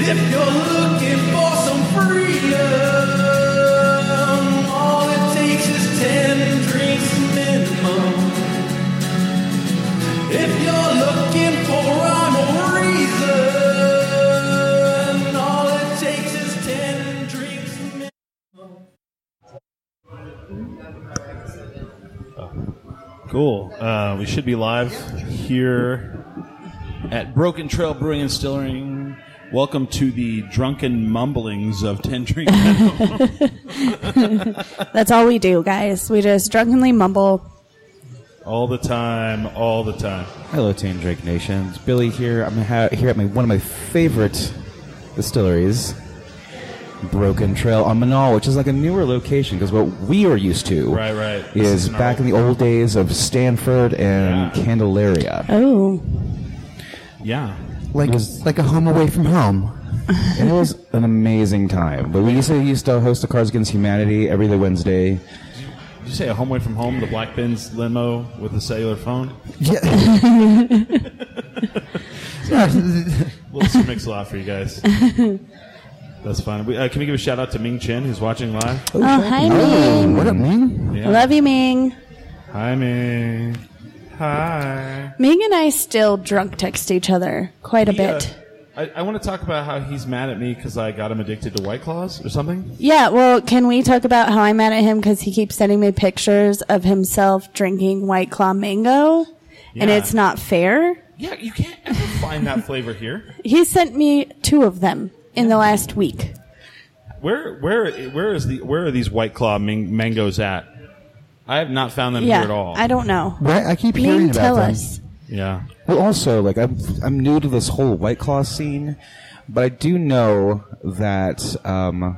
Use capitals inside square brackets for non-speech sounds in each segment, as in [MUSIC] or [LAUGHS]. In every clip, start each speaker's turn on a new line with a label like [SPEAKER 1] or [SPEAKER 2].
[SPEAKER 1] If you're looking for some freedom, all it takes is ten drinks minimum. If you're looking for rhyme or reason, all it takes is ten drinks minimum.
[SPEAKER 2] Cool. Uh, we should be live here at Broken Trail Brewing and Stilling. Welcome to the drunken mumblings of Ten Drink.
[SPEAKER 3] That's all we do, guys. We just drunkenly mumble.
[SPEAKER 2] all the time, all the time.
[SPEAKER 4] Hello, Tane Drake Nations. Billy here. I'm ha- here at my, one of my favorite distilleries, Broken Trail on Manal, which is like a newer location because what we are used to
[SPEAKER 2] Right, right. This
[SPEAKER 4] is
[SPEAKER 2] isn't our
[SPEAKER 4] back in the old days of Stanford and
[SPEAKER 2] Yeah.
[SPEAKER 4] Candelaria.
[SPEAKER 3] Oh,
[SPEAKER 2] Yeah.
[SPEAKER 4] Like, like a home away from home. it was an amazing time. But we used to, used to host the Cards Against Humanity every other Wednesday.
[SPEAKER 2] Did you say a home away from home, the Black Benz limo with the cellular phone?
[SPEAKER 4] [LAUGHS] Yeah.
[SPEAKER 2] A little mix a lot for you guys. That's fine. We, uh, can we give a shout out to Ming Chen who's watching live?
[SPEAKER 3] oh, hi, Ming.
[SPEAKER 4] what up, man?
[SPEAKER 2] Yeah.
[SPEAKER 3] Love you, Ming.
[SPEAKER 2] Hi, Ming. Hi.
[SPEAKER 3] Ming and I still drunk text each other quite a
[SPEAKER 2] He, uh,
[SPEAKER 3] bit.
[SPEAKER 2] I, I want to talk about how he's mad at me because I got him addicted to White Claws or something.
[SPEAKER 3] Yeah, well, can we talk about how I'm mad at him because he keeps sending me pictures of himself drinking White Claw Mango, and
[SPEAKER 2] Yeah.
[SPEAKER 3] it's not fair?
[SPEAKER 2] Yeah, you can't ever find that flavor here.
[SPEAKER 3] He sent me two of them in the last week.
[SPEAKER 2] [LAUGHS] Where, where, where is the? Where are these White Claw man- mangoes at? I have not found them
[SPEAKER 3] yeah,
[SPEAKER 2] here at all.
[SPEAKER 3] I don't know.
[SPEAKER 4] Right? I keep hearing
[SPEAKER 3] Ming,
[SPEAKER 4] about
[SPEAKER 3] tell
[SPEAKER 4] them.
[SPEAKER 3] us.
[SPEAKER 2] yeah,
[SPEAKER 4] Well, also, like I'm, I'm new to this whole White Claw scene, but I do know that um,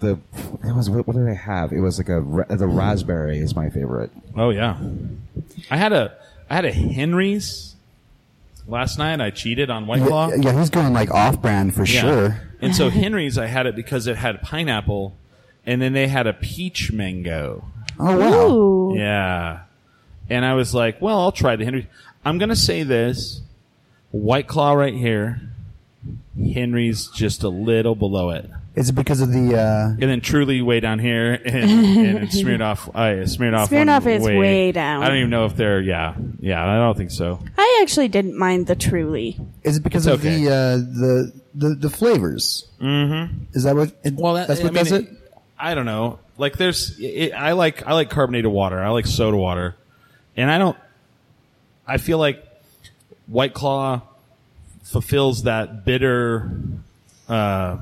[SPEAKER 4] the it was what, what did I have? It was like a ra- the raspberry is my favorite.
[SPEAKER 2] Oh yeah, I had a I had a Henry's last night. I cheated on White Claw.
[SPEAKER 5] Yeah, he's going like off brand for
[SPEAKER 2] Yeah.
[SPEAKER 5] sure.
[SPEAKER 2] And
[SPEAKER 3] [LAUGHS]
[SPEAKER 2] so Henry's, I had it because it had pineapple, and then they had a peach mango.
[SPEAKER 5] Oh wow.
[SPEAKER 3] Ooh.
[SPEAKER 2] Yeah, and I was like, well, I'll try the Henry's. I'm gonna say this: White Claw right here. Henry's just a little below it,
[SPEAKER 5] Is it because of the uh,
[SPEAKER 2] and then Truly way down here, and, and then Smirnoff. I Smirnoff. one
[SPEAKER 3] Smirnoff is way down.
[SPEAKER 2] I don't even know if they're. Yeah, yeah. I don't think so.
[SPEAKER 3] I actually didn't mind the Truly.
[SPEAKER 5] is it because
[SPEAKER 2] It's
[SPEAKER 5] of the,
[SPEAKER 2] okay.
[SPEAKER 5] uh, the the the flavors? Mm-hmm. Is that what? It,
[SPEAKER 2] Well, that,
[SPEAKER 5] that's
[SPEAKER 2] I
[SPEAKER 5] what
[SPEAKER 2] mean,
[SPEAKER 5] does it.
[SPEAKER 2] I don't know. Like, there's. It, I like. I like carbonated water. I like soda water, and I don't. I feel like White Claw fulfills that bitter uh,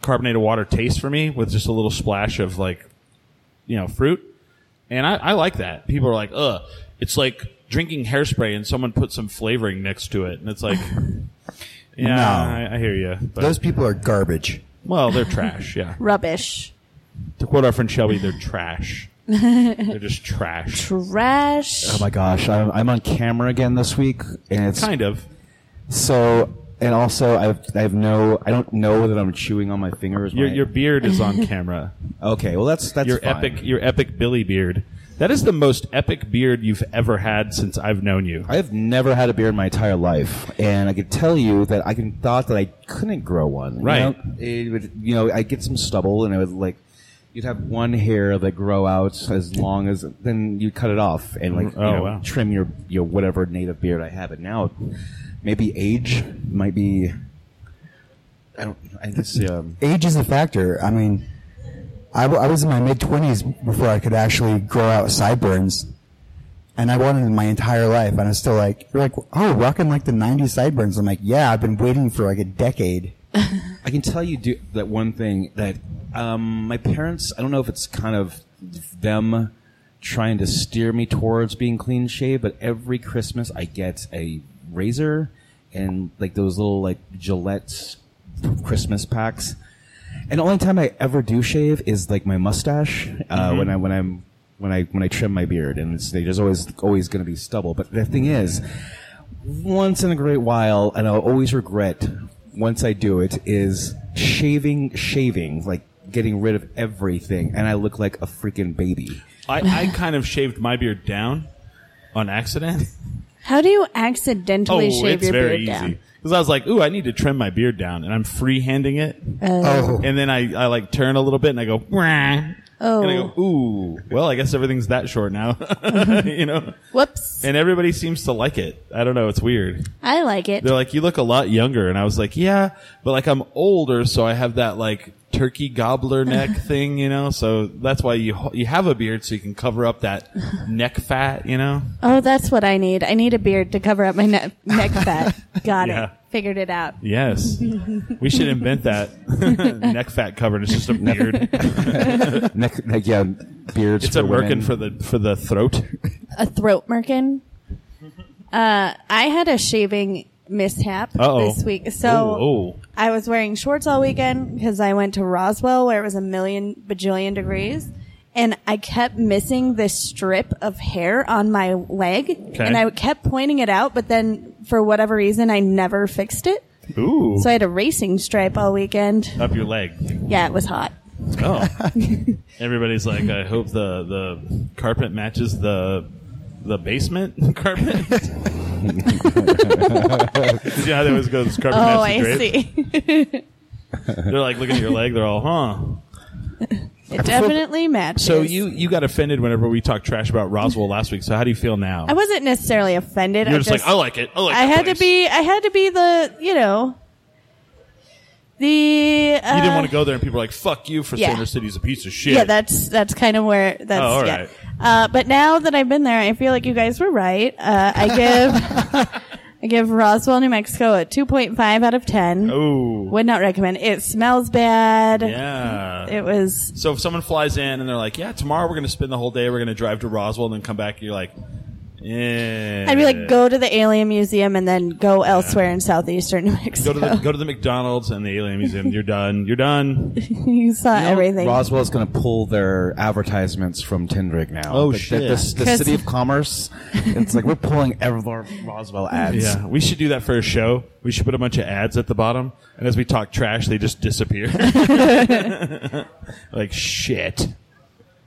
[SPEAKER 2] carbonated water taste for me with just a little splash of like, you know, fruit, and I, I like that. People are like, "Ugh, it's like." Drinking hairspray and someone put some flavoring next to it, and it's
[SPEAKER 5] [LAUGHS]
[SPEAKER 2] like, yeah,
[SPEAKER 5] No.
[SPEAKER 2] I, I hear you. But,
[SPEAKER 5] Those people are garbage.
[SPEAKER 2] well, they're trash. Yeah,
[SPEAKER 3] Rubbish.
[SPEAKER 2] to quote our friend Shelby, they're
[SPEAKER 3] [LAUGHS]
[SPEAKER 2] trash. they're just trash.
[SPEAKER 3] Trash.
[SPEAKER 4] Oh my gosh, I'm, I'm on camera again this week, and it's
[SPEAKER 2] Kind of.
[SPEAKER 4] so. And also, I've I've no I don't know that I'm chewing on my fingers.
[SPEAKER 2] Your,
[SPEAKER 4] when I-
[SPEAKER 2] your beard is
[SPEAKER 3] [LAUGHS]
[SPEAKER 2] on camera.
[SPEAKER 4] okay, well that's that's
[SPEAKER 2] your
[SPEAKER 4] fine.
[SPEAKER 2] epic, your epic Billy beard. That is the most epic beard you've ever had since I've known you.
[SPEAKER 4] I've never had a beard in my entire life, and I could tell you that I can thought that I couldn't grow one. you
[SPEAKER 2] Right.
[SPEAKER 4] know? it would, you know, I get some stubble, and I would like, you'd have one hair that grow out as long as then you cut it off and like, you
[SPEAKER 2] Oh,
[SPEAKER 4] know,
[SPEAKER 2] wow.
[SPEAKER 4] trim your your whatever native beard I have. And now, maybe age might be. I don't. I guess. Um,
[SPEAKER 5] Age is a factor. I mean, I, w- I was in my mid twenties before I could actually grow out sideburns, and I wanted them my entire life. And I'm still like, you're like, oh, rocking like the '90s sideburns. I'm like, yeah, I've been waiting for like a decade.
[SPEAKER 4] I can tell you do, that one thing that um, my parents. I don't know if it's kind of them trying to steer me towards being clean shaved, but every Christmas I get a razor in like those little like Gillette Christmas packs. And the only time I ever do shave is like my mustache uh, when I when I'm when I when I trim my beard, and it's, there's always always going to be stubble. But the thing is, once in a great while, and I'll always regret once I do it is shaving, shaving, like getting rid of everything, and I look like a freaking baby.
[SPEAKER 2] I,
[SPEAKER 3] [LAUGHS]
[SPEAKER 2] I kind of shaved my beard down on accident. Oh,
[SPEAKER 3] How do you accidentally shave your beard down?
[SPEAKER 2] Because I was like, ooh, I need to trim my beard down, and I'm freehanding it,
[SPEAKER 5] Oh,
[SPEAKER 2] and then I, I like turn a little bit, and I go, "Wah."
[SPEAKER 3] Oh,
[SPEAKER 2] and I go, ooh, well, I guess everything's that short now, [LAUGHS] you know.
[SPEAKER 3] Whoops.
[SPEAKER 2] And everybody seems to like it. I don't know, it's weird.
[SPEAKER 3] I like it.
[SPEAKER 2] They're like, you look a lot younger, and I was like, yeah, but like I'm older, so I have that like turkey gobbler neck thing, you know. So that's why you ho- you have a beard so you can cover up that neck fat, you know.
[SPEAKER 3] Oh, that's what I need. I need a beard to cover up my ne-
[SPEAKER 2] [LAUGHS]
[SPEAKER 3] neck fat. Got
[SPEAKER 2] Yeah.
[SPEAKER 3] it. Figured it out.
[SPEAKER 2] Yes. we should invent that. [LAUGHS] Neck fat covered. It's just a beard.
[SPEAKER 4] Neck, neck yeah, beards.
[SPEAKER 2] it's
[SPEAKER 4] for
[SPEAKER 2] a merkin
[SPEAKER 4] women.
[SPEAKER 2] for the for the throat.
[SPEAKER 3] A throat merkin. Uh, I had a shaving mishap
[SPEAKER 2] Uh-oh.
[SPEAKER 3] this week. So
[SPEAKER 2] Ooh, ooh.
[SPEAKER 3] I was wearing shorts all weekend because I went to Roswell where it was a million bajillion degrees. And I kept missing this strip of hair on my leg. And I kept pointing it out, but then for whatever reason, I never fixed it.
[SPEAKER 2] Ooh.
[SPEAKER 3] So I had a racing stripe all weekend.
[SPEAKER 2] Up your leg.
[SPEAKER 3] Yeah, it was hot. [LAUGHS]
[SPEAKER 2] Oh. Everybody's like, I hope the the carpet matches the the basement [LAUGHS] carpet. Did you know how they always go? This carpet
[SPEAKER 3] Oh,
[SPEAKER 2] matches the
[SPEAKER 3] I
[SPEAKER 2] drapes?
[SPEAKER 3] see.
[SPEAKER 2] They're like looking at your leg. They're all, huh? [LAUGHS]
[SPEAKER 3] It definitely matches.
[SPEAKER 2] So you you got offended whenever we talked trash about Roswell last week. So how do you feel now?
[SPEAKER 3] I wasn't necessarily offended.
[SPEAKER 2] You're
[SPEAKER 3] I
[SPEAKER 2] just, like, I like it. I like.
[SPEAKER 3] I
[SPEAKER 2] the
[SPEAKER 3] had to
[SPEAKER 2] place."
[SPEAKER 3] be. I had to be the. You know. The. Uh,
[SPEAKER 2] You didn't want to go there, and people were like, "Fuck you for
[SPEAKER 3] yeah.
[SPEAKER 2] saying our city's a piece of shit."
[SPEAKER 3] Yeah, that's that's kind of where that's.
[SPEAKER 2] Oh, all
[SPEAKER 3] yeah.
[SPEAKER 2] right.
[SPEAKER 3] Uh, but now that I've been there, I feel like you guys were right. Uh, I give.
[SPEAKER 2] [LAUGHS]
[SPEAKER 3] I give Roswell, New Mexico, a two point five out of ten.
[SPEAKER 2] Ooh.
[SPEAKER 3] Would not recommend. It smells bad.
[SPEAKER 2] Yeah.
[SPEAKER 3] It was
[SPEAKER 2] so if someone flies in and they're like, "Yeah, tomorrow we're going to spend the whole day. We're going to drive to Roswell and then come back," you're like, "Yeah."
[SPEAKER 3] I'd be like, go to the Alien Museum and then go elsewhere in southeastern New
[SPEAKER 2] Go
[SPEAKER 3] Mexico.
[SPEAKER 2] to the go to the McDonald's and the Alien Museum. You're done. You're
[SPEAKER 3] [LAUGHS]
[SPEAKER 2] done.
[SPEAKER 3] you saw
[SPEAKER 4] You know,
[SPEAKER 3] everything.
[SPEAKER 4] Roswell's going to pull their advertisements from Tindrig now.
[SPEAKER 2] Oh,
[SPEAKER 4] Like,
[SPEAKER 2] shit.
[SPEAKER 4] The, the, the
[SPEAKER 3] Cause-
[SPEAKER 4] city of commerce. It's like we're pulling every of our Roswell ads.
[SPEAKER 2] Yeah, we should do that for a show. We should put a bunch of ads at the bottom, and as we talk trash, they just
[SPEAKER 3] [LAUGHS]
[SPEAKER 2] disappear. [LAUGHS] like shit.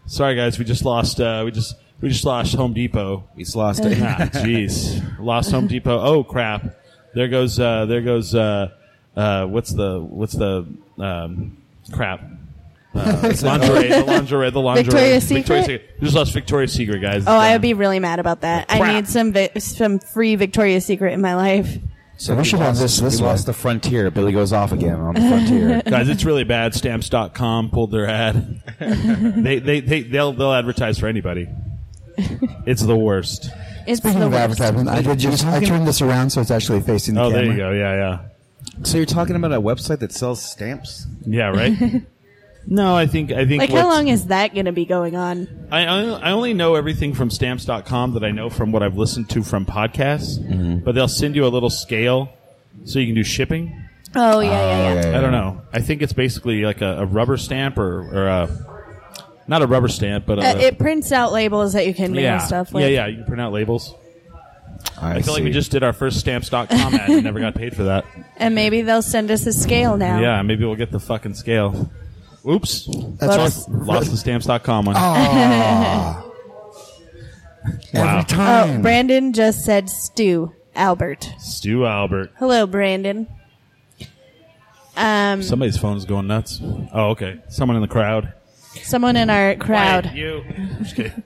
[SPEAKER 2] Sorry, guys. We just lost. Uh, we just we just lost Home Depot.
[SPEAKER 4] We lost it.
[SPEAKER 2] Ah, jeez, lost Home Depot. Oh crap! There goes. Uh, there goes. Uh, uh, what's the what's the um, crap?
[SPEAKER 3] [LAUGHS]
[SPEAKER 2] Uh, lingerie, the lingerie, the lingerie.
[SPEAKER 3] Victoria's Secret?
[SPEAKER 2] Just lost Victoria's Secret, guys. uh,
[SPEAKER 3] Oh, I would be really mad about that.
[SPEAKER 2] Crap.
[SPEAKER 3] I need some vi- some free Victoria's Secret in my life.
[SPEAKER 4] So
[SPEAKER 5] we should have this- this
[SPEAKER 4] We
[SPEAKER 5] way.
[SPEAKER 4] lost the frontier. Billy goes off again on the frontier.
[SPEAKER 2] guys it's really bad stamps.com pulled their
[SPEAKER 3] [LAUGHS]
[SPEAKER 2] ad they, they, they they'll they'll advertise for anybody it's the worst
[SPEAKER 3] It's
[SPEAKER 5] Speaking
[SPEAKER 3] the
[SPEAKER 5] of
[SPEAKER 3] worst.
[SPEAKER 5] advertisement, I did just I turned this around so it's actually facing the
[SPEAKER 2] oh
[SPEAKER 5] camera.
[SPEAKER 2] there you go yeah yeah
[SPEAKER 4] so you're talking about a website that sells stamps?
[SPEAKER 2] yeah
[SPEAKER 3] [LAUGHS]
[SPEAKER 2] right no i think i think
[SPEAKER 3] Like, how
[SPEAKER 2] what's-
[SPEAKER 3] long is that going to be going on?
[SPEAKER 2] I, I I only know everything from stamps.com that i know from what i've listened to from podcasts but they'll send you a little scale so you can do shipping
[SPEAKER 3] Oh yeah, yeah, yeah.
[SPEAKER 2] i don't know i think it's basically like a, a rubber stamp or, or a not a rubber stamp but a,
[SPEAKER 3] Uh, it prints out labels that you can mail
[SPEAKER 2] yeah
[SPEAKER 3] stuff with.
[SPEAKER 2] yeah yeah you can print out labels
[SPEAKER 4] I,
[SPEAKER 2] I feel like we
[SPEAKER 4] see.
[SPEAKER 2] just did our first stamps.com ad and never got paid for
[SPEAKER 3] [LAUGHS]
[SPEAKER 2] that.
[SPEAKER 3] And maybe they'll send us a scale now.
[SPEAKER 2] Yeah, maybe we'll get the fucking scale. Oops.
[SPEAKER 5] That's
[SPEAKER 3] Whoops.
[SPEAKER 5] why
[SPEAKER 2] Lost the stamps.com one. Wow.
[SPEAKER 5] every
[SPEAKER 3] Oh,
[SPEAKER 5] time.
[SPEAKER 3] Brandon just said Stu Albert.
[SPEAKER 2] Stu Albert.
[SPEAKER 3] Hello, Brandon. Um,
[SPEAKER 2] Somebody's phone's going nuts. Oh, okay. Someone in the crowd.
[SPEAKER 3] someone in our crowd.
[SPEAKER 2] Hey, you. Just kidding.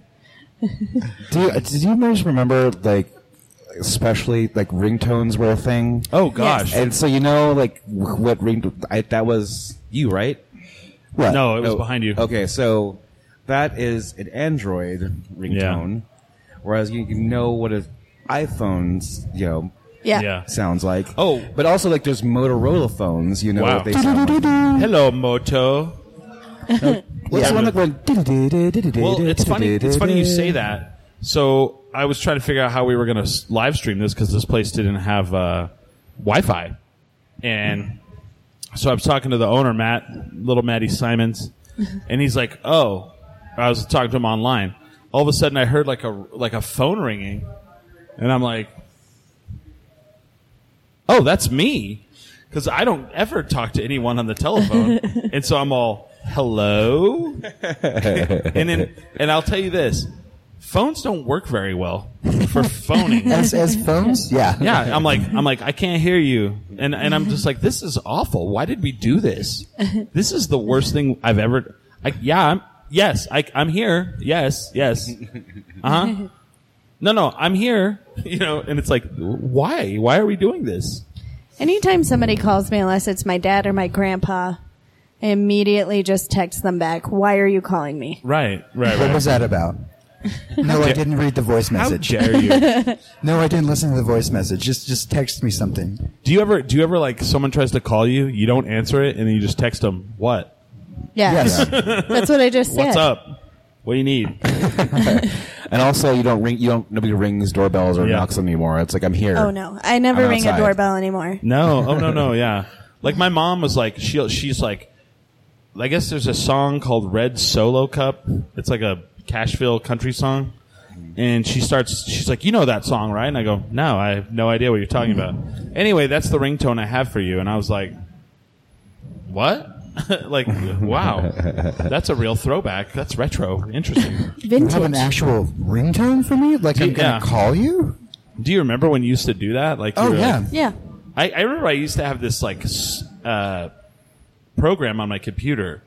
[SPEAKER 4] Do you, do you guys remember, like, especially like ringtones were a thing?
[SPEAKER 2] Oh, gosh.
[SPEAKER 4] And so you know, like, wh- what ring? I, that was you, right?
[SPEAKER 5] What?
[SPEAKER 2] No, it was
[SPEAKER 4] Oh,
[SPEAKER 2] behind you.
[SPEAKER 4] Okay, so that is an Android ringtone, whereas you can know what an iPhone's you know
[SPEAKER 3] Yeah.
[SPEAKER 2] Yeah.
[SPEAKER 4] sounds like.
[SPEAKER 2] Oh.
[SPEAKER 4] but also like there's Motorola phones. You know
[SPEAKER 2] Wow. [LAUGHS]
[SPEAKER 4] what they sound like.
[SPEAKER 2] Hello, Moto.
[SPEAKER 4] What's the one that went?
[SPEAKER 2] Well,
[SPEAKER 4] Well,
[SPEAKER 2] it's funny. It's funny you say that. So I was trying to figure out how we were going to live stream this because this place didn't have uh, Wi-Fi, and so I was talking to the owner, Matt, little Matty Simons, [LAUGHS] and he's like, "Oh," I was talking to him online. All of a sudden, I heard like a like a phone ringing, and I'm like, "Oh, that's me," because I don't ever talk to anyone on the telephone, and so I'm all, "Hello," and then and I'll tell you this. Phones don't work very well for phoning.
[SPEAKER 5] As, as phones? Yeah. [LAUGHS]
[SPEAKER 2] Yeah, I'm like, I'm like, I can't hear you, and and I'm just like, this is awful. Why did we do
[SPEAKER 5] [LAUGHS]
[SPEAKER 2] this? This is the worst thing I've ever. I, yeah, I'm yes, I, I'm here. Yes,
[SPEAKER 5] [LAUGHS]
[SPEAKER 2] yes. Uh huh. No, no, I'm here. [LAUGHS] You know, and it's like, why? Why are we doing this?
[SPEAKER 3] Anytime somebody calls me, unless it's my dad or my grandpa, I immediately just text them back, why are you calling me?
[SPEAKER 2] Right, right,
[SPEAKER 5] What was that about? No, I didn't read the voice
[SPEAKER 2] How
[SPEAKER 5] message.
[SPEAKER 2] dare you?
[SPEAKER 5] No, I didn't listen to the voice message. Just just text me something.
[SPEAKER 2] do you ever? Do you ever like someone tries to call you, you don't answer it, and then you just text them, "What? [LAUGHS]
[SPEAKER 3] Yeah. [LAUGHS]
[SPEAKER 5] Yes.
[SPEAKER 3] That's what I just said.
[SPEAKER 2] What's up? What do you need?"
[SPEAKER 4] And also, you don't ring. You don't. Nobody rings doorbells or
[SPEAKER 2] Yeah.
[SPEAKER 4] knocks anymore. It's like I'm here.
[SPEAKER 3] Oh no, I never
[SPEAKER 4] I'm
[SPEAKER 3] ring
[SPEAKER 4] outside.
[SPEAKER 3] a doorbell anymore.
[SPEAKER 2] No, oh no, no, yeah. Like my mom was like, she she's like, I guess there's a song called Red Solo Cup. It's like a Cashville country song, and she starts. She's like, you know that song, right? And I go, no, I have no idea what you're talking about. Anyway, that's the ringtone I have for you. And I was like, what? [LAUGHS] like, wow, that's a real throwback. That's retro. Interesting.
[SPEAKER 5] You have an
[SPEAKER 3] Vintage.
[SPEAKER 5] actual ringtone for me? Like I'm
[SPEAKER 2] yeah.
[SPEAKER 5] gonna call you?
[SPEAKER 2] Do you remember when you used to do that? Like, you
[SPEAKER 5] Oh
[SPEAKER 2] were like,
[SPEAKER 3] Yeah.
[SPEAKER 5] yeah.
[SPEAKER 2] I, I remember I used to have this like s- uh, program on my computer,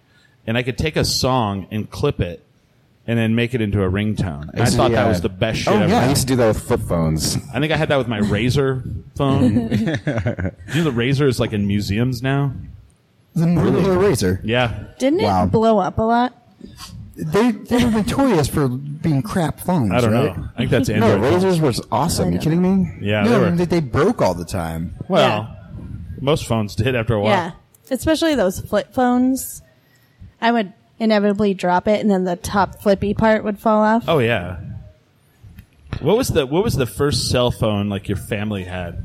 [SPEAKER 2] and I could take a song and clip it, and then make it into a ringtone. And I
[SPEAKER 4] see,
[SPEAKER 2] thought that
[SPEAKER 4] yeah.
[SPEAKER 2] was the best shit
[SPEAKER 5] Oh,
[SPEAKER 2] ever.
[SPEAKER 4] I
[SPEAKER 5] yeah.
[SPEAKER 4] used to do that with flip phones.
[SPEAKER 2] I think I had that with my Razor
[SPEAKER 5] [LAUGHS]
[SPEAKER 2] phone. you know, the Razor is like in museums now.
[SPEAKER 5] The Murder Razor.
[SPEAKER 2] Yeah,
[SPEAKER 3] Didn't
[SPEAKER 5] Wow.
[SPEAKER 3] it blow up a lot?
[SPEAKER 5] They they were notorious for being crap phones.
[SPEAKER 2] I don't
[SPEAKER 5] right?
[SPEAKER 2] know. I think
[SPEAKER 5] [LAUGHS]
[SPEAKER 2] that's
[SPEAKER 4] No,
[SPEAKER 2] Android.
[SPEAKER 4] razors was awesome. You kidding me?
[SPEAKER 2] Yeah, they
[SPEAKER 5] no,
[SPEAKER 2] were-
[SPEAKER 5] they, they broke all the time.
[SPEAKER 2] well, most phones did after a while.
[SPEAKER 3] Yeah. Especially those flip phones. I would inevitably drop it and then the top flippy part would fall off.
[SPEAKER 2] Oh yeah. What was the What was the first cell phone like your family had?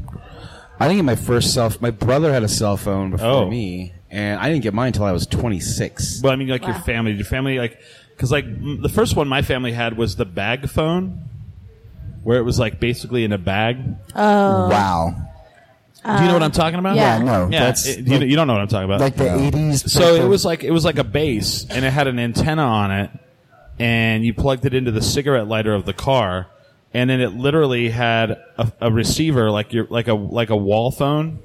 [SPEAKER 4] I didn't get my first cell. My brother had a cell phone before
[SPEAKER 2] Oh.
[SPEAKER 4] me, and I didn't get mine until I was 26.
[SPEAKER 2] Well, I mean, like your
[SPEAKER 3] Wow.
[SPEAKER 2] family, your family, like, because like m- the first one my family had was the bag phone, where it was like basically in a bag.
[SPEAKER 3] Oh.
[SPEAKER 5] Wow.
[SPEAKER 2] do you know what I'm talking about?
[SPEAKER 3] yeah.
[SPEAKER 5] Yeah, no,
[SPEAKER 2] yeah.
[SPEAKER 5] that's
[SPEAKER 2] it- you, you don't know what I'm talking about.
[SPEAKER 5] like the '80s.
[SPEAKER 2] so it was like it was like a base, and it had an antenna on it, and you plugged it into the cigarette lighter of the car, and then it literally had a, a receiver like your like a like a wall phone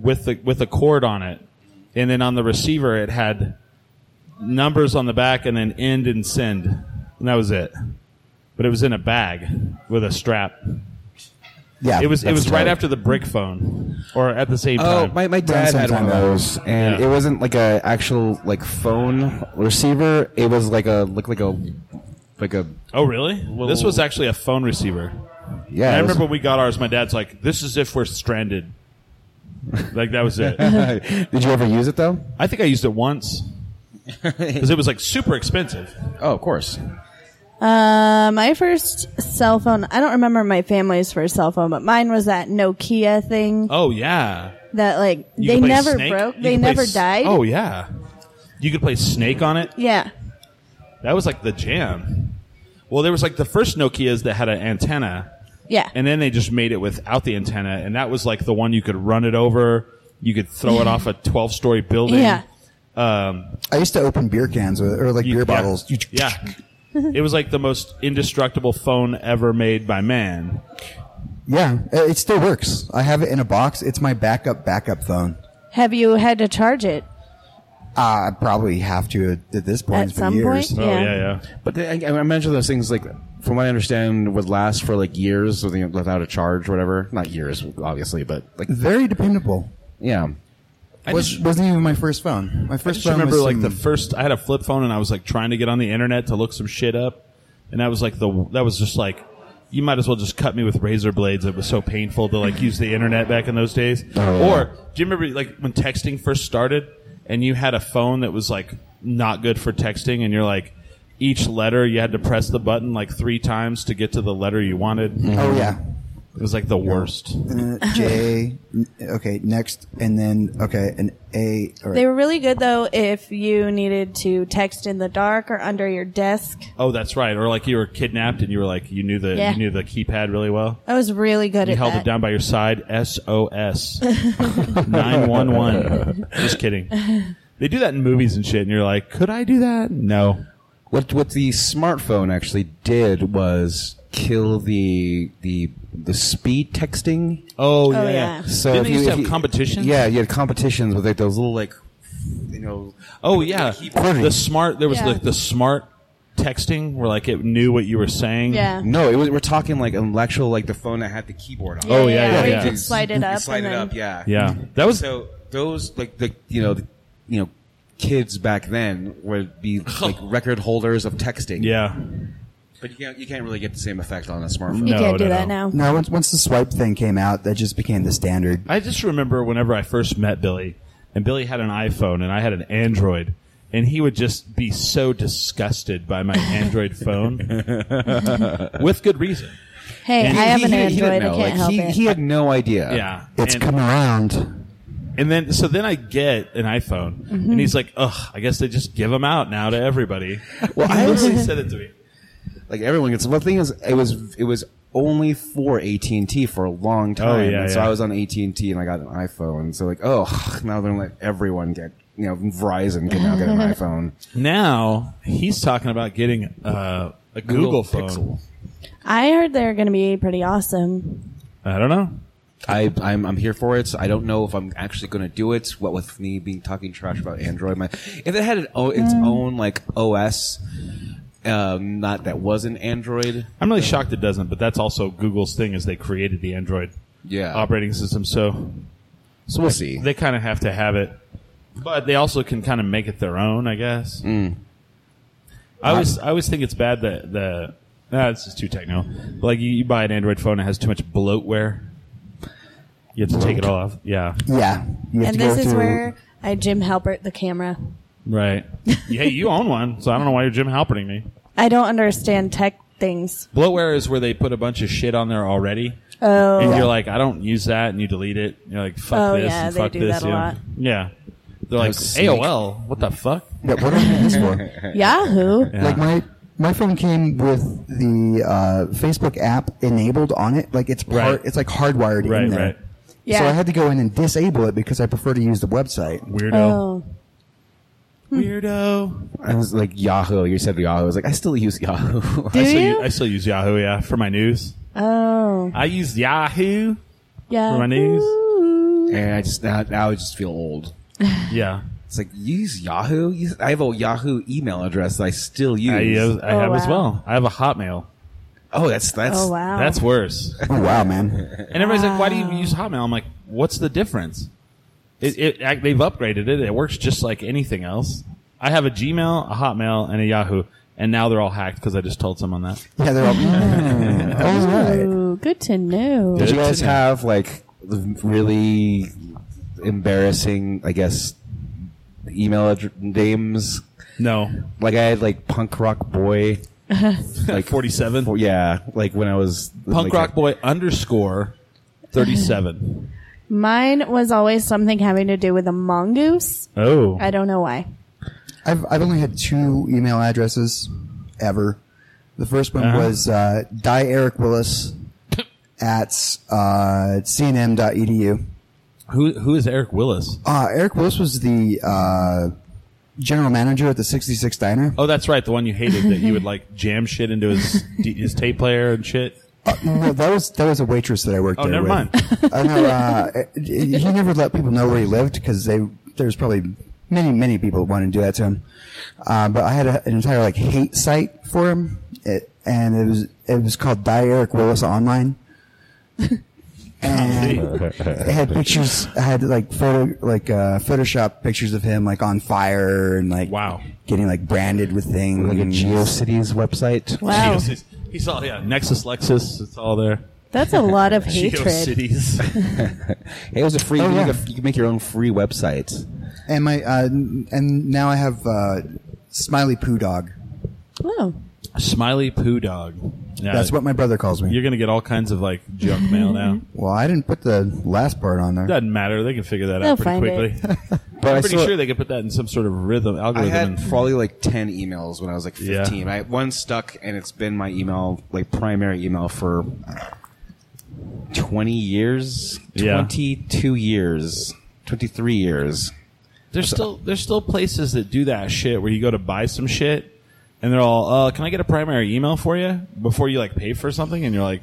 [SPEAKER 2] with the with a cord on it, and then on the receiver it had numbers on the back and then end and send, and that was it. But it was in a bag with a strap.
[SPEAKER 5] yeah,
[SPEAKER 2] It was it
[SPEAKER 5] that's
[SPEAKER 2] was right
[SPEAKER 5] tight.
[SPEAKER 2] after the brick phone, or at the same
[SPEAKER 4] Oh,
[SPEAKER 2] time.
[SPEAKER 4] my, my dad had one of
[SPEAKER 5] sometime.
[SPEAKER 4] those, and
[SPEAKER 2] Yeah.
[SPEAKER 4] it wasn't like a actual like phone receiver. It was like a looked like a like a
[SPEAKER 2] oh, really? this was actually a phone receiver.
[SPEAKER 4] yeah.
[SPEAKER 2] I
[SPEAKER 4] it was-
[SPEAKER 2] remember when we got ours. My dad's like, "This is if we're stranded." Like that was it.
[SPEAKER 4] [LAUGHS] Did you ever use it though?
[SPEAKER 2] I think I used it once because it was like super expensive.
[SPEAKER 4] Oh, of course.
[SPEAKER 3] Uh, my first cell phone, I don't remember my family's first cell phone, but mine was that Nokia thing
[SPEAKER 2] Oh yeah,
[SPEAKER 3] that like
[SPEAKER 2] You
[SPEAKER 3] they
[SPEAKER 2] could play
[SPEAKER 3] never
[SPEAKER 2] Snake.
[SPEAKER 3] broke.
[SPEAKER 2] You
[SPEAKER 3] They
[SPEAKER 2] could play
[SPEAKER 3] never
[SPEAKER 2] S-
[SPEAKER 3] died.
[SPEAKER 2] Oh yeah, you could play Snake on it.
[SPEAKER 3] Yeah.
[SPEAKER 2] That was like the jam. Well, there was like the first Nokia's that had an antenna,
[SPEAKER 3] Yeah.
[SPEAKER 2] and then they just made it without the antenna, and that was like the one you could run it over. You could throw it off a twelve-story building.
[SPEAKER 3] yeah.
[SPEAKER 2] Um,
[SPEAKER 5] I used to open beer cans with, or like
[SPEAKER 2] You-
[SPEAKER 5] beer
[SPEAKER 2] yeah.
[SPEAKER 5] bottles. You-
[SPEAKER 2] Yeah. [LAUGHS] it was like the most indestructible phone ever made by man.
[SPEAKER 5] yeah. It, it still works. I have it in a box. It's my backup backup phone.
[SPEAKER 3] Have you had to charge it?
[SPEAKER 5] Uh, I probably have to at- at this point
[SPEAKER 3] At
[SPEAKER 5] for
[SPEAKER 3] some
[SPEAKER 5] years.
[SPEAKER 3] point?
[SPEAKER 2] Oh yeah,
[SPEAKER 3] Yeah.
[SPEAKER 2] yeah.
[SPEAKER 4] But they, I, I mentioned those things like, from what I understand, would last for like years with- without a charge, or whatever. Not years, obviously, but like
[SPEAKER 5] Very dependable.
[SPEAKER 4] yeah.
[SPEAKER 2] I
[SPEAKER 5] Was,
[SPEAKER 2] just,
[SPEAKER 5] wasn't even my first phone. My
[SPEAKER 2] I
[SPEAKER 5] first
[SPEAKER 2] just
[SPEAKER 5] phone
[SPEAKER 2] remember
[SPEAKER 5] was
[SPEAKER 2] like
[SPEAKER 5] some-
[SPEAKER 2] the first I had a flip phone and I was like trying to get on the internet to look some shit up, and that was like the that was just like you might as well just cut me with razor blades. It was so painful to like use the internet back in those days. Or do you remember like when texting first started and you had a phone that was like not good for texting, and you're like.
[SPEAKER 5] Mm-hmm.
[SPEAKER 2] Each letter, you had to press the button like three times to get to the letter you wanted.
[SPEAKER 5] Oh yeah.
[SPEAKER 2] It was like the worst.
[SPEAKER 5] Uh, J. n- Okay, next, and then okay, an A. All right.
[SPEAKER 3] They were really good though if you needed to text in the dark or under your desk.
[SPEAKER 2] Oh, that's right. Or like you were kidnapped and you were like you knew the
[SPEAKER 3] Yeah.
[SPEAKER 2] you knew the keypad really well.
[SPEAKER 3] I was really good
[SPEAKER 2] You
[SPEAKER 3] at
[SPEAKER 2] held
[SPEAKER 3] that.
[SPEAKER 2] it down by your side.
[SPEAKER 3] [LAUGHS]
[SPEAKER 2] SOS. 911. Just kidding. They do that in movies and shit, and you're like, could I do that? No.
[SPEAKER 4] What what the smartphone actually did was kill the the the speed texting.
[SPEAKER 2] Oh,
[SPEAKER 3] yeah, yeah. yeah.
[SPEAKER 4] So
[SPEAKER 2] Didn't
[SPEAKER 4] if
[SPEAKER 2] they used to
[SPEAKER 4] if
[SPEAKER 2] have competitions?
[SPEAKER 4] Yeah, you had competitions with like those little like you know.
[SPEAKER 2] Oh yeah.
[SPEAKER 4] running.
[SPEAKER 2] The smart there was
[SPEAKER 3] Yeah.
[SPEAKER 2] like the smart texting where like it knew what you were saying.
[SPEAKER 3] Yeah.
[SPEAKER 4] No, it was, we're talking like an actual like the phone that had the keyboard on.
[SPEAKER 2] Oh, yeah, yeah,
[SPEAKER 3] Or
[SPEAKER 2] yeah.
[SPEAKER 3] You could slide it
[SPEAKER 4] You
[SPEAKER 3] up.
[SPEAKER 4] Slide
[SPEAKER 3] and
[SPEAKER 4] it
[SPEAKER 3] then-
[SPEAKER 4] up. Yeah.
[SPEAKER 2] Yeah. That was
[SPEAKER 4] so those like the you know the, you know kids back then would be
[SPEAKER 2] [LAUGHS]
[SPEAKER 4] like record holders of texting.
[SPEAKER 2] Yeah.
[SPEAKER 4] But you can't you can't really get the same effect on a smartphone.
[SPEAKER 3] You
[SPEAKER 2] No,
[SPEAKER 3] can't do
[SPEAKER 2] no,
[SPEAKER 3] that
[SPEAKER 2] no.
[SPEAKER 3] now.
[SPEAKER 5] No, once, once the swipe thing came out, that just became the standard.
[SPEAKER 2] I just remember whenever I first met Billy, and Billy had an iPhone and I had an Android, and he would just be so disgusted by my [LAUGHS] Android phone. With good reason.
[SPEAKER 3] Hey,
[SPEAKER 2] And
[SPEAKER 3] I have
[SPEAKER 4] He-
[SPEAKER 3] an
[SPEAKER 4] he- he
[SPEAKER 3] Android.
[SPEAKER 4] didn't
[SPEAKER 3] I
[SPEAKER 4] know.
[SPEAKER 3] can't
[SPEAKER 4] Like,
[SPEAKER 3] help
[SPEAKER 4] he,
[SPEAKER 3] it.
[SPEAKER 4] he had no idea.
[SPEAKER 2] Yeah.
[SPEAKER 5] It's
[SPEAKER 2] and,
[SPEAKER 5] come around.
[SPEAKER 2] and then so then I get an iPhone and he's like, Ugh, I guess they just give them out now to everybody. [LAUGHS] Well I literally said it to me.
[SPEAKER 4] Like everyone gets. Well, the thing is, it was it was only for AT and T for a long time.
[SPEAKER 2] Oh, yeah,
[SPEAKER 4] and So
[SPEAKER 2] yeah.
[SPEAKER 4] I was on AT and T and I got an iPhone. So like, oh, [LAUGHS] now they're gonna let everyone get. You know, Verizon can now
[SPEAKER 3] [LAUGHS]
[SPEAKER 4] get an iPhone.
[SPEAKER 2] Now he's talking about getting uh, a Google, phone.
[SPEAKER 4] Pixel.
[SPEAKER 3] I heard they're going to be pretty awesome.
[SPEAKER 2] I don't know.
[SPEAKER 4] I, I'm, I'm here for it. I don't know if I'm actually going to do it. What with me being talking trash about Android, my if it had an, o- its
[SPEAKER 3] Mm.
[SPEAKER 4] own like OS, um, not that wasn't Android.
[SPEAKER 2] I'm really shocked it doesn't, but that's also Google's thing is they created the Android
[SPEAKER 4] Yeah.
[SPEAKER 2] operating system, so
[SPEAKER 4] So we'll see.
[SPEAKER 2] they kind of have to have it. But they also can kind of make it their own, I guess.
[SPEAKER 5] Mm.
[SPEAKER 2] I always I always think it's bad that the nah, this is too techno. But like you, you buy an Android phone, it has too much bloatware. You have to take it all off. Yeah,
[SPEAKER 5] Yeah. You have
[SPEAKER 3] And
[SPEAKER 5] to go
[SPEAKER 3] this is
[SPEAKER 5] through-
[SPEAKER 3] where I Jim Halpert the camera.
[SPEAKER 2] right. yeah, you own one, so I don't know why you're Jim Halperting me.
[SPEAKER 3] I don't understand tech things.
[SPEAKER 2] Bloatware is where they put a bunch of shit on there already.
[SPEAKER 3] Oh,
[SPEAKER 2] and you're like, I don't use that, and you delete it. You're like, fuck
[SPEAKER 3] Oh,
[SPEAKER 2] this
[SPEAKER 3] yeah,
[SPEAKER 2] and
[SPEAKER 3] they
[SPEAKER 2] fuck
[SPEAKER 3] do
[SPEAKER 2] this.
[SPEAKER 3] that a
[SPEAKER 2] yeah.
[SPEAKER 3] lot.
[SPEAKER 2] yeah, they're like
[SPEAKER 4] was sneak.
[SPEAKER 2] AOL. What the fuck?
[SPEAKER 5] Yeah, what am I this for?
[SPEAKER 3] Yahoo.
[SPEAKER 5] Like my my phone came with the uh, Facebook app enabled on it. Like it's part,
[SPEAKER 2] Right.
[SPEAKER 5] it's like hardwired
[SPEAKER 2] Right,
[SPEAKER 5] in there.
[SPEAKER 2] right.
[SPEAKER 3] Yeah.
[SPEAKER 5] So I had to go in and disable it because I prefer to use the website.
[SPEAKER 2] Weirdo.
[SPEAKER 3] Oh.
[SPEAKER 2] Weirdo.
[SPEAKER 4] I was like Yahoo. You said Yahoo. I was like, I still use Yahoo. [LAUGHS]
[SPEAKER 3] Do
[SPEAKER 2] I still,
[SPEAKER 3] you?
[SPEAKER 2] u- I still use Yahoo, yeah, for my news.
[SPEAKER 3] oh.
[SPEAKER 2] I use Yahoo.
[SPEAKER 3] Yeah.
[SPEAKER 2] my knees.
[SPEAKER 4] and I just now, now I just feel old.
[SPEAKER 2] Yeah.
[SPEAKER 4] It's like you use Yahoo. You- I have a Yahoo email address that I still use.
[SPEAKER 2] I, use, I
[SPEAKER 3] Oh,
[SPEAKER 2] have as
[SPEAKER 3] wow.
[SPEAKER 2] well. I have a Hotmail.
[SPEAKER 4] oh, that's that's
[SPEAKER 3] Oh wow.
[SPEAKER 2] That's worse.
[SPEAKER 5] Oh wow, man!
[SPEAKER 2] And everybody's like, why do you use Hotmail? I'm like, what's the difference? It, it, ac- they've upgraded it. It works just like anything else. I have a Gmail, a Hotmail, and a Yahoo. And now they're all hacked because I just told someone that.
[SPEAKER 5] Yeah, they're all. Mm,
[SPEAKER 3] [LAUGHS]
[SPEAKER 5] all [LAUGHS] right.
[SPEAKER 3] Ooh, good to know.
[SPEAKER 4] Did you
[SPEAKER 2] Good
[SPEAKER 4] guys
[SPEAKER 2] to know.
[SPEAKER 4] have like really embarrassing, I guess, email ad- names?
[SPEAKER 2] No.
[SPEAKER 4] Like I had like punk rock
[SPEAKER 3] [LAUGHS]
[SPEAKER 4] boy, like
[SPEAKER 2] 47.
[SPEAKER 4] Well, yeah, like when I was
[SPEAKER 2] Punk
[SPEAKER 4] like,
[SPEAKER 2] rock boy underscore
[SPEAKER 3] [LAUGHS]
[SPEAKER 2] 37.
[SPEAKER 3] Mine was always something having to do with a mongoose.
[SPEAKER 2] oh.
[SPEAKER 3] I don't know why.
[SPEAKER 5] I've I've only had two email addresses ever. The first one
[SPEAKER 2] Uh-huh.
[SPEAKER 5] was uh, die Eric Willis at uh, cnm.edu.
[SPEAKER 2] Who, who is Eric Willis?
[SPEAKER 5] Uh, Eric Willis was the uh, general manager at the 66 Diner.
[SPEAKER 2] Oh, that's right. The one you hated that
[SPEAKER 5] [LAUGHS]
[SPEAKER 2] you would like jam shit into his his tape player and shit.
[SPEAKER 5] No, that was that was a waitress that I worked.
[SPEAKER 2] Oh,
[SPEAKER 5] there
[SPEAKER 2] never
[SPEAKER 5] with.
[SPEAKER 2] mind.
[SPEAKER 5] I know. Uh, it- it- he never let people know where he lived because they there's probably many many people that wanted to do that to him. Uh, but I had a, an entire like hate site for him, it, and it was it was called Die Eric Willis Online. and it had pictures. I had like photo like uh, Photoshop pictures of him like on fire and like
[SPEAKER 2] Wow.
[SPEAKER 5] getting like branded with things
[SPEAKER 4] like a GeoCities website.
[SPEAKER 3] Wow.
[SPEAKER 2] Geocities. He's all yeah. Nexus Lexus. It's all there.
[SPEAKER 3] That's a
[SPEAKER 2] [LAUGHS]
[SPEAKER 3] lot of hatred. [LAUGHS]
[SPEAKER 2] GeoCities.
[SPEAKER 4] It was a free.
[SPEAKER 5] Oh,
[SPEAKER 4] you,
[SPEAKER 5] yeah.
[SPEAKER 4] can make a- you can make your own free website.
[SPEAKER 5] And my uh, n- and now I have uh, Smiley Poo Dog.
[SPEAKER 3] Oh.
[SPEAKER 2] Smiley Poo Dog. Yeah.
[SPEAKER 5] That's what my brother calls me.
[SPEAKER 2] You're gonna get all kinds of like junk mail now.
[SPEAKER 3] Mm-hmm.
[SPEAKER 5] Well, I didn't put the last part on there.
[SPEAKER 2] Doesn't matter. They can figure that
[SPEAKER 3] They'll
[SPEAKER 2] out pretty
[SPEAKER 3] find
[SPEAKER 2] quickly.
[SPEAKER 3] it.
[SPEAKER 4] But
[SPEAKER 2] I'm pretty
[SPEAKER 4] still-
[SPEAKER 2] sure they could put that in some sort of rhythm
[SPEAKER 4] I
[SPEAKER 2] algorithm.
[SPEAKER 4] had
[SPEAKER 2] and-
[SPEAKER 4] probably like ten emails when I was like
[SPEAKER 2] Yeah.
[SPEAKER 4] fifteen. I one stuck, and it's been my email, like primary email, for twenty years,
[SPEAKER 2] Yeah.
[SPEAKER 4] twenty-two years, twenty-three years.
[SPEAKER 2] There's still there's still places that do that shit where you go to buy some shit and they're all, uh, "Can I get a primary email for you before you like pay for something?" And you're like,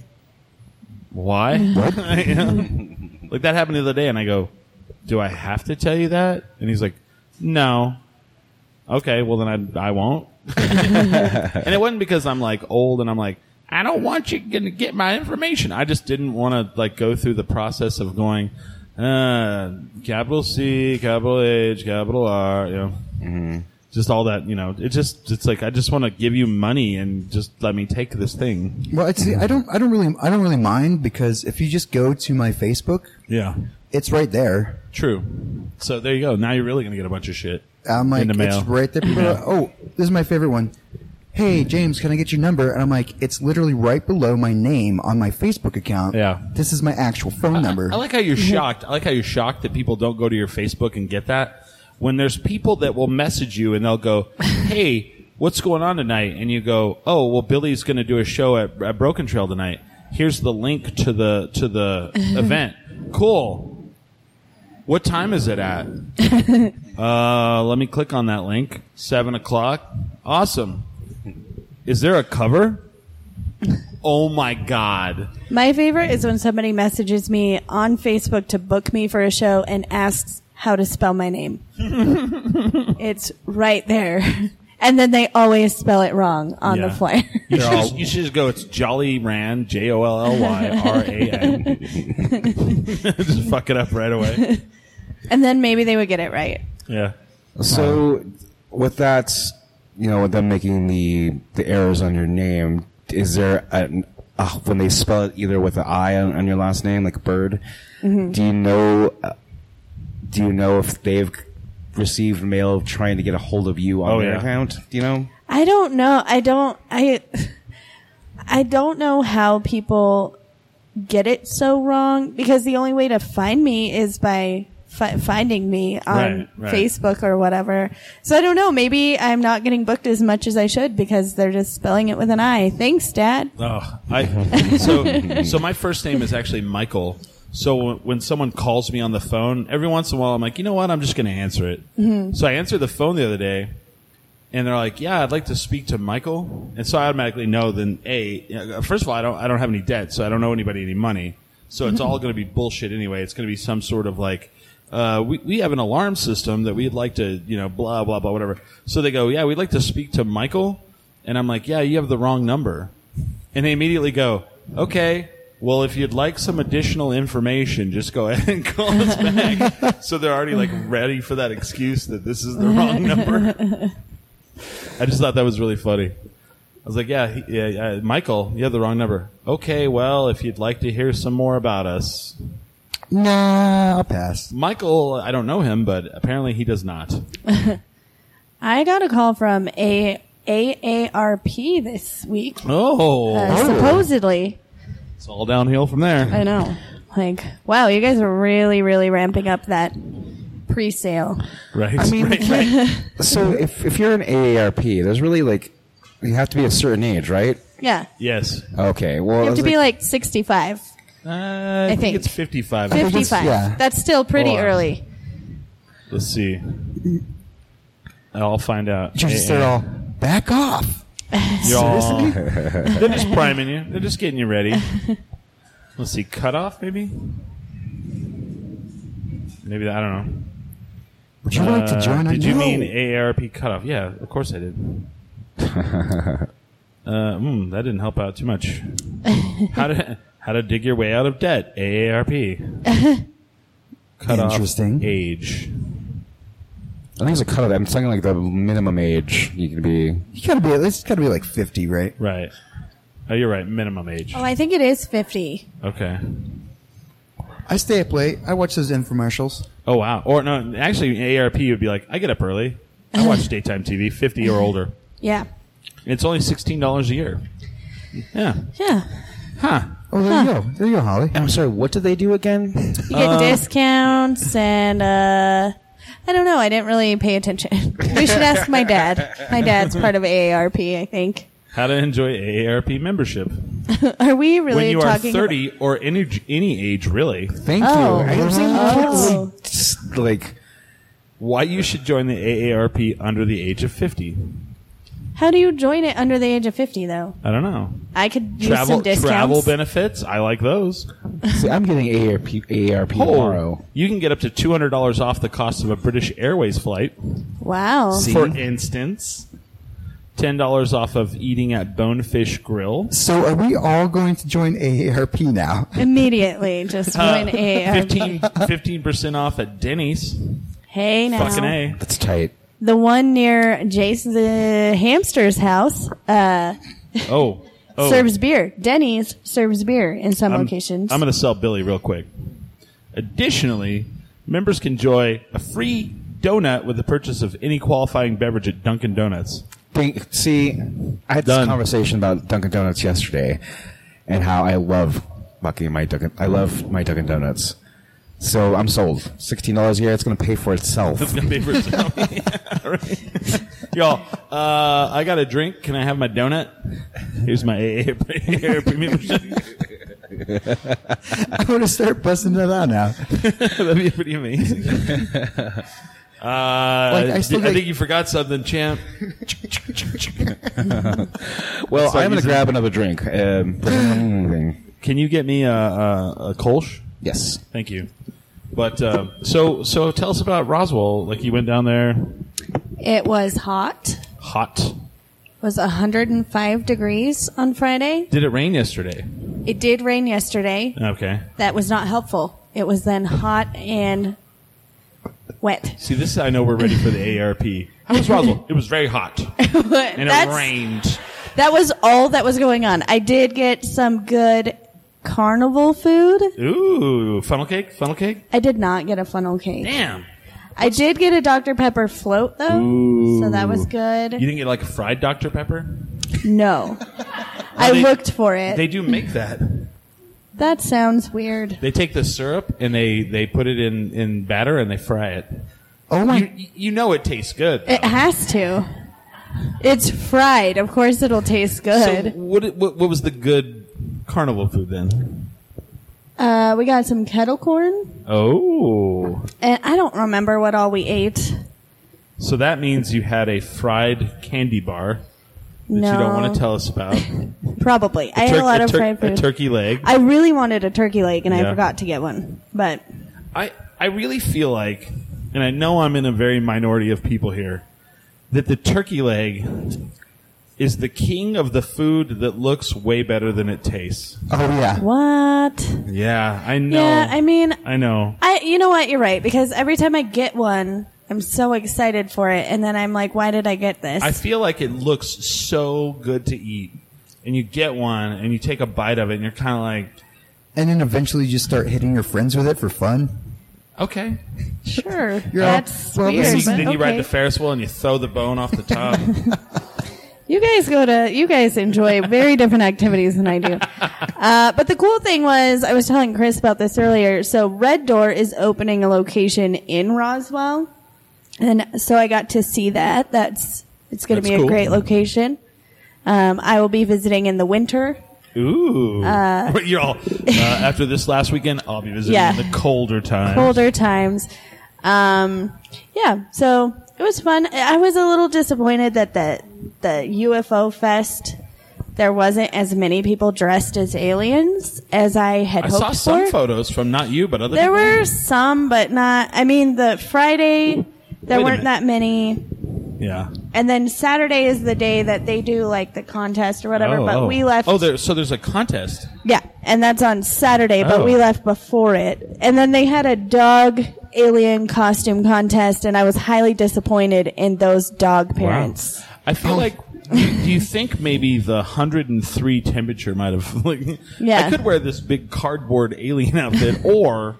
[SPEAKER 2] "Why?" [LAUGHS] You know? Like that happened the other day, and I go, "Do I have to tell you that?" And he's like, "No." Okay, well then I I won't. and it wasn't because I'm like old and I'm like I don't want you gonna get my information. I just didn't want to like go through the process of going uh, capital C, capital H, capital R. You know, just all that. You know, it just it's like I just want to give you money and just let me take this thing.
[SPEAKER 5] Well, it's, I don't. I don't really. I don't really mind because if you just go to my Facebook,
[SPEAKER 2] Yeah,
[SPEAKER 5] it's right there.
[SPEAKER 2] true. So there you go. Now you're really gonna get a bunch of shit.
[SPEAKER 5] I'm like,
[SPEAKER 2] in the mail.
[SPEAKER 5] it's right there. People are like, oh, this is my favorite one. Hey, James, can I get your number? And I'm like, it's literally right below my name on my Facebook account.
[SPEAKER 2] Yeah.
[SPEAKER 5] This is my actual phone number.
[SPEAKER 2] I like how you're shocked. I like how you're shocked that people don't go to your Facebook and get that. When there's people that will message you and they'll go, "Hey, what's going on tonight?" and you go, "Oh, well, Billy's going to do a show at, at Broken Trail tonight. Here's the link to the to the event. Cool. What time is it at? uh, let me click on that link. Seven o'clock. Awesome. Is there a cover? Oh my god.
[SPEAKER 3] My favorite is when somebody messages me on Facebook to book me for a show and asks how to spell my
[SPEAKER 2] [LAUGHS]
[SPEAKER 3] name. it's right there. And then they always spell it wrong on the
[SPEAKER 2] Yeah.
[SPEAKER 3] flyer.
[SPEAKER 2] You should, just, you should just go. It's Jolly Rand, J O L L Y R A N. [LAUGHS] Just fuck it up right away.
[SPEAKER 3] [LAUGHS] and then maybe they would get it right.
[SPEAKER 2] Yeah.
[SPEAKER 4] So with that, you know, with them making the the errors on your name, is there an uh, when they spell it either with an I on, on your last name, like bird? Do you know? Uh, do you know if they've received mail trying to get a hold of you on
[SPEAKER 2] Oh,
[SPEAKER 4] their
[SPEAKER 2] yeah.
[SPEAKER 4] account? Do you know?
[SPEAKER 3] I don't know. I don't. I. I don't know how people get it so wrong because the only way to find me is by fi- finding me on
[SPEAKER 2] Right, right.
[SPEAKER 3] Facebook or whatever. So I don't know. Maybe I'm not getting booked as much as I should because they're just spelling it with an I. Thanks, Dad.
[SPEAKER 2] Oh, I so so my first name is actually Michael. So when- when someone calls me on the phone, every once in a while, I'm like, you know what? I'm just going to answer it.
[SPEAKER 3] Mm-hmm.
[SPEAKER 2] So I answered the phone the other day, and they're like, yeah, I'd like to speak to Michael. And so I automatically know. Then a you know, first of all, I don't I don't have any debt, so I don't owe anybody any money. So it's all going to be bullshit anyway. It's going to be some sort of like. Uh, we, we have an alarm system that we'd like to, you know, blah, blah, blah, whatever. So they go, yeah, we'd like to speak to Michael. And I'm like, yeah, you have the wrong number. And they immediately go, okay, well, if you'd like some additional information, just go [LAUGHS] ahead and call us back. so they're already like ready for that excuse that this is the wrong number. I just thought that was really funny. I was like, yeah, he, yeah, yeah, Michael, you have the wrong number. Okay, well, if you'd like to hear some more about us,
[SPEAKER 5] nah, I'll pass.
[SPEAKER 2] Michael, I don't know him, but apparently he does not.
[SPEAKER 3] I got a call from a AARP this week.
[SPEAKER 2] Oh,
[SPEAKER 3] Uh, Supposedly,
[SPEAKER 2] it's all downhill from there.
[SPEAKER 3] I know. Like, wow, you guys are really, really ramping up that pre-sale.
[SPEAKER 2] Right.
[SPEAKER 4] I mean,
[SPEAKER 2] right, right.
[SPEAKER 4] So if if you're an AARP, there's really like you have to be a certain age, right?
[SPEAKER 3] Yeah.
[SPEAKER 2] Yes.
[SPEAKER 4] Okay. Well,
[SPEAKER 3] You have to be
[SPEAKER 2] [LAUGHS]
[SPEAKER 3] like 65.
[SPEAKER 2] Uh, I, think,
[SPEAKER 3] think.
[SPEAKER 2] it's 55.
[SPEAKER 3] 55.
[SPEAKER 5] yeah.
[SPEAKER 3] That's still pretty
[SPEAKER 2] Or-
[SPEAKER 3] early.
[SPEAKER 2] Let's see. I'll find out. Yeah,
[SPEAKER 5] Just they're
[SPEAKER 2] yeah.
[SPEAKER 5] all back off.
[SPEAKER 2] Y'all- [LAUGHS] They're just priming you. They're just getting you ready. Let's see. Cutoff, maybe? Maybe, that- I don't know.
[SPEAKER 5] Would you like to
[SPEAKER 2] Uh,
[SPEAKER 5] join?
[SPEAKER 2] did you
[SPEAKER 5] No.
[SPEAKER 2] mean AARP cutoff? Yeah, of course I did. uh, mm, that didn't help out too much. How to how to dig your way out of debt? AARP cutoff
[SPEAKER 5] Interesting.
[SPEAKER 2] age.
[SPEAKER 4] I think it's a cut of. I'm talking like the minimum age you can be.
[SPEAKER 5] You gotta be. It's gotta be like fifty, right?
[SPEAKER 2] Right. Oh, you're right. Minimum age.
[SPEAKER 3] Oh, I think it is 50.
[SPEAKER 2] Okay.
[SPEAKER 5] I stay up late. I watch those infomercials.
[SPEAKER 2] Oh wow. Or no, actually, ARP would be like, I get up early. I watch daytime TV, fifty or older.
[SPEAKER 3] Yeah.
[SPEAKER 2] And it's only sixteen dollars a year. Yeah.
[SPEAKER 3] Yeah.
[SPEAKER 5] Oh, there you go. There you go, Holly.
[SPEAKER 4] I'm sorry, what did they do again?
[SPEAKER 3] You get
[SPEAKER 2] Uh,
[SPEAKER 3] discounts and uh I don't know. I didn't really pay attention. [LAUGHS] We should ask my dad. My dad's part of AARP, I think.
[SPEAKER 2] How to enjoy AARP membership
[SPEAKER 3] Are we really
[SPEAKER 2] when you are
[SPEAKER 3] talking
[SPEAKER 2] 30 or any any age really.
[SPEAKER 4] Thank
[SPEAKER 3] Oh.
[SPEAKER 4] you. I'm saying you can't really
[SPEAKER 3] Oh.
[SPEAKER 4] just, like
[SPEAKER 2] Why you should join the AARP under the age of 50?
[SPEAKER 3] How do you join it under the age of 50 though?
[SPEAKER 2] I don't know.
[SPEAKER 3] I could use
[SPEAKER 2] Travel
[SPEAKER 3] some discounts.
[SPEAKER 2] travel benefits. I like those.
[SPEAKER 4] see, I'm getting AARP, AARP tomorrow.
[SPEAKER 2] You can get up to two hundred dollars off the cost of a British Airways flight,
[SPEAKER 3] wow.
[SPEAKER 4] See?
[SPEAKER 2] for instance. Ten dollars off of eating at Bonefish Grill.
[SPEAKER 5] So are we all going to join AARP now? [LAUGHS]
[SPEAKER 3] Immediately just
[SPEAKER 2] Uh,
[SPEAKER 3] join AARP.
[SPEAKER 2] 15 percent off at Denny's.
[SPEAKER 3] Hey now.
[SPEAKER 2] Fucking a.
[SPEAKER 4] That's tight.
[SPEAKER 3] The one near Jason's uh, hamster's house uh
[SPEAKER 2] Oh, oh.
[SPEAKER 3] serves beer. Denny's serves beer in some
[SPEAKER 2] I'm-
[SPEAKER 3] locations.
[SPEAKER 2] I'm going to sell Billy real quick. Additionally, members can enjoy a free donut with the purchase of any qualifying beverage at Dunkin' Donuts. [LAUGHS]
[SPEAKER 4] Think, see, I had
[SPEAKER 2] Done.
[SPEAKER 4] this conversation about Dunkin' Donuts yesterday, and how I love fucking my Dunkin'. I love my Dunkin' Donuts. So I'm sold. Sixteen dollars a year. It's going to pay for [LAUGHS] itself.
[SPEAKER 2] It's gonna be for
[SPEAKER 5] [LAUGHS]
[SPEAKER 2] [LAUGHS] Y'all, uh, I got a drink. Can I have my donut? Here's my AA [LAUGHS]
[SPEAKER 5] [LAUGHS]
[SPEAKER 2] membership.
[SPEAKER 5] I'm going to start busting it out [LAUGHS] now.
[SPEAKER 2] That'd be pretty amazing. Uh,
[SPEAKER 5] Like, I still
[SPEAKER 2] I
[SPEAKER 5] think-
[SPEAKER 2] think you forgot something, champ.
[SPEAKER 4] well,
[SPEAKER 2] like
[SPEAKER 4] I'm going
[SPEAKER 2] using-
[SPEAKER 4] to grab another drink. [GASPS] Um,
[SPEAKER 2] Can you get me a, a, a Kolsch?
[SPEAKER 4] yes.
[SPEAKER 2] Thank you. But uh, so so, tell us about Roswell. Like you went down there,
[SPEAKER 3] it was hot.
[SPEAKER 2] hot.
[SPEAKER 3] was 105 degrees on Friday.
[SPEAKER 2] Did it rain yesterday?
[SPEAKER 3] It did rain yesterday.
[SPEAKER 2] Okay.
[SPEAKER 3] That was not helpful. It was then hot and wet.
[SPEAKER 2] See, this I know we're ready for the ARP.
[SPEAKER 3] [LAUGHS]
[SPEAKER 2] How was Roswell? it was very hot, [LAUGHS] and it
[SPEAKER 3] That's-
[SPEAKER 2] rained.
[SPEAKER 3] That was all that was going on. I did get some good carnival food.
[SPEAKER 2] Ooh, funnel cake, funnel cake.
[SPEAKER 3] I did not get a funnel cake.
[SPEAKER 2] Damn.
[SPEAKER 3] I did get a Dr. Pepper float though. So that was
[SPEAKER 2] You
[SPEAKER 3] good.
[SPEAKER 2] didn't get like a fried Dr Pepper? [LAUGHS]
[SPEAKER 3] No. I
[SPEAKER 2] they-
[SPEAKER 3] looked for it.
[SPEAKER 2] They do make that.
[SPEAKER 3] that sounds weird.
[SPEAKER 2] They take the syrup and they they put it in in batter and they fry it.
[SPEAKER 5] Oh my!
[SPEAKER 2] You, you know it tastes good.
[SPEAKER 3] It has to. It's fried. Of course it'll taste good.
[SPEAKER 2] So what, what what was the good carnival food then?
[SPEAKER 3] Uh, we got some kettle corn,
[SPEAKER 2] Oh.
[SPEAKER 3] and I don't remember what all we ate.
[SPEAKER 2] So that means you had a fried candy bar that
[SPEAKER 3] no,
[SPEAKER 2] you don't want to tell us
[SPEAKER 3] [LAUGHS]
[SPEAKER 2] about.
[SPEAKER 3] Probably, I ate
[SPEAKER 2] Tur-
[SPEAKER 3] a lot of
[SPEAKER 2] tur-
[SPEAKER 3] fried
[SPEAKER 2] a
[SPEAKER 3] food.
[SPEAKER 2] turkey leg.
[SPEAKER 3] I really wanted a turkey leg, and
[SPEAKER 2] Yeah.
[SPEAKER 3] I forgot to get one. But
[SPEAKER 2] I, I really feel like, and I know I'm in a very minority of people here, that the turkey leg is the king of the food that looks way better than it tastes.
[SPEAKER 5] Oh yeah.
[SPEAKER 3] what?
[SPEAKER 2] Yeah, I know.
[SPEAKER 3] Yeah, I mean,
[SPEAKER 2] I know.
[SPEAKER 3] I you know what? You're right because every time I get one, I'm so excited for it, and then I'm like, why did I get this?
[SPEAKER 2] I feel like it looks so good to eat, and you get one, and you take a bite of it, and you're kind of like,
[SPEAKER 5] And then eventually you just start hitting your friends with it for fun.
[SPEAKER 2] okay.
[SPEAKER 3] sure,
[SPEAKER 5] You're all-
[SPEAKER 3] that's
[SPEAKER 5] well,
[SPEAKER 3] weird.
[SPEAKER 2] Then
[SPEAKER 5] this
[SPEAKER 2] you,
[SPEAKER 5] is-
[SPEAKER 3] but
[SPEAKER 2] then you ride
[SPEAKER 3] okay.
[SPEAKER 2] the Ferris wheel, and you throw the bone off the
[SPEAKER 3] [LAUGHS]
[SPEAKER 2] top.
[SPEAKER 3] You guys go to, you guys enjoy very different activities than I do. Uh, but the cool thing was, I was telling Chris about this earlier. So Red Door is opening a location in Roswell. And so I got to see that. That's, it's going to
[SPEAKER 2] That's
[SPEAKER 3] be
[SPEAKER 2] cool.
[SPEAKER 3] a great location. Um, I will be visiting in the winter.
[SPEAKER 2] Ooh. [LAUGHS] But you're all, uh, after this last weekend, I'll be visiting
[SPEAKER 3] Yeah.
[SPEAKER 2] in the colder time.
[SPEAKER 3] colder times. Um, yeah, so it was fun. I was a little disappointed that the the UFO fest there wasn't as many people dressed as aliens as I had
[SPEAKER 2] I
[SPEAKER 3] hoped
[SPEAKER 2] saw some
[SPEAKER 3] for.
[SPEAKER 2] photos from not you, but other
[SPEAKER 3] there
[SPEAKER 2] people.
[SPEAKER 3] were some, but not. I mean, the Friday there
[SPEAKER 2] Wait a minute.
[SPEAKER 3] weren't that many.
[SPEAKER 2] Yeah.
[SPEAKER 3] And then Saturday is the day that they do like the contest or whatever. but we left.
[SPEAKER 2] Oh, there, so there's a contest.
[SPEAKER 3] Yeah, and that's on Saturday, but
[SPEAKER 2] Oh.
[SPEAKER 3] we left before it. And then they had a dog alien costume contest, and I was highly disappointed in those dog parents.
[SPEAKER 2] I feel
[SPEAKER 3] Oh.
[SPEAKER 2] like. Do you think maybe the 103 temperature might have? [LAUGHS] Like,
[SPEAKER 3] Yeah.
[SPEAKER 2] I could wear this big cardboard alien outfit, or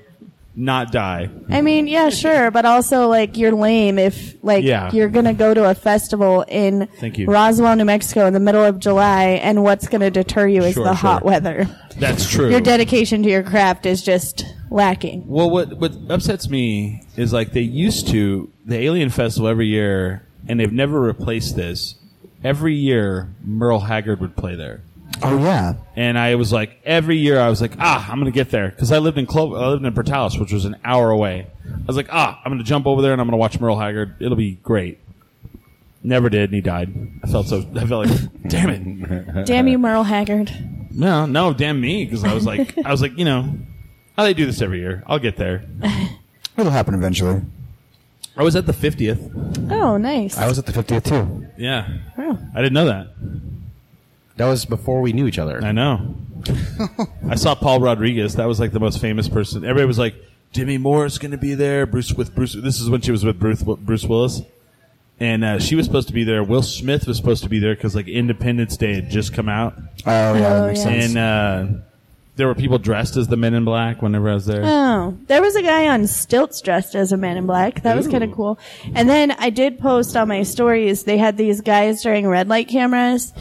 [SPEAKER 2] not die.
[SPEAKER 3] I mean, yeah, sure, but also like you're lame if like
[SPEAKER 2] Yeah.
[SPEAKER 3] you're gonna go to a festival in
[SPEAKER 2] Thank you.
[SPEAKER 3] Roswell, New Mexico, in the middle of July, and what's gonna deter you is
[SPEAKER 2] Sure,
[SPEAKER 3] the hot
[SPEAKER 2] sure.
[SPEAKER 3] weather.
[SPEAKER 2] That's true.
[SPEAKER 3] Your dedication to your craft is just lacking.
[SPEAKER 2] Well, what what upsets me is like they used to the Alien Festival every year, and they've never replaced this. Every year, Merle Haggard would play there,
[SPEAKER 5] Oh yeah.
[SPEAKER 2] and I was like, every year I was like, ah, I'm gonna get there because I lived in Clo- I lived in Portales, which was an hour away. I was like, ah, I'm gonna jump over there and I'm gonna watch Merle Haggard. It'll be great. Never did, and he died. I felt so. I felt like, [LAUGHS] damn it. uh,
[SPEAKER 3] Damn you, Merle Haggard.
[SPEAKER 2] No, no, damn me, because I was like, I was like, you know, how they do this every year. I'll get there.
[SPEAKER 5] It'll happen eventually.
[SPEAKER 2] I was at the fiftieth.
[SPEAKER 3] Oh, nice.
[SPEAKER 4] I was at the 50th too.
[SPEAKER 2] Yeah.
[SPEAKER 3] Oh.
[SPEAKER 2] I didn't know that.
[SPEAKER 4] That was before we knew each other.
[SPEAKER 2] I know. I saw Paul Rodriguez. That was like the most famous person. Everybody was like, Demi Moore's going to be there. Bruce with Bruce. This is when she was with Bruce, Bruce Willis. And uh, she was supposed to be there. Will Smith was supposed to be there because like Independence Day had just come out.
[SPEAKER 5] Oh yeah,
[SPEAKER 3] Oh,
[SPEAKER 5] that makes
[SPEAKER 3] yeah.
[SPEAKER 5] sense.
[SPEAKER 2] And uh, there were people dressed as the men in black whenever I was there.
[SPEAKER 3] Oh, there was a guy on stilts dressed as a man in black. That was kind of cool. And then I did post on my stories. They had these guys during red light cameras.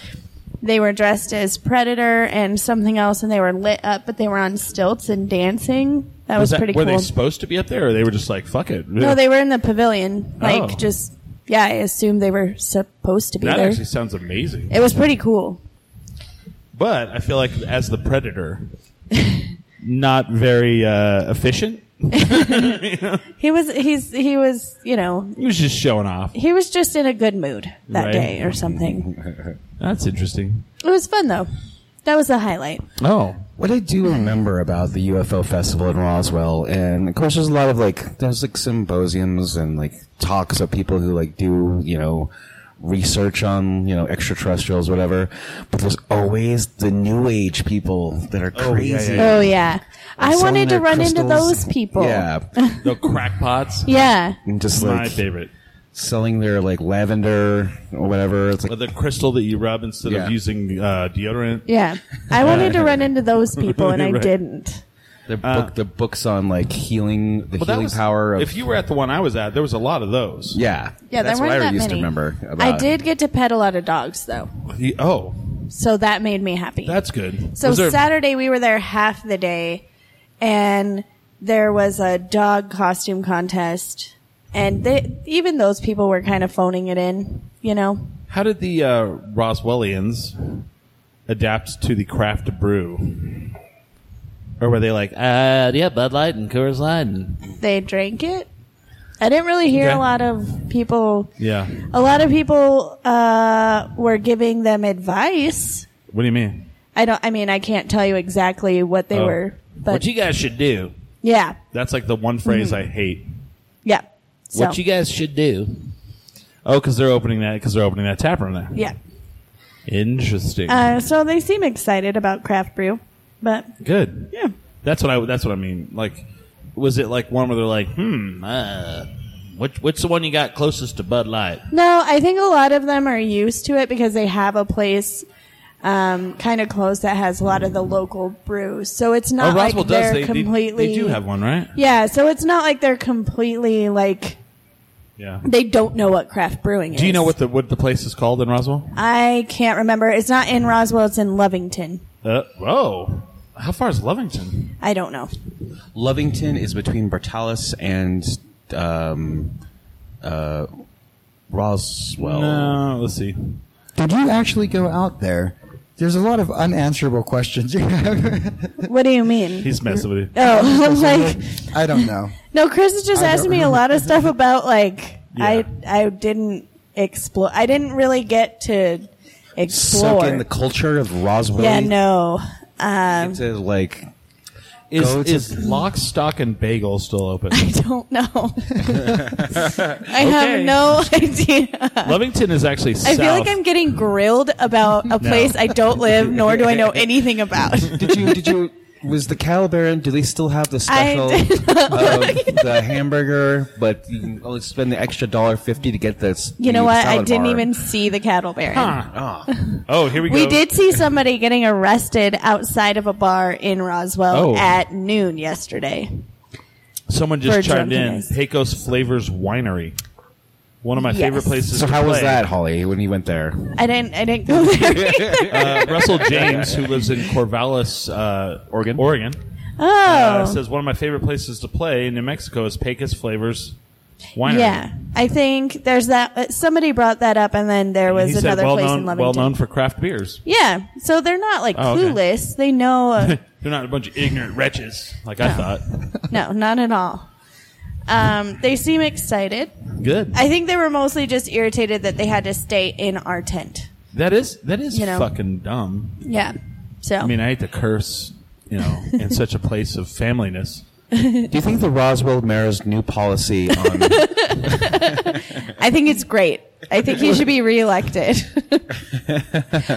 [SPEAKER 3] They were dressed as predator and something else, and they were lit up, but they were on stilts and dancing. That was,
[SPEAKER 2] that-
[SPEAKER 3] pretty
[SPEAKER 2] were
[SPEAKER 3] cool.
[SPEAKER 2] they supposed to be up there or they were just like, fuck it?
[SPEAKER 3] no, they were in the pavilion. Like
[SPEAKER 2] Oh.
[SPEAKER 3] just yeah, I assumed they were supposed to be
[SPEAKER 2] That
[SPEAKER 3] there.
[SPEAKER 2] actually sounds amazing.
[SPEAKER 3] it was pretty cool.
[SPEAKER 2] But I feel like as the predator, not very uh, efficient.
[SPEAKER 3] He was he's he was you know
[SPEAKER 2] He was just showing off.
[SPEAKER 3] he was just in a good mood that
[SPEAKER 2] Right.
[SPEAKER 3] day or something.
[SPEAKER 2] That's interesting.
[SPEAKER 3] It was fun though. That was the highlight.
[SPEAKER 2] Oh,
[SPEAKER 4] What I do remember about the UFO festival in Roswell, and of course, there's a lot of like there's like symposiums and like talks of people who like do you know research on you know extraterrestrials, whatever. But there's always the New Age people that are crazy.
[SPEAKER 2] yeah, yeah.
[SPEAKER 3] Oh yeah. I
[SPEAKER 4] Selling
[SPEAKER 3] wanted to
[SPEAKER 4] their
[SPEAKER 3] run into
[SPEAKER 4] crystals.
[SPEAKER 3] those people.
[SPEAKER 4] Yeah,
[SPEAKER 2] the crackpots.
[SPEAKER 3] Yeah.
[SPEAKER 4] and just
[SPEAKER 2] My
[SPEAKER 4] like
[SPEAKER 2] favorite.
[SPEAKER 4] selling their like lavender or whatever. It's like
[SPEAKER 2] The crystal that you rub instead
[SPEAKER 4] Yeah.
[SPEAKER 2] of using uh, deodorant.
[SPEAKER 3] Yeah. I wanted to run into those
[SPEAKER 4] [LAUGHS]
[SPEAKER 3] people and I
[SPEAKER 2] Right.
[SPEAKER 3] didn't.
[SPEAKER 4] the
[SPEAKER 2] Uh,
[SPEAKER 4] book, the books on like healing, the healing power of
[SPEAKER 2] If you were at the one I was at, there was a lot of those.
[SPEAKER 4] yeah,
[SPEAKER 3] Yeah,
[SPEAKER 4] that's
[SPEAKER 3] there
[SPEAKER 4] what
[SPEAKER 3] weren't
[SPEAKER 4] I
[SPEAKER 3] that
[SPEAKER 4] used
[SPEAKER 3] many.
[SPEAKER 4] to remember. About.
[SPEAKER 3] I did get to pet a lot of dogs though.
[SPEAKER 2] He- oh,
[SPEAKER 3] So that made me happy.
[SPEAKER 2] that's good.
[SPEAKER 3] so
[SPEAKER 2] Was there-
[SPEAKER 3] Saturday we were there half the day and there was a dog costume contest and they, even those people were kind of phoning it in, you know.
[SPEAKER 2] How did the uh, Roswellians adapt to the craft brew? Or were they like, uh, yeah, Bud Light and Coors Light? And-
[SPEAKER 3] They drank it. I didn't really hear
[SPEAKER 2] Okay.
[SPEAKER 3] a lot of people
[SPEAKER 2] yeah.
[SPEAKER 3] A lot of people uh, were giving them advice.
[SPEAKER 2] What do you mean?
[SPEAKER 3] I don't. I mean, I can't tell you exactly what they
[SPEAKER 2] Oh.
[SPEAKER 3] were,
[SPEAKER 2] what
[SPEAKER 3] but
[SPEAKER 2] you guys should do.
[SPEAKER 3] yeah,
[SPEAKER 2] That's like the one phrase I hate.
[SPEAKER 3] yeah. So
[SPEAKER 2] What you guys should do. Oh, because they're opening that because they're opening that tap room there.
[SPEAKER 3] yeah.
[SPEAKER 2] Interesting.
[SPEAKER 3] Uh, so they seem excited about craft brew, but
[SPEAKER 2] Good.
[SPEAKER 3] yeah,
[SPEAKER 2] That's what I. That's what I mean. Like, was it like one where they're like, hmm, uh, which what's the one you got closest to Bud Light?
[SPEAKER 3] no. I think a lot of them are used to it because they have a place. Um, kind of close that has a lot of the local brews, so it's not like they're completely.
[SPEAKER 2] Oh, They, do have one, right?
[SPEAKER 3] Yeah, so it's not like they're completely like
[SPEAKER 2] Yeah.
[SPEAKER 3] they don't know what craft brewing is.
[SPEAKER 2] Do you know what the what the place is called in Roswell?
[SPEAKER 3] I can't remember. It's not in Roswell. It's in Lovington.
[SPEAKER 2] Uh, whoa. How far is Lovington?
[SPEAKER 3] I don't know.
[SPEAKER 4] Lovington is between Bertalis and um, uh, Roswell.
[SPEAKER 2] No, let's see.
[SPEAKER 5] Did you actually go out there? There's a lot of unanswerable questions you have. [LAUGHS]
[SPEAKER 3] What do you mean?
[SPEAKER 2] He's messing with you.
[SPEAKER 3] Oh, [LAUGHS] I'm like,
[SPEAKER 5] I don't
[SPEAKER 3] [LAUGHS]
[SPEAKER 5] know.
[SPEAKER 3] no. Chris has just
[SPEAKER 5] I
[SPEAKER 3] asked
[SPEAKER 5] don't
[SPEAKER 3] me a lot of stuff about like
[SPEAKER 2] Yeah.
[SPEAKER 3] I I didn't explore. I didn't really get to
[SPEAKER 4] Soak in
[SPEAKER 3] explore.
[SPEAKER 4] the culture of Roswell.
[SPEAKER 3] Yeah, no.
[SPEAKER 4] You get to, like,
[SPEAKER 2] Is,
[SPEAKER 4] Go to-
[SPEAKER 2] is Lock, Stock, and Bagel still open?
[SPEAKER 3] I don't know. [LAUGHS] I have no idea.
[SPEAKER 2] Lovington is actually
[SPEAKER 3] I
[SPEAKER 2] south.
[SPEAKER 3] feel like I'm getting grilled about a place I don't live, nor do I know anything
[SPEAKER 2] [LAUGHS]
[SPEAKER 3] about.
[SPEAKER 4] did you did you was the Calabaron? Do they still have the
[SPEAKER 3] [LAUGHS]
[SPEAKER 4] special
[SPEAKER 3] did
[SPEAKER 4] of the hamburger? But you can only spend the extra dollar fifty to get this.
[SPEAKER 3] You know what? I didn't even see the cattle baron.
[SPEAKER 2] oh, here we go.
[SPEAKER 3] We did see somebody getting arrested outside of a bar in Roswell
[SPEAKER 2] Oh.
[SPEAKER 3] at noon yesterday.
[SPEAKER 2] Someone just
[SPEAKER 3] For
[SPEAKER 2] chimed in.
[SPEAKER 3] drunkenness.
[SPEAKER 2] Pecos Flavors Winery. One of my
[SPEAKER 3] Yes.
[SPEAKER 2] favorite places.
[SPEAKER 4] So
[SPEAKER 2] to
[SPEAKER 4] how was
[SPEAKER 2] play.
[SPEAKER 4] that, Holly, when you went there?
[SPEAKER 3] I didn't. I didn't
[SPEAKER 2] [LAUGHS]
[SPEAKER 3] go there.
[SPEAKER 2] Uh, Russell James, who lives in Corvallis, uh,
[SPEAKER 4] Oregon?
[SPEAKER 2] Oregon, uh,
[SPEAKER 3] [LAUGHS] Oh,
[SPEAKER 2] says one of my favorite places to play in New Mexico is Pecos Flavors Winery.
[SPEAKER 3] yeah. I think there's that. uh, Somebody brought that up, and then there was
[SPEAKER 2] he said
[SPEAKER 3] another
[SPEAKER 2] well
[SPEAKER 3] place
[SPEAKER 2] known,
[SPEAKER 3] in Lovington.
[SPEAKER 2] well known for craft beers.
[SPEAKER 3] Yeah. So they're not like
[SPEAKER 2] Oh, okay.
[SPEAKER 3] clueless. They know.
[SPEAKER 2] [LAUGHS]
[SPEAKER 3] Uh,
[SPEAKER 2] They're not a bunch of ignorant wretches like I thought.
[SPEAKER 3] no, not at all. Um, they seem excited.
[SPEAKER 2] Good.
[SPEAKER 3] I think they were mostly just irritated that they had to stay in our tent.
[SPEAKER 2] that is that is
[SPEAKER 3] You know.
[SPEAKER 2] fucking dumb.
[SPEAKER 3] Yeah. So
[SPEAKER 2] I mean, I hate to curse, you know, in such a place of familiness.
[SPEAKER 4] Do you think the Roswell mayor's new policy on
[SPEAKER 3] [LAUGHS] I think it's great. I think he should be
[SPEAKER 2] [LAUGHS]
[SPEAKER 3] reelected.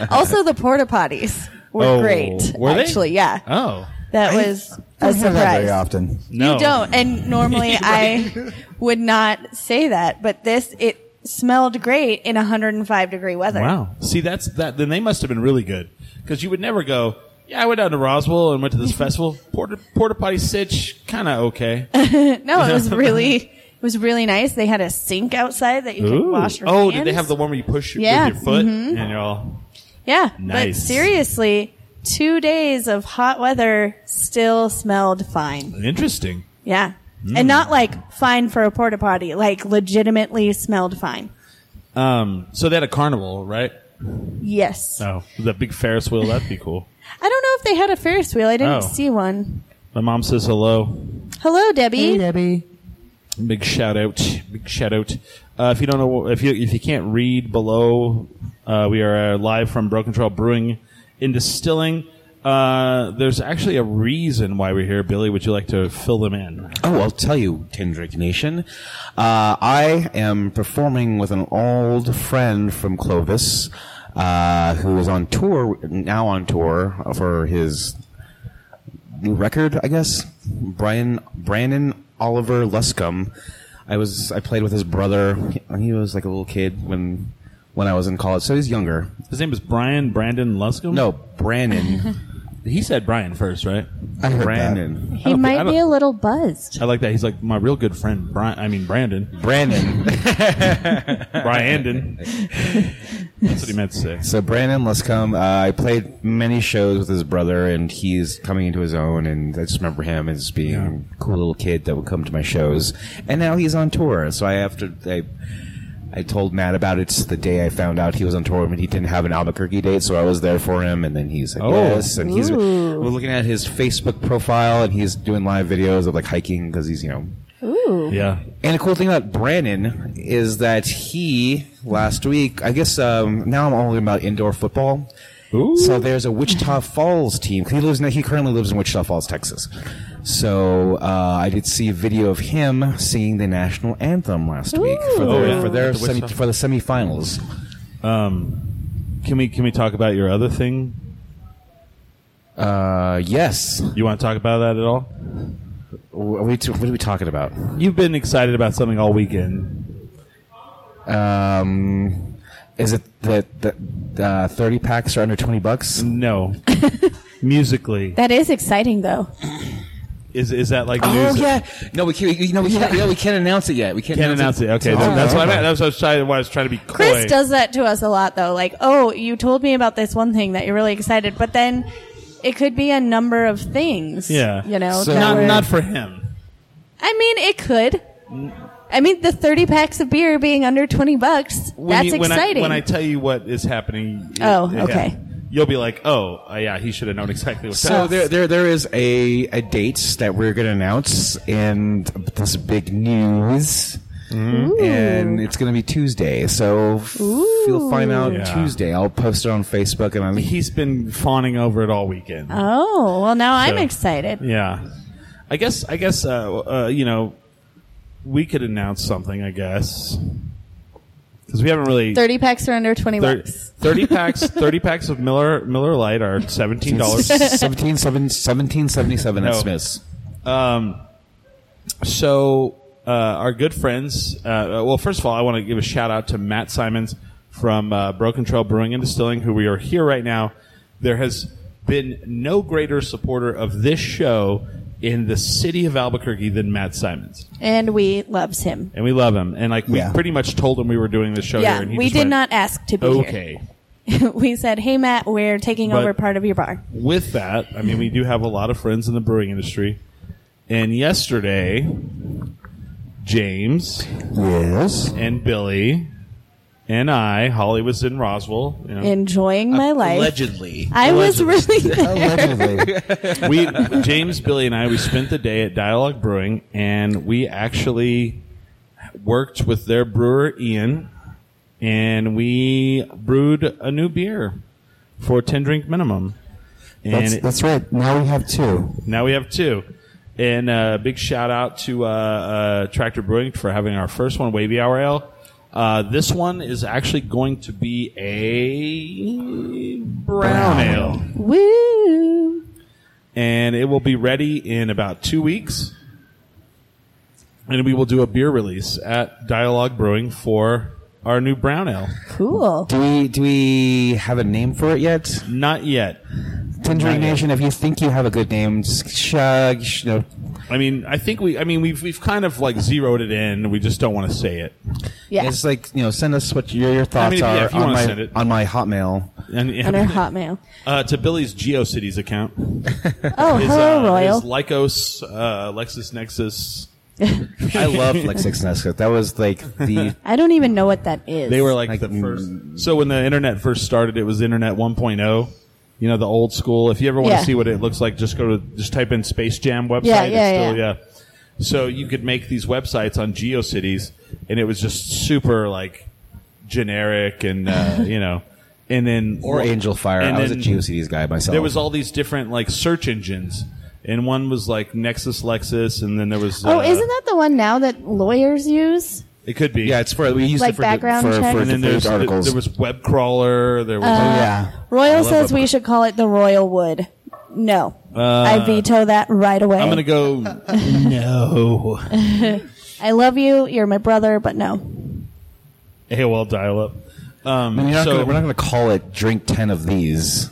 [SPEAKER 3] also, the porta potties were
[SPEAKER 2] Oh,
[SPEAKER 3] great.
[SPEAKER 2] were they?
[SPEAKER 3] actually, yeah,
[SPEAKER 2] Oh
[SPEAKER 3] that was a
[SPEAKER 5] don't hear that very
[SPEAKER 3] surprise.
[SPEAKER 5] often.
[SPEAKER 2] no,
[SPEAKER 3] You don't, and
[SPEAKER 2] [LAUGHS]
[SPEAKER 3] normally I would not say that, but this it smelled great in 105 degree weather.
[SPEAKER 2] Wow. See, that's that. Then they must have been really good because you would never go. Yeah, I went down to Roswell and went
[SPEAKER 3] [LAUGHS]
[SPEAKER 2] to this festival. Porta porta potty sitch, kind of okay.
[SPEAKER 3] No,
[SPEAKER 2] [LAUGHS]
[SPEAKER 3] it was really it was really nice. They had a sink outside that you could [LAUGHS] wash your
[SPEAKER 2] oh,
[SPEAKER 3] hands.
[SPEAKER 2] did they have the one where you push your-
[SPEAKER 3] Yeah. Mm-hmm.
[SPEAKER 2] with your foot and you're all?
[SPEAKER 3] Yeah,
[SPEAKER 2] Nice.
[SPEAKER 3] but seriously, two days of hot weather still smelled fine.
[SPEAKER 2] Interesting.
[SPEAKER 3] Yeah. And not like fine for a porta potty, like legitimately smelled fine.
[SPEAKER 2] Um, so they had a carnival, right?
[SPEAKER 3] Yes.
[SPEAKER 2] Oh, the big Ferris wheel. That'd be cool.
[SPEAKER 3] I don't know if they had a Ferris wheel. I didn't
[SPEAKER 2] Oh.
[SPEAKER 3] see one.
[SPEAKER 2] My mom says hello.
[SPEAKER 3] Hello, Debbie.
[SPEAKER 5] Debbie.
[SPEAKER 2] Big shout out. Big shout out. Uh, if you don't know, if you if you can't read below, uh, we are uh, live from Broken Trail Brewing in Distilling. Uh, there's actually a reason why we're here, Billy. Would you like to fill them in?
[SPEAKER 4] Oh, I'll tell you, Tindrick Nation. Uh, I am performing with an old friend from Clovis, uh, who is on tour, now on tour for his new record, I guess. Brian, Brandon Oliver Luscombe. I was, I played with his brother. He, he was like a little kid when, when I was in college. So he's younger.
[SPEAKER 2] His name is Brian Brandon Luscombe.
[SPEAKER 4] No, Brandon.
[SPEAKER 2] he said Brian first, right?
[SPEAKER 5] I heard
[SPEAKER 4] Brandon.
[SPEAKER 2] I
[SPEAKER 3] He
[SPEAKER 2] don't thi- I
[SPEAKER 3] might
[SPEAKER 2] don't-
[SPEAKER 3] be a little buzzed.
[SPEAKER 2] I like that. He's like my real good friend, Brian. I mean Brandon, [LAUGHS]
[SPEAKER 4] Brandon.
[SPEAKER 2] Brian. That's what he meant to say.
[SPEAKER 4] So Brandon Luscombe, uh, I played many shows with his brother, and he's coming into his own. And I just remember him as being a cool little kid that would come to my shows. And now he's on tour, so I have to. I, I told Matt about it the day I found out he was on tour, and he didn't have an Albuquerque date, so I was there for him. And then he's like,
[SPEAKER 2] Oh.
[SPEAKER 4] "Yes," and he's.
[SPEAKER 3] Ooh.
[SPEAKER 4] We're looking at his Facebook profile, and he's doing live videos of like hiking because he's you know
[SPEAKER 3] Ooh.
[SPEAKER 2] Yeah.
[SPEAKER 4] and the cool thing about Brandon is that he last week, I guess um, now I'm all about indoor football.
[SPEAKER 2] Ooh.
[SPEAKER 4] So there's a Wichita Falls team. He lives. In, he currently lives in Wichita Falls, Texas. So uh, I did see a video of him singing the national anthem last week for
[SPEAKER 3] Ooh.
[SPEAKER 2] Oh,
[SPEAKER 4] their,
[SPEAKER 2] yeah.
[SPEAKER 4] for their
[SPEAKER 2] The
[SPEAKER 4] semi,
[SPEAKER 2] Wichita-
[SPEAKER 4] for the semifinals.
[SPEAKER 2] Um, can we can we talk about your other thing?
[SPEAKER 4] Uh, yes.
[SPEAKER 2] You want to talk about that at all?
[SPEAKER 4] What are, we t- what are we talking about?
[SPEAKER 2] You've been excited about something all weekend.
[SPEAKER 4] Um, is it that the uh, thirty packs are under twenty
[SPEAKER 3] [LAUGHS]
[SPEAKER 4] bucks?
[SPEAKER 2] No. Musically.
[SPEAKER 3] That is exciting though.
[SPEAKER 2] Is is that like
[SPEAKER 4] Oh
[SPEAKER 2] news?
[SPEAKER 4] yeah, no, we can't. You know, we can't. Yeah, we can't announce it yet. We can't,
[SPEAKER 2] Can't announce it. Okay,
[SPEAKER 4] Oh,
[SPEAKER 2] that- that's
[SPEAKER 4] okay.
[SPEAKER 2] what I meant. That's what I was trying, why I was trying to be coy.
[SPEAKER 3] Chris does that to us a lot though. Like, oh, you told me about this one thing that you're really excited, but then it could be a number of things.
[SPEAKER 2] Yeah.
[SPEAKER 3] You know,
[SPEAKER 4] So-
[SPEAKER 3] that
[SPEAKER 2] Not
[SPEAKER 3] were-
[SPEAKER 2] not for him.
[SPEAKER 3] I mean, it could. I mean, the 30 packs of beer being under 20 bucks,
[SPEAKER 2] When
[SPEAKER 3] that's
[SPEAKER 2] you- when I-
[SPEAKER 3] exciting.
[SPEAKER 2] when I tell you what is happening. it-
[SPEAKER 3] Oh,
[SPEAKER 2] yeah.
[SPEAKER 3] okay.
[SPEAKER 2] You'll be like, oh, uh, yeah, he should have known exactly what.
[SPEAKER 4] So there, there, there is a a date that we're going to announce, and this big news,
[SPEAKER 2] Mm-hmm.
[SPEAKER 4] and it's going to be Tuesday. So f- you'll find out
[SPEAKER 2] Yeah.
[SPEAKER 4] Tuesday. I'll post it on
[SPEAKER 2] [LAUGHS]
[SPEAKER 4] Facebook, and I'm
[SPEAKER 2] He's been fawning over it all weekend.
[SPEAKER 3] oh, well, now I'm
[SPEAKER 2] So-
[SPEAKER 3] excited.
[SPEAKER 2] Yeah, I guess. I guess. Uh, uh, you know, we could announce something. I guess because we haven't really
[SPEAKER 3] 30 packs are under 20
[SPEAKER 2] thir-
[SPEAKER 3] bucks.
[SPEAKER 2] 30 packs. [LAUGHS] Thirty packs of Miller Miller Lite are seventeen
[SPEAKER 4] [LAUGHS]
[SPEAKER 2] dollars.
[SPEAKER 4] 17, 1777
[SPEAKER 2] No.
[SPEAKER 4] at Smith's.
[SPEAKER 2] Um, so uh, our good friends. Uh, well, first of all, I want to give a shout out to Matt Simons from uh, Broken Trail Brewing and Distilling, who we are here right now. There has been no greater supporter of this show in the city of Albuquerque than Matt Simons,
[SPEAKER 3] and we loves him.
[SPEAKER 2] and we love him. And like we
[SPEAKER 5] Yeah.
[SPEAKER 2] pretty much told him we were doing this show
[SPEAKER 3] Yeah,
[SPEAKER 2] here, and he
[SPEAKER 3] we
[SPEAKER 2] just
[SPEAKER 3] did
[SPEAKER 2] went,
[SPEAKER 3] not ask to be
[SPEAKER 2] Okay.
[SPEAKER 3] here. [LAUGHS] we said, "Hey Matt, we're taking
[SPEAKER 2] But-
[SPEAKER 3] over part of your bar."
[SPEAKER 2] With that, I mean, we do have a lot of friends in the brewing industry, and yesterday, James
[SPEAKER 5] Yes.
[SPEAKER 2] and Billy and I, Holly was in Roswell. You know,
[SPEAKER 3] Enjoying my life.
[SPEAKER 6] Allegedly.
[SPEAKER 3] I was
[SPEAKER 6] Allegedly.
[SPEAKER 2] [LAUGHS]
[SPEAKER 3] really [LAUGHS] there.
[SPEAKER 5] [LAUGHS] Allegedly.
[SPEAKER 2] we James, Billy, and I we spent the day at Dialogue Brewing, and we actually worked with their brewer Ian, and we brewed a new beer for ten drink minimum. And
[SPEAKER 5] that's,
[SPEAKER 2] it-
[SPEAKER 5] that's right. Now we have two.
[SPEAKER 2] now we have two. And uh, big shout out to uh, uh, Tractor Brewing for having our first one, Wavy Hour Ale. Uh, this one is actually going to be a brown ale
[SPEAKER 3] Woo!
[SPEAKER 2] and it will be ready in about two weeks. And we will do a beer release at Dialogue Brewing for our new brown ale.
[SPEAKER 3] Cool.
[SPEAKER 4] Do we do we have a name for it yet?
[SPEAKER 2] Not yet.
[SPEAKER 4] Tendering Nation. If you think you have a good name, just shug. sh- You know,
[SPEAKER 2] I mean, I think we. I mean, we've we've kind of like zeroed it in. We just don't want to say it.
[SPEAKER 3] Yeah.
[SPEAKER 4] it's like you know, send us what your, your thoughts
[SPEAKER 2] mean, if- yeah,
[SPEAKER 4] are
[SPEAKER 2] if you
[SPEAKER 4] on
[SPEAKER 2] wanna
[SPEAKER 4] my
[SPEAKER 2] send it.
[SPEAKER 4] on my Hotmail.
[SPEAKER 2] And,
[SPEAKER 3] on
[SPEAKER 2] [LAUGHS]
[SPEAKER 3] our Hotmail.
[SPEAKER 2] uh, to Billy's GeoCities account,
[SPEAKER 3] Oh,
[SPEAKER 2] his,
[SPEAKER 3] hello,
[SPEAKER 2] uh,
[SPEAKER 3] Royal.
[SPEAKER 2] his Lycos, uh, LexisNexis.
[SPEAKER 4] I love like Six Nesca. That was like
[SPEAKER 2] [LAUGHS]
[SPEAKER 4] the
[SPEAKER 3] I don't even know what that is.
[SPEAKER 2] They were like,
[SPEAKER 4] Like,
[SPEAKER 2] the
[SPEAKER 4] mm.
[SPEAKER 2] first. So when the internet first started, it was Internet 1.0. You know, the old school. If you ever want
[SPEAKER 3] Yeah.
[SPEAKER 2] to see what it looks like, just go to just type in Space Jam website.
[SPEAKER 3] Yeah,
[SPEAKER 2] It's
[SPEAKER 3] yeah,
[SPEAKER 2] still, yeah. So you could make these websites on GeoCities, and it was just super like generic and
[SPEAKER 3] [LAUGHS]
[SPEAKER 2] uh, you know, and then
[SPEAKER 4] or Angel Fire.
[SPEAKER 2] and
[SPEAKER 4] I was a
[SPEAKER 2] then-
[SPEAKER 4] GeoCities guy myself.
[SPEAKER 2] There was all these different like search engines, and one was like Nexus Lexus, and then there was
[SPEAKER 3] oh,
[SPEAKER 2] uh,
[SPEAKER 3] isn't that the one now that lawyers use?
[SPEAKER 2] It could be
[SPEAKER 4] yeah, it's for we used
[SPEAKER 3] Like
[SPEAKER 4] it for
[SPEAKER 3] background
[SPEAKER 4] for,
[SPEAKER 3] check?
[SPEAKER 4] for
[SPEAKER 2] And then
[SPEAKER 4] debate
[SPEAKER 2] there's
[SPEAKER 4] articles.
[SPEAKER 2] there was web crawler. There was
[SPEAKER 5] yeah.
[SPEAKER 3] Royal
[SPEAKER 2] love
[SPEAKER 3] says
[SPEAKER 2] that
[SPEAKER 3] we
[SPEAKER 2] book.
[SPEAKER 3] should call it the Royal Wood. No. I veto that right away.
[SPEAKER 2] Uh, I'm gonna go. [LAUGHS] no.
[SPEAKER 3] I love you. You're my brother,
[SPEAKER 2] [LAUGHS]
[SPEAKER 3] but no.
[SPEAKER 2] AOL dial up. Um,
[SPEAKER 4] I mean, you're not
[SPEAKER 2] so
[SPEAKER 4] gonna, we're not going to call it "Drink Ten of These."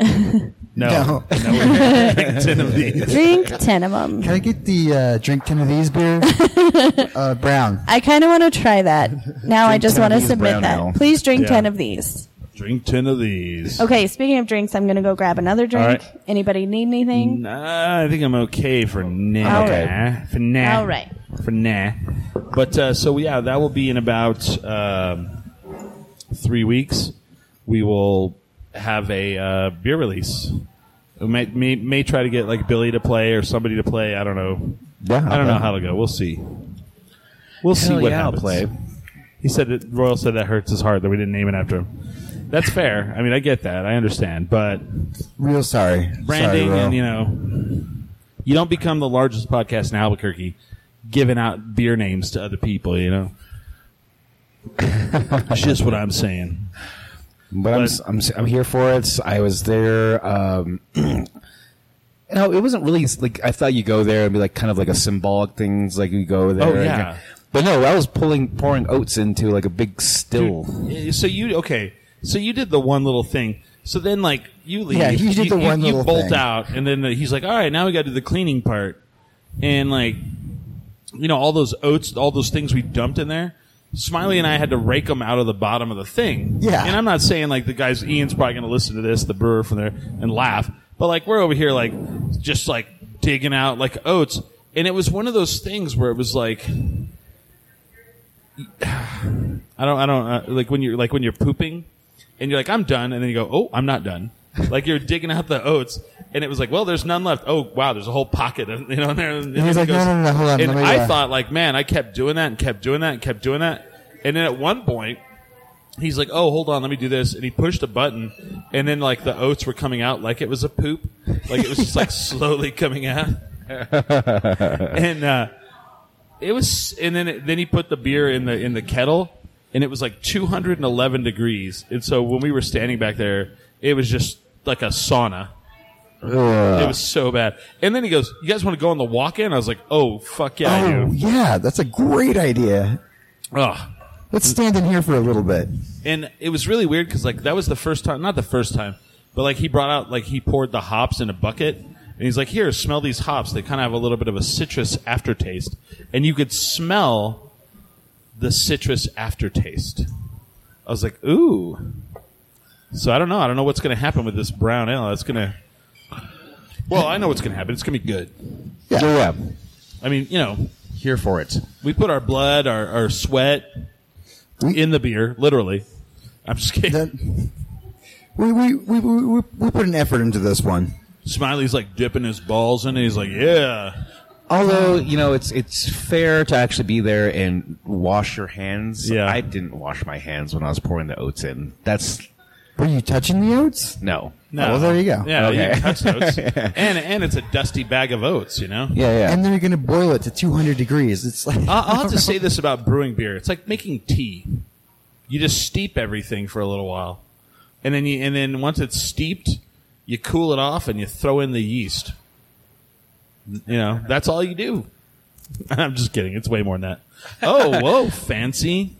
[SPEAKER 2] no,
[SPEAKER 5] [LAUGHS] No.
[SPEAKER 2] no, we're gonna drink [LAUGHS] ten of these.
[SPEAKER 3] Drink 10 of them.
[SPEAKER 5] Can I get the uh, drink ten of these beer? uh, brown.
[SPEAKER 3] I kind of want to try that. Now I just
[SPEAKER 4] 10 of
[SPEAKER 3] want to
[SPEAKER 4] these
[SPEAKER 3] submit
[SPEAKER 4] brown
[SPEAKER 3] that.
[SPEAKER 4] ale.
[SPEAKER 3] Please drink
[SPEAKER 2] Yeah.
[SPEAKER 3] 10 of these.
[SPEAKER 2] Drink ten of these.
[SPEAKER 3] Okay, speaking of drinks, I'm going to go grab another drink.
[SPEAKER 2] right.
[SPEAKER 3] Anybody need anything?
[SPEAKER 2] Nah, I think I'm okay for now.
[SPEAKER 3] All
[SPEAKER 4] Oh. right.
[SPEAKER 2] For now.
[SPEAKER 3] All right.
[SPEAKER 2] For now. But uh, so yeah, that will be in about um, three weeks. We will have a uh, beer release. We may, may may try to get like Billy to play or somebody to play. I don't know.
[SPEAKER 4] Yeah,
[SPEAKER 2] I don't know how to go. We'll see. We'll see
[SPEAKER 4] Hell
[SPEAKER 2] what
[SPEAKER 4] yeah, I'll
[SPEAKER 2] happens.
[SPEAKER 4] play.
[SPEAKER 2] He said that Royal said that hurts his heart that we didn't name it after him. That's fair. I mean, I get that. I understand. But
[SPEAKER 5] Real sorry.
[SPEAKER 2] branding
[SPEAKER 5] sorry,
[SPEAKER 2] and you know, you don't become the largest podcast in Albuquerque giving out beer names to other people. You know, [LAUGHS] that's just what I'm saying.
[SPEAKER 4] But I'm, s- I'm, s- I'm here for it. I was there. Um, [CLEARS THROAT] no, it wasn't really like I thought. You go there and be like kind of like a symbolic things. Like you go there.
[SPEAKER 2] Oh,
[SPEAKER 4] and-
[SPEAKER 2] yeah.
[SPEAKER 4] but no, I was pulling pouring oats into like a big still.
[SPEAKER 2] Yeah, Eh, So you okay? So you did the one little thing. So then, like you leave.
[SPEAKER 5] Yeah, he did the one
[SPEAKER 2] you
[SPEAKER 5] little
[SPEAKER 2] bolt
[SPEAKER 5] thing.
[SPEAKER 2] out, and then he's like, "All right, now we got to do the cleaning part," and like, you know, all those oats, all those things we dumped in there. Smiley and I had to rake them out of the bottom of the thing.
[SPEAKER 5] Yeah.
[SPEAKER 2] and I'm not saying like the guys. Ian's probably going to listen to this, the brewer from there, and laugh. But like we're over here, like just like digging out like oats, and it was one of those things where it was like. I don't, I don't uh, like when you're like when you're pooping, and you're like, I'm done, and then you go, oh, I'm not done. like you're digging out the oats, and it was like, well, there's none left. Oh, wow, there's a whole pocket, of, you know. [LAUGHS] And, there, and
[SPEAKER 5] he's
[SPEAKER 2] it
[SPEAKER 5] like, no, no, no, hold on,
[SPEAKER 2] And
[SPEAKER 5] let me,
[SPEAKER 2] I
[SPEAKER 5] uh,
[SPEAKER 2] thought, like, man, I kept doing that and kept doing that and kept doing that, and then at one point. He's like, oh, hold on, let me do this, and he pushed a button, and then like the oats were coming out like it was a poop, like it was just like [LAUGHS] slowly coming
[SPEAKER 5] [LAUGHS]
[SPEAKER 2] out, and uh, it was and then it, then he put the beer in the in the kettle and it was like 211 degrees and so when we were standing back there it was just like a sauna it was so bad and then he goes you guys want to go on the walk-in i was like oh fuck yeah i
[SPEAKER 5] Oh
[SPEAKER 2] do
[SPEAKER 5] yeah, that's a great idea.
[SPEAKER 2] Ugh.
[SPEAKER 5] Let's stand in here for a little bit.
[SPEAKER 2] and it was really weird because like that was the first time not the first time but like he brought out like he poured the hops in a bucket And he's like, here, smell these hops. They kind of have a little bit of a citrus aftertaste. And you could smell the citrus aftertaste. I was like, ooh. So I don't know. I don't know what's going to happen with this brown ale. That's going to. Well, I know what's going to happen. It's going to be good.
[SPEAKER 4] Yeah. yeah.
[SPEAKER 2] I mean, you know,
[SPEAKER 4] Here for it.
[SPEAKER 2] we put our blood, our, our sweat in the beer, literally. I'm just kidding.
[SPEAKER 5] That- we, we, we, we, we- we put an effort into this one.
[SPEAKER 2] Smiley's like dipping his balls in it. He's like, yeah.
[SPEAKER 4] Although
[SPEAKER 2] Um,
[SPEAKER 4] you know, it's it's fair to actually be there and wash your hands.
[SPEAKER 2] Yeah.
[SPEAKER 4] I didn't wash my hands when I was pouring the oats in. That's
[SPEAKER 5] Were you touching the oats?
[SPEAKER 4] no.
[SPEAKER 2] No.
[SPEAKER 5] well, there you go.
[SPEAKER 2] Yeah, you
[SPEAKER 4] Okay.
[SPEAKER 2] can touch
[SPEAKER 5] [LAUGHS]
[SPEAKER 2] those. and, and it's a dusty bag of oats, you know?
[SPEAKER 4] Yeah, yeah.
[SPEAKER 5] And then you're going to boil it to 200 degrees. It's like,
[SPEAKER 2] I'll, I'll
[SPEAKER 5] [LAUGHS]
[SPEAKER 2] have to say this about brewing beer. It's like making tea. You just steep everything for a little while. And then you, and then once it's steeped, you cool it off and you throw in the yeast. You know, that's all you do. [LAUGHS] I'm just kidding. It's way more than that. Oh, whoa, fancy.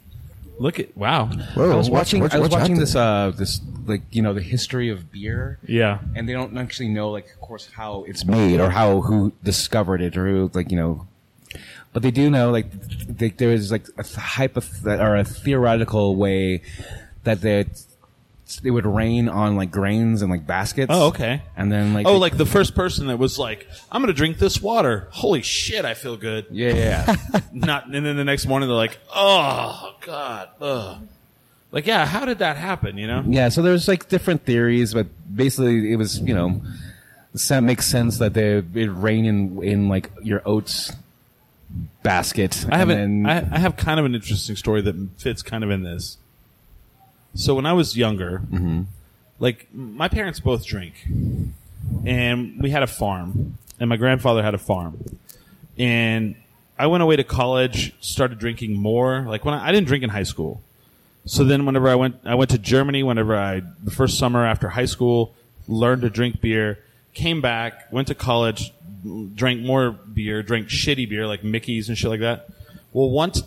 [SPEAKER 2] Look at, wow.
[SPEAKER 5] whoa,
[SPEAKER 4] I was
[SPEAKER 5] watch-
[SPEAKER 4] watching.
[SPEAKER 5] watch-
[SPEAKER 4] I was
[SPEAKER 5] watch out
[SPEAKER 4] watching
[SPEAKER 5] there.
[SPEAKER 4] this. Uh, this like you know the history of beer.
[SPEAKER 2] Yeah.
[SPEAKER 4] and they don't actually know like of course how it's made or how who discovered it or who like you know but they do know like th- there is like a hypoth- or a theoretical way that they they would rain on like grains and like baskets
[SPEAKER 2] Oh, okay.
[SPEAKER 4] and then like
[SPEAKER 2] oh,
[SPEAKER 4] they-
[SPEAKER 2] like the first person that was like, I'm going to drink this water. Holy shit, I feel good.
[SPEAKER 4] yeah yeah
[SPEAKER 2] [LAUGHS]
[SPEAKER 4] yeah.
[SPEAKER 2] Not, and then the next morning they're like, oh, God, ugh. Like, yeah, how did that happen, you know?
[SPEAKER 4] yeah so there's like different theories but basically it was you know that makes sense that they it rain in in like your oats basket
[SPEAKER 2] I have
[SPEAKER 4] and
[SPEAKER 2] an,
[SPEAKER 4] then-
[SPEAKER 2] I, I have kind of an interesting story that fits kind of in this. So when I was younger,
[SPEAKER 4] Mm-hmm.
[SPEAKER 2] like my parents both drink, and we had a farm, and my grandfather had a farm, and I went away to college, started drinking more. Like when I, I didn't drink in high school, so then whenever I went, I went to Germany. Whenever I the first summer after high school, learned to drink beer, came back, went to college, drank more beer, drank shitty beer like Mickey's and shit like that. Well, once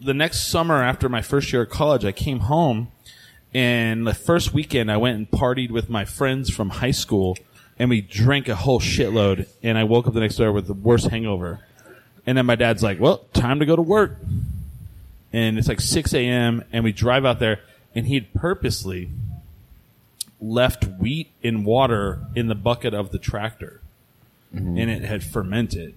[SPEAKER 2] the next summer after my first year of college, I came home and the first weekend I went and partied with my friends from high school and we drank a whole shitload and I woke up the next day with the worst hangover. And then my dad's like, well, time to go to work. And it's like 6 a.m. and we drive out there and he had purposely left wheat and water in the bucket of the tractor and it had fermented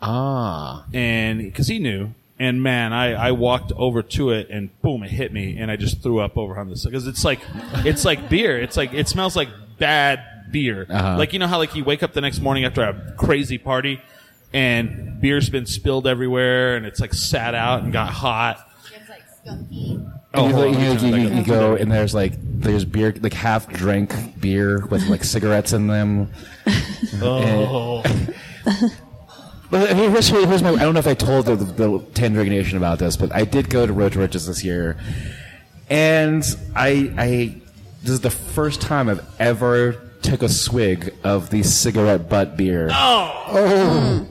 [SPEAKER 4] ah
[SPEAKER 2] and because he knew. And man, I, I walked over to it and boom, it hit me, and I just threw up over on this because it's like it's like beer. It's like it smells like bad beer.
[SPEAKER 4] Uh-huh.
[SPEAKER 2] Like you know how like you wake up the next morning after a crazy party, and beer's been spilled everywhere, and it's like sat out and got hot.
[SPEAKER 6] It's like skunky.
[SPEAKER 2] Oh,
[SPEAKER 4] you,
[SPEAKER 2] hold on,
[SPEAKER 4] you-
[SPEAKER 2] hold on,
[SPEAKER 4] you-
[SPEAKER 2] I
[SPEAKER 4] you-
[SPEAKER 2] got
[SPEAKER 4] you
[SPEAKER 2] it.
[SPEAKER 4] go and there's like there's beer like half drank beer with like cigarettes in them.
[SPEAKER 2] Oh,
[SPEAKER 4] But here- here's, here's my I don't know if I told the, the Tandragon Nation about this, but I did go to Road to Riches this year, and I I this is the first time I've ever took a swig of the cigarette butt beer. Oh.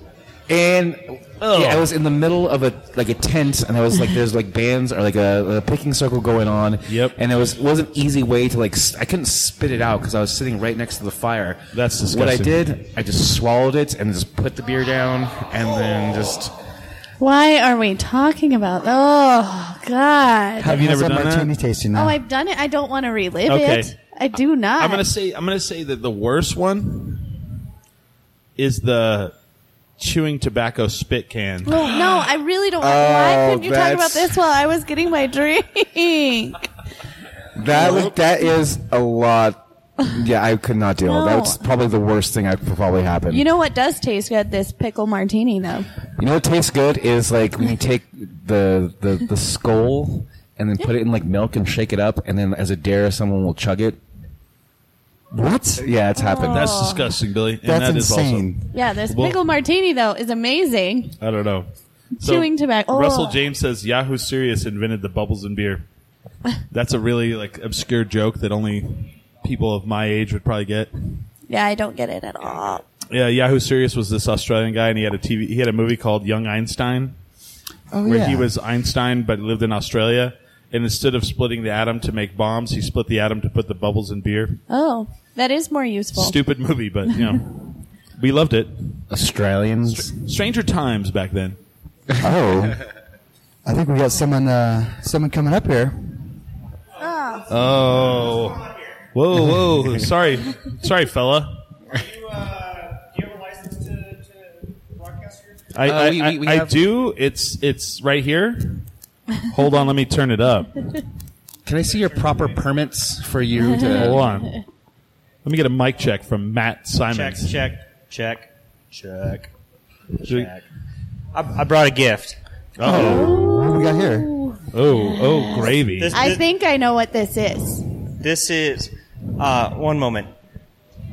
[SPEAKER 4] And yeah, I was in the middle of a like a tent, and I was like, there's like bands or like a, a picking circle going on.
[SPEAKER 2] Yep.
[SPEAKER 4] And it was was an easy way to like s- I couldn't spit it out because I was sitting right next to the fire.
[SPEAKER 2] That's
[SPEAKER 4] What I
[SPEAKER 2] disgusting.
[SPEAKER 4] did, I just swallowed it and just put the beer down, and then just
[SPEAKER 3] Why are we talking about? Oh God!
[SPEAKER 2] Have you
[SPEAKER 5] how's
[SPEAKER 2] never done that?
[SPEAKER 5] martini tasting
[SPEAKER 3] Oh,
[SPEAKER 5] now?
[SPEAKER 3] I've done it. I don't want to relive
[SPEAKER 2] Okay.
[SPEAKER 3] it. I do not.
[SPEAKER 2] I'm gonna say I'm gonna say that the worst one is the chewing tobacco spit can.
[SPEAKER 3] Well, no, I really don't. want Why
[SPEAKER 5] Oh,
[SPEAKER 3] couldn't you talk about
[SPEAKER 5] that's-
[SPEAKER 3] this while I was getting my drink?
[SPEAKER 5] that, was- that is a lot. Yeah, I could not deal.
[SPEAKER 3] No.
[SPEAKER 5] That's probably the worst thing that could probably happen.
[SPEAKER 3] You know what does taste good? This pickle martini, though.
[SPEAKER 4] you know what tastes good is like when you take the the the skull and then put it in like milk and shake it up, and then as a dare, someone will chug it.
[SPEAKER 5] what?
[SPEAKER 4] Yeah, it's happened.
[SPEAKER 3] Oh.
[SPEAKER 2] That's disgusting, Billy. And
[SPEAKER 5] That's
[SPEAKER 2] that is
[SPEAKER 5] insane.
[SPEAKER 3] Yeah, this
[SPEAKER 2] Well-
[SPEAKER 3] pickle martini though is amazing.
[SPEAKER 2] also I don't know.
[SPEAKER 3] Chewing tobacco.
[SPEAKER 2] Russell
[SPEAKER 3] Oh.
[SPEAKER 2] James says Yahoo Serious invented the bubbles in beer. That's a really like obscure joke that only people of my age would probably get.
[SPEAKER 3] Yeah, I don't get it at all.
[SPEAKER 2] Yeah, Yahoo Serious was this Australian guy, and he had a TV. He had a movie called Young Einstein,
[SPEAKER 5] Oh,
[SPEAKER 2] where
[SPEAKER 5] yeah.
[SPEAKER 2] he was Einstein but lived in Australia. And instead of splitting the atom to make bombs, he split the atom to put the bubbles in beer.
[SPEAKER 3] Oh, that is more useful.
[SPEAKER 2] Stupid movie, but you know, We loved it.
[SPEAKER 4] Australians.
[SPEAKER 2] Stranger times back then.
[SPEAKER 5] Oh. I think we got someone uh, someone coming up here.
[SPEAKER 2] Oh. [LAUGHS] Whoa, whoa. sorry. Sorry, fella.
[SPEAKER 6] you, uh, do you have a license to, to broadcast here?
[SPEAKER 2] I,
[SPEAKER 4] Uh,
[SPEAKER 2] I,
[SPEAKER 4] we- we- we
[SPEAKER 2] I- I
[SPEAKER 4] have-
[SPEAKER 2] do. It's it's right here. Hold on, let me turn it up.
[SPEAKER 4] Can I see your proper permits for you
[SPEAKER 2] Hold
[SPEAKER 3] [LAUGHS]
[SPEAKER 4] to?
[SPEAKER 2] on. Let me get a mic check from Matt
[SPEAKER 6] Check,
[SPEAKER 2] Simons.
[SPEAKER 6] check, check, check,
[SPEAKER 2] Should we-
[SPEAKER 6] check. I, I brought a gift.
[SPEAKER 5] What do we got here?
[SPEAKER 2] Oh, oh, gravy.
[SPEAKER 6] This-
[SPEAKER 3] I think I know what this is.
[SPEAKER 6] This is uh, one moment.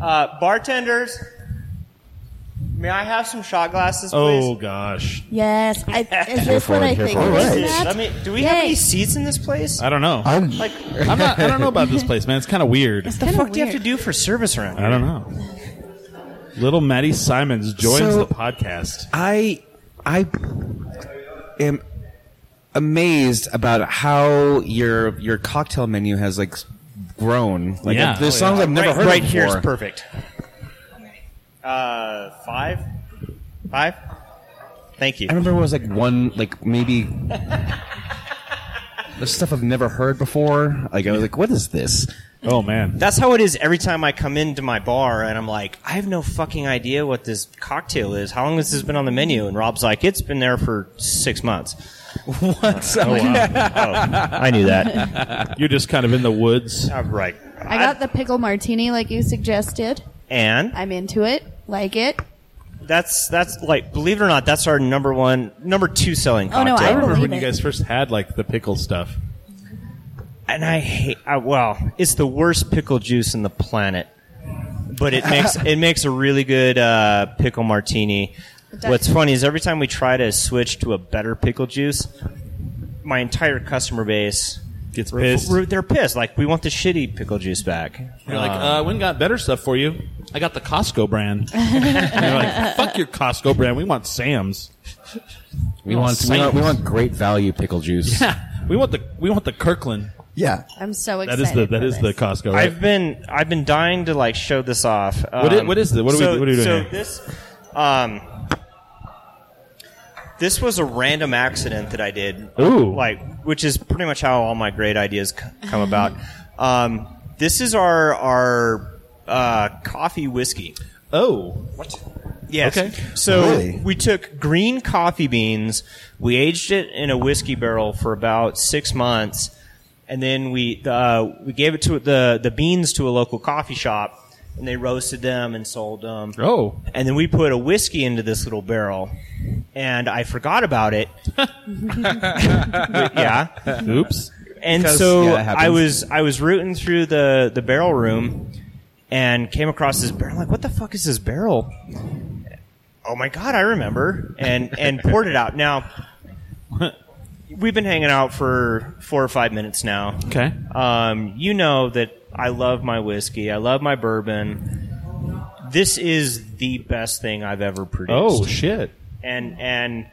[SPEAKER 6] Uh, bartenders, may I have some shot glasses, please?
[SPEAKER 2] oh gosh.
[SPEAKER 3] Yes,
[SPEAKER 2] [LAUGHS]
[SPEAKER 3] I, is this what I think?
[SPEAKER 5] it.
[SPEAKER 3] it
[SPEAKER 5] All
[SPEAKER 3] is,
[SPEAKER 5] right.
[SPEAKER 3] Matt?
[SPEAKER 6] Let me. Do we have
[SPEAKER 3] Yay.
[SPEAKER 6] any seats in this place?
[SPEAKER 2] I don't know.
[SPEAKER 5] I'm,
[SPEAKER 6] Like,
[SPEAKER 2] I'm not, I don't know about this place, man. It's kind of weird.
[SPEAKER 6] the
[SPEAKER 3] kinda
[SPEAKER 6] fuck do you have to
[SPEAKER 3] weird.
[SPEAKER 6] do for service around
[SPEAKER 2] I
[SPEAKER 6] here?
[SPEAKER 2] don't know. Little Maddie Simons joins
[SPEAKER 4] So-
[SPEAKER 2] the podcast.
[SPEAKER 4] I I am amazed about how your your cocktail menu has like grown. Like
[SPEAKER 2] Yeah.
[SPEAKER 4] there's
[SPEAKER 2] Oh,
[SPEAKER 4] songs I've never
[SPEAKER 6] right,
[SPEAKER 4] heard
[SPEAKER 6] right
[SPEAKER 4] of
[SPEAKER 6] here is
[SPEAKER 4] before.
[SPEAKER 6] perfect. Uh, five, five. Thank you.
[SPEAKER 4] I remember it was like one, like maybe [LAUGHS] the stuff I've never heard before. Like I was like, what is this?
[SPEAKER 2] Oh man.
[SPEAKER 6] That's how it is every time I come into my bar and I'm like, I have no fucking idea what this cocktail is. How long has this been on the menu? And Rob's like, it's been there for six months.
[SPEAKER 4] What?
[SPEAKER 6] Oh, wow. oh, I knew that.
[SPEAKER 2] You're just kind of in the woods.
[SPEAKER 6] All right.
[SPEAKER 3] I got the pickle martini like you suggested.
[SPEAKER 6] and
[SPEAKER 3] I'm into it. Like it.
[SPEAKER 6] that's that's like believe it or not, that's our number one, number two selling
[SPEAKER 3] Oh, no,
[SPEAKER 6] cocktail.
[SPEAKER 2] I remember
[SPEAKER 3] believe
[SPEAKER 2] when you
[SPEAKER 3] it.
[SPEAKER 2] guys first had like the pickle stuff.
[SPEAKER 6] and I hate. I, well, it's the worst pickle juice in the planet, but it makes it makes a really good uh, pickle martini.
[SPEAKER 3] does.
[SPEAKER 6] What's funny is every time we try to switch to a better pickle juice, my entire customer base
[SPEAKER 2] Gets
[SPEAKER 6] re-
[SPEAKER 2] pissed.
[SPEAKER 6] re- they're pissed. Like we want the shitty pickle juice back.
[SPEAKER 2] You're like, uh, we got better stuff for you. I got the Costco brand. and you're like, fuck your Costco brand. We want Sam's. [LAUGHS]
[SPEAKER 4] We want, we want we want great value pickle juice.
[SPEAKER 2] we want the we want the Kirkland.
[SPEAKER 5] yeah.
[SPEAKER 3] I'm so
[SPEAKER 2] That
[SPEAKER 3] excited.
[SPEAKER 2] is the
[SPEAKER 3] for
[SPEAKER 2] that is the
[SPEAKER 3] this.
[SPEAKER 2] Costco. Right?
[SPEAKER 6] I've been I've been dying to like show this off. Um,
[SPEAKER 2] What i- what is the- what are we-
[SPEAKER 6] so,
[SPEAKER 2] what are we doing
[SPEAKER 6] So
[SPEAKER 2] here?
[SPEAKER 6] this, um, this was a random accident that I did.
[SPEAKER 2] Ooh.
[SPEAKER 6] like which is pretty much how all my great ideas c-
[SPEAKER 2] [LAUGHS]
[SPEAKER 6] come about. um, this is our our uh, coffee whiskey.
[SPEAKER 2] oh,
[SPEAKER 6] Yes.
[SPEAKER 2] Okay.
[SPEAKER 6] So
[SPEAKER 5] Really?
[SPEAKER 6] we took green coffee beans, we aged it in a whiskey barrel for about six months, and then we uh, we gave it to the the beans to a local coffee shop, and they roasted them and sold them.
[SPEAKER 2] oh,
[SPEAKER 6] And then we put a whiskey into this little barrel, and I forgot about it. [LAUGHS] yeah
[SPEAKER 2] oops.
[SPEAKER 6] and
[SPEAKER 4] Because-
[SPEAKER 6] so
[SPEAKER 4] yeah, that happens.
[SPEAKER 6] I was I was rooting through the the barrel room and came across this barrel. Like, what the fuck is this barrel? Oh my god, I remember.
[SPEAKER 4] [LAUGHS]
[SPEAKER 6] And and poured it out. Now we've been hanging out for four or five minutes now.
[SPEAKER 2] Okay.
[SPEAKER 6] Um, you know that I love my whiskey. I love my bourbon. This is the best thing I've ever produced
[SPEAKER 2] Oh shit.
[SPEAKER 6] and and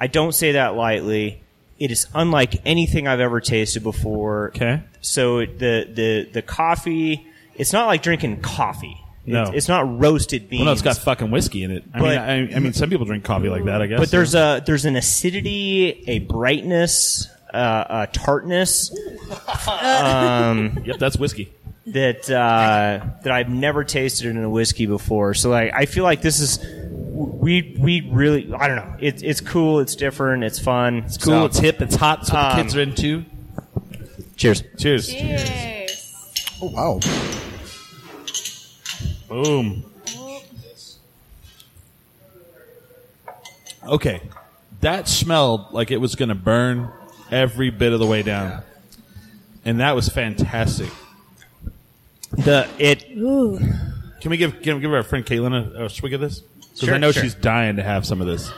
[SPEAKER 6] I don't say that lightly. It is unlike anything I've ever tasted before.
[SPEAKER 2] Okay.
[SPEAKER 6] So it- the the the coffee, it's not like drinking coffee.
[SPEAKER 2] No.
[SPEAKER 6] It's, it's not roasted beans.
[SPEAKER 2] Well, no, it's got fucking whiskey in it. I
[SPEAKER 6] But-
[SPEAKER 2] mean, I, I mean, some people drink coffee like that. I guess.
[SPEAKER 6] but there's a there's an acidity, a brightness, uh, a tartness
[SPEAKER 2] yep, that's whiskey.
[SPEAKER 6] that uh, that I've never tasted in a whiskey before. So like, I feel like this is we we really I don't know. It's it's cool. It's different. It's fun. It's
[SPEAKER 2] Cool. it's hip. It's hot. It's what the kids are into.
[SPEAKER 6] Cheers.
[SPEAKER 2] Cheers.
[SPEAKER 3] Yes.
[SPEAKER 5] Oh wow.
[SPEAKER 2] Boom. Okay. That smelled like it was going to burn every bit of the way down. And that was fantastic.
[SPEAKER 6] The it
[SPEAKER 3] Ooh.
[SPEAKER 2] Can we give can we give our friend Caitlin a, a swig of this? Because
[SPEAKER 6] Sure,
[SPEAKER 2] I know
[SPEAKER 6] sure.
[SPEAKER 2] she's dying to have some of this.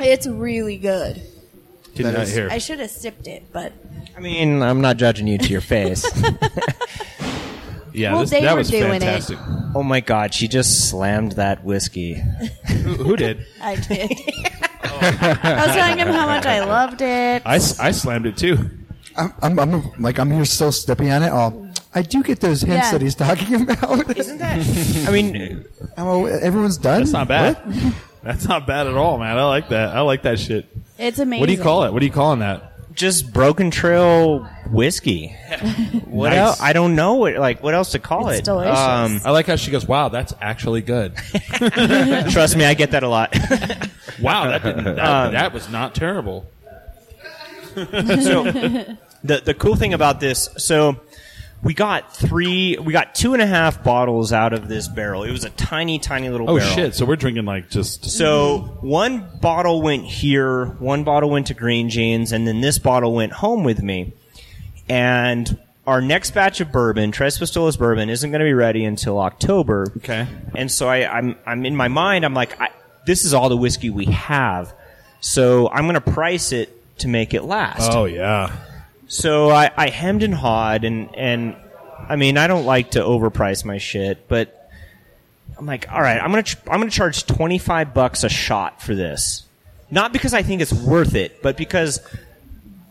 [SPEAKER 3] It's really good.
[SPEAKER 2] Can
[SPEAKER 5] That
[SPEAKER 2] you not
[SPEAKER 5] is-
[SPEAKER 2] hear?
[SPEAKER 3] I should have sipped it, but
[SPEAKER 6] I mean, I'm not judging you to
[SPEAKER 3] [LAUGHS]
[SPEAKER 6] your face.
[SPEAKER 2] yeah,
[SPEAKER 3] Well,
[SPEAKER 2] this,
[SPEAKER 3] they
[SPEAKER 2] that
[SPEAKER 3] were
[SPEAKER 2] was
[SPEAKER 3] doing it.
[SPEAKER 2] fantastic.
[SPEAKER 6] oh my god, she just slammed that whiskey.
[SPEAKER 2] Who, who did? [LAUGHS]
[SPEAKER 3] I did. I was telling him how much I loved it.
[SPEAKER 2] I, s- I slammed it too.
[SPEAKER 5] I'm, I'm, I'm like I'm here still stepping on it. All I I do get those hints
[SPEAKER 3] Yeah.
[SPEAKER 5] that he's talking [LAUGHS] about.
[SPEAKER 6] Isn't that? I mean,
[SPEAKER 5] Oh, everyone's done.
[SPEAKER 2] That's not bad.
[SPEAKER 5] What?
[SPEAKER 2] [LAUGHS] That's not bad at all, man. I like that. I like that shit.
[SPEAKER 3] It's amazing.
[SPEAKER 2] What do you call it? What are you calling that?
[SPEAKER 6] just Broken Trail
[SPEAKER 3] [LAUGHS]
[SPEAKER 6] whiskey. What
[SPEAKER 2] Nice.
[SPEAKER 6] else? I don't know what like what else to call
[SPEAKER 3] It's
[SPEAKER 6] it. Um,
[SPEAKER 3] delicious. [LAUGHS]
[SPEAKER 2] I like how she goes, "Wow, that's actually good.
[SPEAKER 6] trust me, I get that a lot. [LAUGHS]
[SPEAKER 2] Wow, that [LAUGHS] didn't, that, that was not terrible."
[SPEAKER 6] so the the cool thing about this, so we got three, we got two and a half bottles out of this barrel. It was a tiny, tiny little.
[SPEAKER 2] Oh
[SPEAKER 6] barrel.
[SPEAKER 2] shit! So we're drinking like just
[SPEAKER 6] So one bottle went here, one bottle went to Green Jeans, and then this bottle went home with me. And our next batch of bourbon, Tres Pistolas bourbon, isn't going to be ready until October.
[SPEAKER 2] Okay.
[SPEAKER 6] And so I, I'm, I'm in my mind, I'm like, I, this is all the whiskey we have. So I'm going to price it to make it last.
[SPEAKER 2] oh yeah.
[SPEAKER 6] So I, I hemmed and hawed, and and I mean I don't like to overprice my shit, but I'm like, all right, I'm gonna ch- I'm gonna charge 25 bucks a shot for this, not because I think it's worth it, but because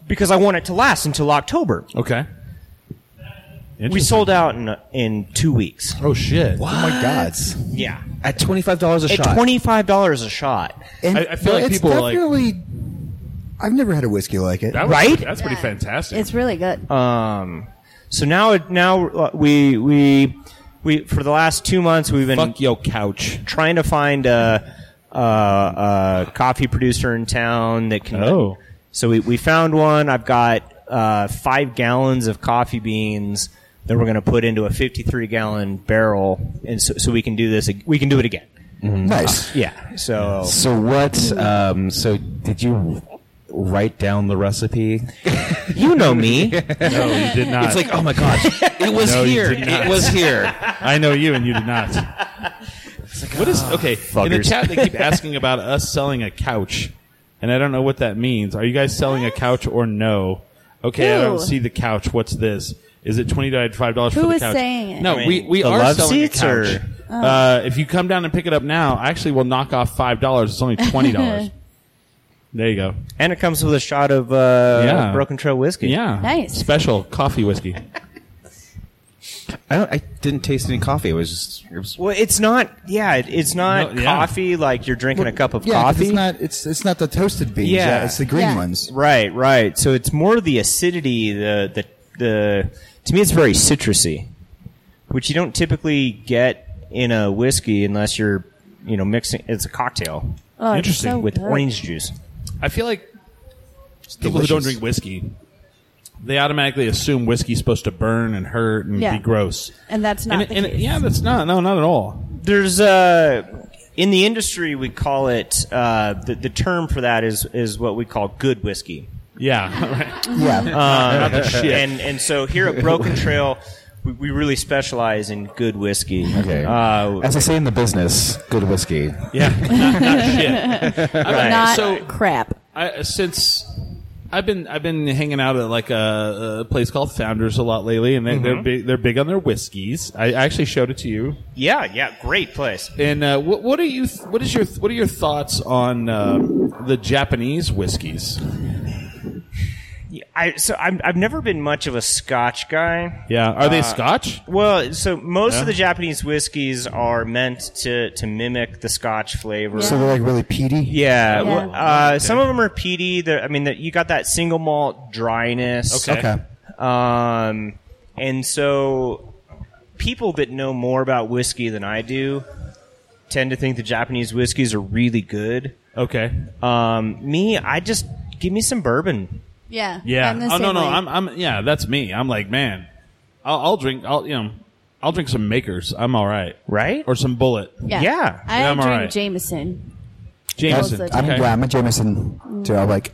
[SPEAKER 6] because I want it to last until October.
[SPEAKER 2] Okay.
[SPEAKER 6] We sold out in in two weeks.
[SPEAKER 2] Oh shit!
[SPEAKER 5] Oh my God!
[SPEAKER 6] Yeah,
[SPEAKER 4] At twenty five dollars a
[SPEAKER 6] [LAUGHS] at
[SPEAKER 4] shot.
[SPEAKER 6] 25 dollars a shot.
[SPEAKER 5] And,
[SPEAKER 2] I- I feel
[SPEAKER 5] but
[SPEAKER 2] like
[SPEAKER 5] it's
[SPEAKER 2] people are like-
[SPEAKER 5] definitely. I've never had a whiskey like it.
[SPEAKER 2] That was,
[SPEAKER 6] Right?
[SPEAKER 2] That's pretty fantastic.
[SPEAKER 3] It's really good.
[SPEAKER 2] Uh,
[SPEAKER 6] Um, so now it now uh, we we we for the last two months we've been
[SPEAKER 2] Fuck your couch.
[SPEAKER 6] trying to find a, a, a coffee producer in town that can.
[SPEAKER 2] Oh.
[SPEAKER 6] So we, we found one. I've got uh, five gallons of coffee beans that we're going to put into a 53 gallon barrel, and so, so we can do this. ag- We can do it again.
[SPEAKER 5] nice.
[SPEAKER 2] Uh,
[SPEAKER 6] Yeah. So
[SPEAKER 4] So what? Um, so did you write down the recipe?
[SPEAKER 6] you know me.
[SPEAKER 2] No, you did not.
[SPEAKER 4] It's like, oh my gosh, it [LAUGHS] was
[SPEAKER 2] No, you
[SPEAKER 4] here.
[SPEAKER 2] did not.
[SPEAKER 4] It was here.
[SPEAKER 2] I know you, and you did not. what is okay? in the
[SPEAKER 6] "Ah, fuckers.
[SPEAKER 2] chat, they
[SPEAKER 6] [LAUGHS]
[SPEAKER 2] keep asking about us selling a couch, and I don't know what that means. Are you guys selling a couch or no? Okay, I don't
[SPEAKER 3] Who?
[SPEAKER 2] see the couch. What's this? Is it twenty dollars, five dollars for
[SPEAKER 3] Who
[SPEAKER 2] the
[SPEAKER 3] is
[SPEAKER 2] couch?
[SPEAKER 3] saying it? Oh.
[SPEAKER 2] No,
[SPEAKER 6] I mean,
[SPEAKER 2] we we
[SPEAKER 6] the
[SPEAKER 2] are
[SPEAKER 6] love
[SPEAKER 2] selling a
[SPEAKER 6] seats or-
[SPEAKER 2] couch. Uh, if you come down and pick it up now, I actually will knock off five dollars. It's only twenty
[SPEAKER 3] [LAUGHS]
[SPEAKER 2] dollars. there you go.
[SPEAKER 6] [LAUGHS] and it comes with a shot of uh,
[SPEAKER 2] Yeah.
[SPEAKER 6] Broken Trail whiskey.
[SPEAKER 2] Yeah,
[SPEAKER 3] Nice.
[SPEAKER 2] special coffee whiskey.
[SPEAKER 4] I don't. I didn't taste any coffee. It was just. It was
[SPEAKER 6] Well, it's not. Yeah, it, it's not
[SPEAKER 2] No, yeah.
[SPEAKER 6] coffee like you're drinking a cup of
[SPEAKER 5] Yeah, 'cause
[SPEAKER 6] coffee.
[SPEAKER 5] it's not. It's it's not the toasted beans.
[SPEAKER 6] Yeah.
[SPEAKER 5] Yeah, it's the green
[SPEAKER 3] Yeah.
[SPEAKER 5] ones.
[SPEAKER 6] Right, right. So it's more the acidity, the the the to me it's very citrusy, which you don't typically get in a whiskey unless you're, you know, mixing it's a cocktail
[SPEAKER 3] Oh, it's
[SPEAKER 2] Interesting.
[SPEAKER 3] so
[SPEAKER 6] with
[SPEAKER 3] good.
[SPEAKER 6] orange juice.
[SPEAKER 2] I feel like people who don't
[SPEAKER 5] delicious.
[SPEAKER 2] drink whiskey, they automatically assume whiskey's supposed to burn and hurt and
[SPEAKER 3] Yeah.
[SPEAKER 2] be gross.
[SPEAKER 3] And that's not
[SPEAKER 2] And-
[SPEAKER 3] the
[SPEAKER 2] and-
[SPEAKER 3] case.
[SPEAKER 2] yeah, that's not. No, not at all.
[SPEAKER 6] There's uh in the industry we call it uh the, the term for that is is what we call good whiskey. Um,
[SPEAKER 2] Yeah, [LAUGHS] right.
[SPEAKER 5] Yeah,
[SPEAKER 2] not the shit.
[SPEAKER 6] And and so here at Broken Trail we, we really specialize in good whiskey.
[SPEAKER 4] okay.
[SPEAKER 6] Uh,
[SPEAKER 4] As I say in the business, good whiskey.
[SPEAKER 2] yeah, not, not shit. All right,
[SPEAKER 3] Not
[SPEAKER 2] so
[SPEAKER 3] crap.
[SPEAKER 2] I, since I've been I've been hanging out at like a, a place called Founders a lot lately, and they, they're big, they're big on their whiskeys. I actually showed it to you.
[SPEAKER 6] yeah, yeah, great place.
[SPEAKER 2] And uh, what, what are you? Th- what is your? Th- what are your thoughts on um the Japanese whiskeys?
[SPEAKER 6] I so I'm, I've never been much of a Scotch guy.
[SPEAKER 2] Yeah, are they Scotch?
[SPEAKER 6] Well, so most
[SPEAKER 2] Yeah.
[SPEAKER 6] of the Japanese whiskeys are meant to to mimic the Scotch flavor.
[SPEAKER 5] so they're like really peaty.
[SPEAKER 3] Yeah.
[SPEAKER 6] yeah, well, Uh, some of them are peaty. They're- I mean, that you got that single malt dryness.
[SPEAKER 2] Okay.
[SPEAKER 5] Okay.
[SPEAKER 6] Um, and so people that know more about whiskey than I do tend to think the Japanese whiskeys are really good.
[SPEAKER 2] Okay.
[SPEAKER 6] Um, me, I just give me some bourbon.
[SPEAKER 3] Yeah.
[SPEAKER 2] Yeah.
[SPEAKER 3] I'm the
[SPEAKER 2] Oh no
[SPEAKER 3] same
[SPEAKER 2] no.
[SPEAKER 3] way.
[SPEAKER 2] I'm I'm yeah. That's me. I'm like man. I'll, I'll drink. I'll you know. I'll drink some makers. I'm all right.
[SPEAKER 6] Right?
[SPEAKER 2] Or some bullet.
[SPEAKER 3] yeah.
[SPEAKER 6] yeah.
[SPEAKER 3] I
[SPEAKER 2] Yeah, I'm
[SPEAKER 3] drink
[SPEAKER 2] alright.
[SPEAKER 3] Jameson.
[SPEAKER 2] Jameson.
[SPEAKER 3] Also
[SPEAKER 5] I'm
[SPEAKER 2] Okay.
[SPEAKER 5] yeah, I'm a Jameson too. I'm like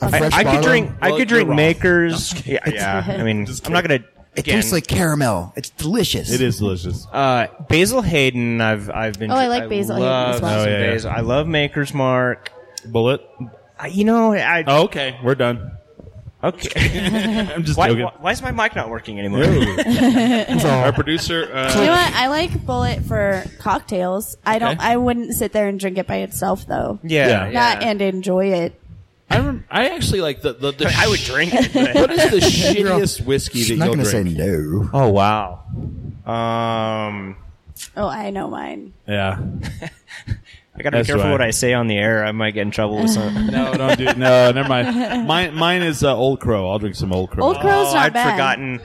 [SPEAKER 5] a
[SPEAKER 6] I,
[SPEAKER 5] fresh
[SPEAKER 6] I could
[SPEAKER 5] bottle.
[SPEAKER 6] drink. I
[SPEAKER 2] Well,
[SPEAKER 6] could drink
[SPEAKER 2] you're wrong.
[SPEAKER 6] makers. yeah, yeah.
[SPEAKER 2] [LAUGHS]
[SPEAKER 6] I mean, I'm not gonna.
[SPEAKER 5] It
[SPEAKER 6] again,
[SPEAKER 5] tastes like caramel. It's delicious.
[SPEAKER 2] It is delicious.
[SPEAKER 6] uh, Basil Hayden. I've I've been.
[SPEAKER 3] Oh, I like Basil Hayden
[SPEAKER 6] love
[SPEAKER 3] as well.
[SPEAKER 6] some
[SPEAKER 2] Oh, yeah, yeah.
[SPEAKER 6] Basil. I love Maker's Mark.
[SPEAKER 2] Bullet.
[SPEAKER 6] I, you know, I
[SPEAKER 2] Oh, okay. We're done. [LAUGHS]
[SPEAKER 6] okay.
[SPEAKER 2] I'm just
[SPEAKER 6] why,
[SPEAKER 2] joking.
[SPEAKER 6] why, why is my mic not working anymore?
[SPEAKER 2] Ooh.
[SPEAKER 5] [LAUGHS] It's all-
[SPEAKER 2] Our producer.
[SPEAKER 3] You
[SPEAKER 2] Uh,
[SPEAKER 3] know what? I like Bullet for cocktails. I don't.
[SPEAKER 2] Okay.
[SPEAKER 3] I wouldn't sit there and drink it by itself though.
[SPEAKER 6] Yeah,
[SPEAKER 2] Yeah.
[SPEAKER 6] yeah.
[SPEAKER 3] Not and enjoy it.
[SPEAKER 2] I rem- I actually like the the. the
[SPEAKER 5] [LAUGHS]
[SPEAKER 6] I, mean, I would
[SPEAKER 2] sh-
[SPEAKER 6] drink
[SPEAKER 3] [LAUGHS]
[SPEAKER 6] it. But.
[SPEAKER 2] What is the shittiest whiskey that
[SPEAKER 5] She's not
[SPEAKER 2] you'll
[SPEAKER 5] gonna say
[SPEAKER 2] drink?
[SPEAKER 5] no.
[SPEAKER 6] Oh wow. Um,
[SPEAKER 3] Oh, I know mine.
[SPEAKER 2] Yeah.
[SPEAKER 6] I gotta
[SPEAKER 2] That's
[SPEAKER 6] be careful
[SPEAKER 2] right.
[SPEAKER 6] what I say on the air. I might get in trouble
[SPEAKER 3] [LAUGHS]
[SPEAKER 6] with some.
[SPEAKER 2] No, don't do. No, never mind. Mine mine is uh, Old Crow. I'll drink some Old Crow.
[SPEAKER 3] Old Crow's
[SPEAKER 6] oh,
[SPEAKER 3] not
[SPEAKER 6] I'd
[SPEAKER 3] bad.
[SPEAKER 6] forgotten.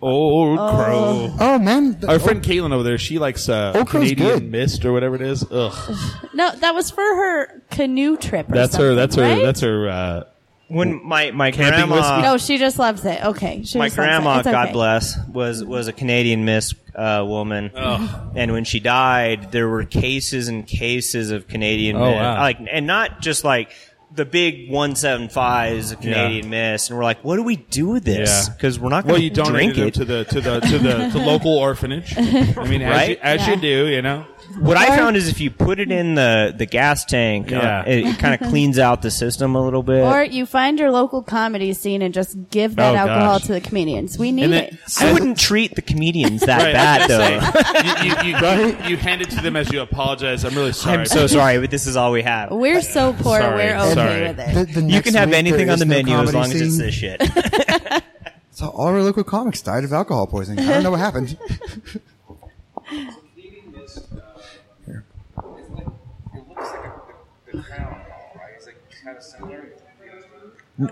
[SPEAKER 2] Old Crow.
[SPEAKER 5] Oh man,
[SPEAKER 2] Our friend Caitlin over there, she likes uh,
[SPEAKER 5] Old Crow's
[SPEAKER 2] Canadian
[SPEAKER 5] good.
[SPEAKER 2] Mist or whatever it is. Ugh,
[SPEAKER 3] No, that was for her canoe trip. Or
[SPEAKER 2] that's her.
[SPEAKER 3] something,
[SPEAKER 2] That's her.
[SPEAKER 3] right?
[SPEAKER 2] That's her. Uh,
[SPEAKER 6] When my my
[SPEAKER 2] Camping
[SPEAKER 6] grandma,
[SPEAKER 2] whiskey?
[SPEAKER 3] No, she just loves it. Okay, she
[SPEAKER 6] my
[SPEAKER 3] just loves it.
[SPEAKER 6] grandma,
[SPEAKER 3] It's okay.
[SPEAKER 6] God bless, was was a Canadian Miss uh, woman,
[SPEAKER 2] Oh.
[SPEAKER 6] and when she died, there were cases and cases of Canadian
[SPEAKER 2] Oh,
[SPEAKER 6] Miss,
[SPEAKER 2] wow.
[SPEAKER 6] like, and not just like the big one seven fives of Canadian Miss, and we're like, what do we do with this?
[SPEAKER 2] Yeah.
[SPEAKER 6] Because we're not going
[SPEAKER 2] well, you
[SPEAKER 6] to
[SPEAKER 2] donated
[SPEAKER 6] drink
[SPEAKER 2] them
[SPEAKER 6] it.
[SPEAKER 2] to the to the to the
[SPEAKER 6] [LAUGHS]
[SPEAKER 2] to local orphanage. I mean, as,
[SPEAKER 6] Right?
[SPEAKER 2] you, as you
[SPEAKER 3] Yeah.
[SPEAKER 2] do, you know.
[SPEAKER 6] what I found is if you put it in the the gas tank, uh,
[SPEAKER 2] Yeah.
[SPEAKER 6] it, kind of cleans out the system a little bit.
[SPEAKER 3] Or you find your local comedy scene and just give that
[SPEAKER 2] Oh,
[SPEAKER 3] alcohol
[SPEAKER 2] gosh.
[SPEAKER 3] to the comedians. We need
[SPEAKER 2] And then-
[SPEAKER 3] it.
[SPEAKER 6] I wouldn't treat the comedians that
[SPEAKER 2] [LAUGHS] Right,
[SPEAKER 6] bad though.
[SPEAKER 2] you, you,
[SPEAKER 6] [LAUGHS]
[SPEAKER 2] you, you hand it to them as you apologize. I'm really sorry.
[SPEAKER 6] I'm so sorry, but this is all we have.
[SPEAKER 3] We're so poor.
[SPEAKER 2] Sorry,
[SPEAKER 3] we're okay
[SPEAKER 2] sorry.
[SPEAKER 3] with
[SPEAKER 5] The-
[SPEAKER 3] it.
[SPEAKER 5] the
[SPEAKER 6] You
[SPEAKER 5] next
[SPEAKER 6] can have
[SPEAKER 5] week, there
[SPEAKER 6] anything on
[SPEAKER 5] is
[SPEAKER 6] the
[SPEAKER 5] no
[SPEAKER 6] menu as
[SPEAKER 5] comedy
[SPEAKER 6] long as it's
[SPEAKER 5] scene. [LAUGHS]
[SPEAKER 6] this shit.
[SPEAKER 5] So all our local comics died of alcohol poisoning. I don't know what happened.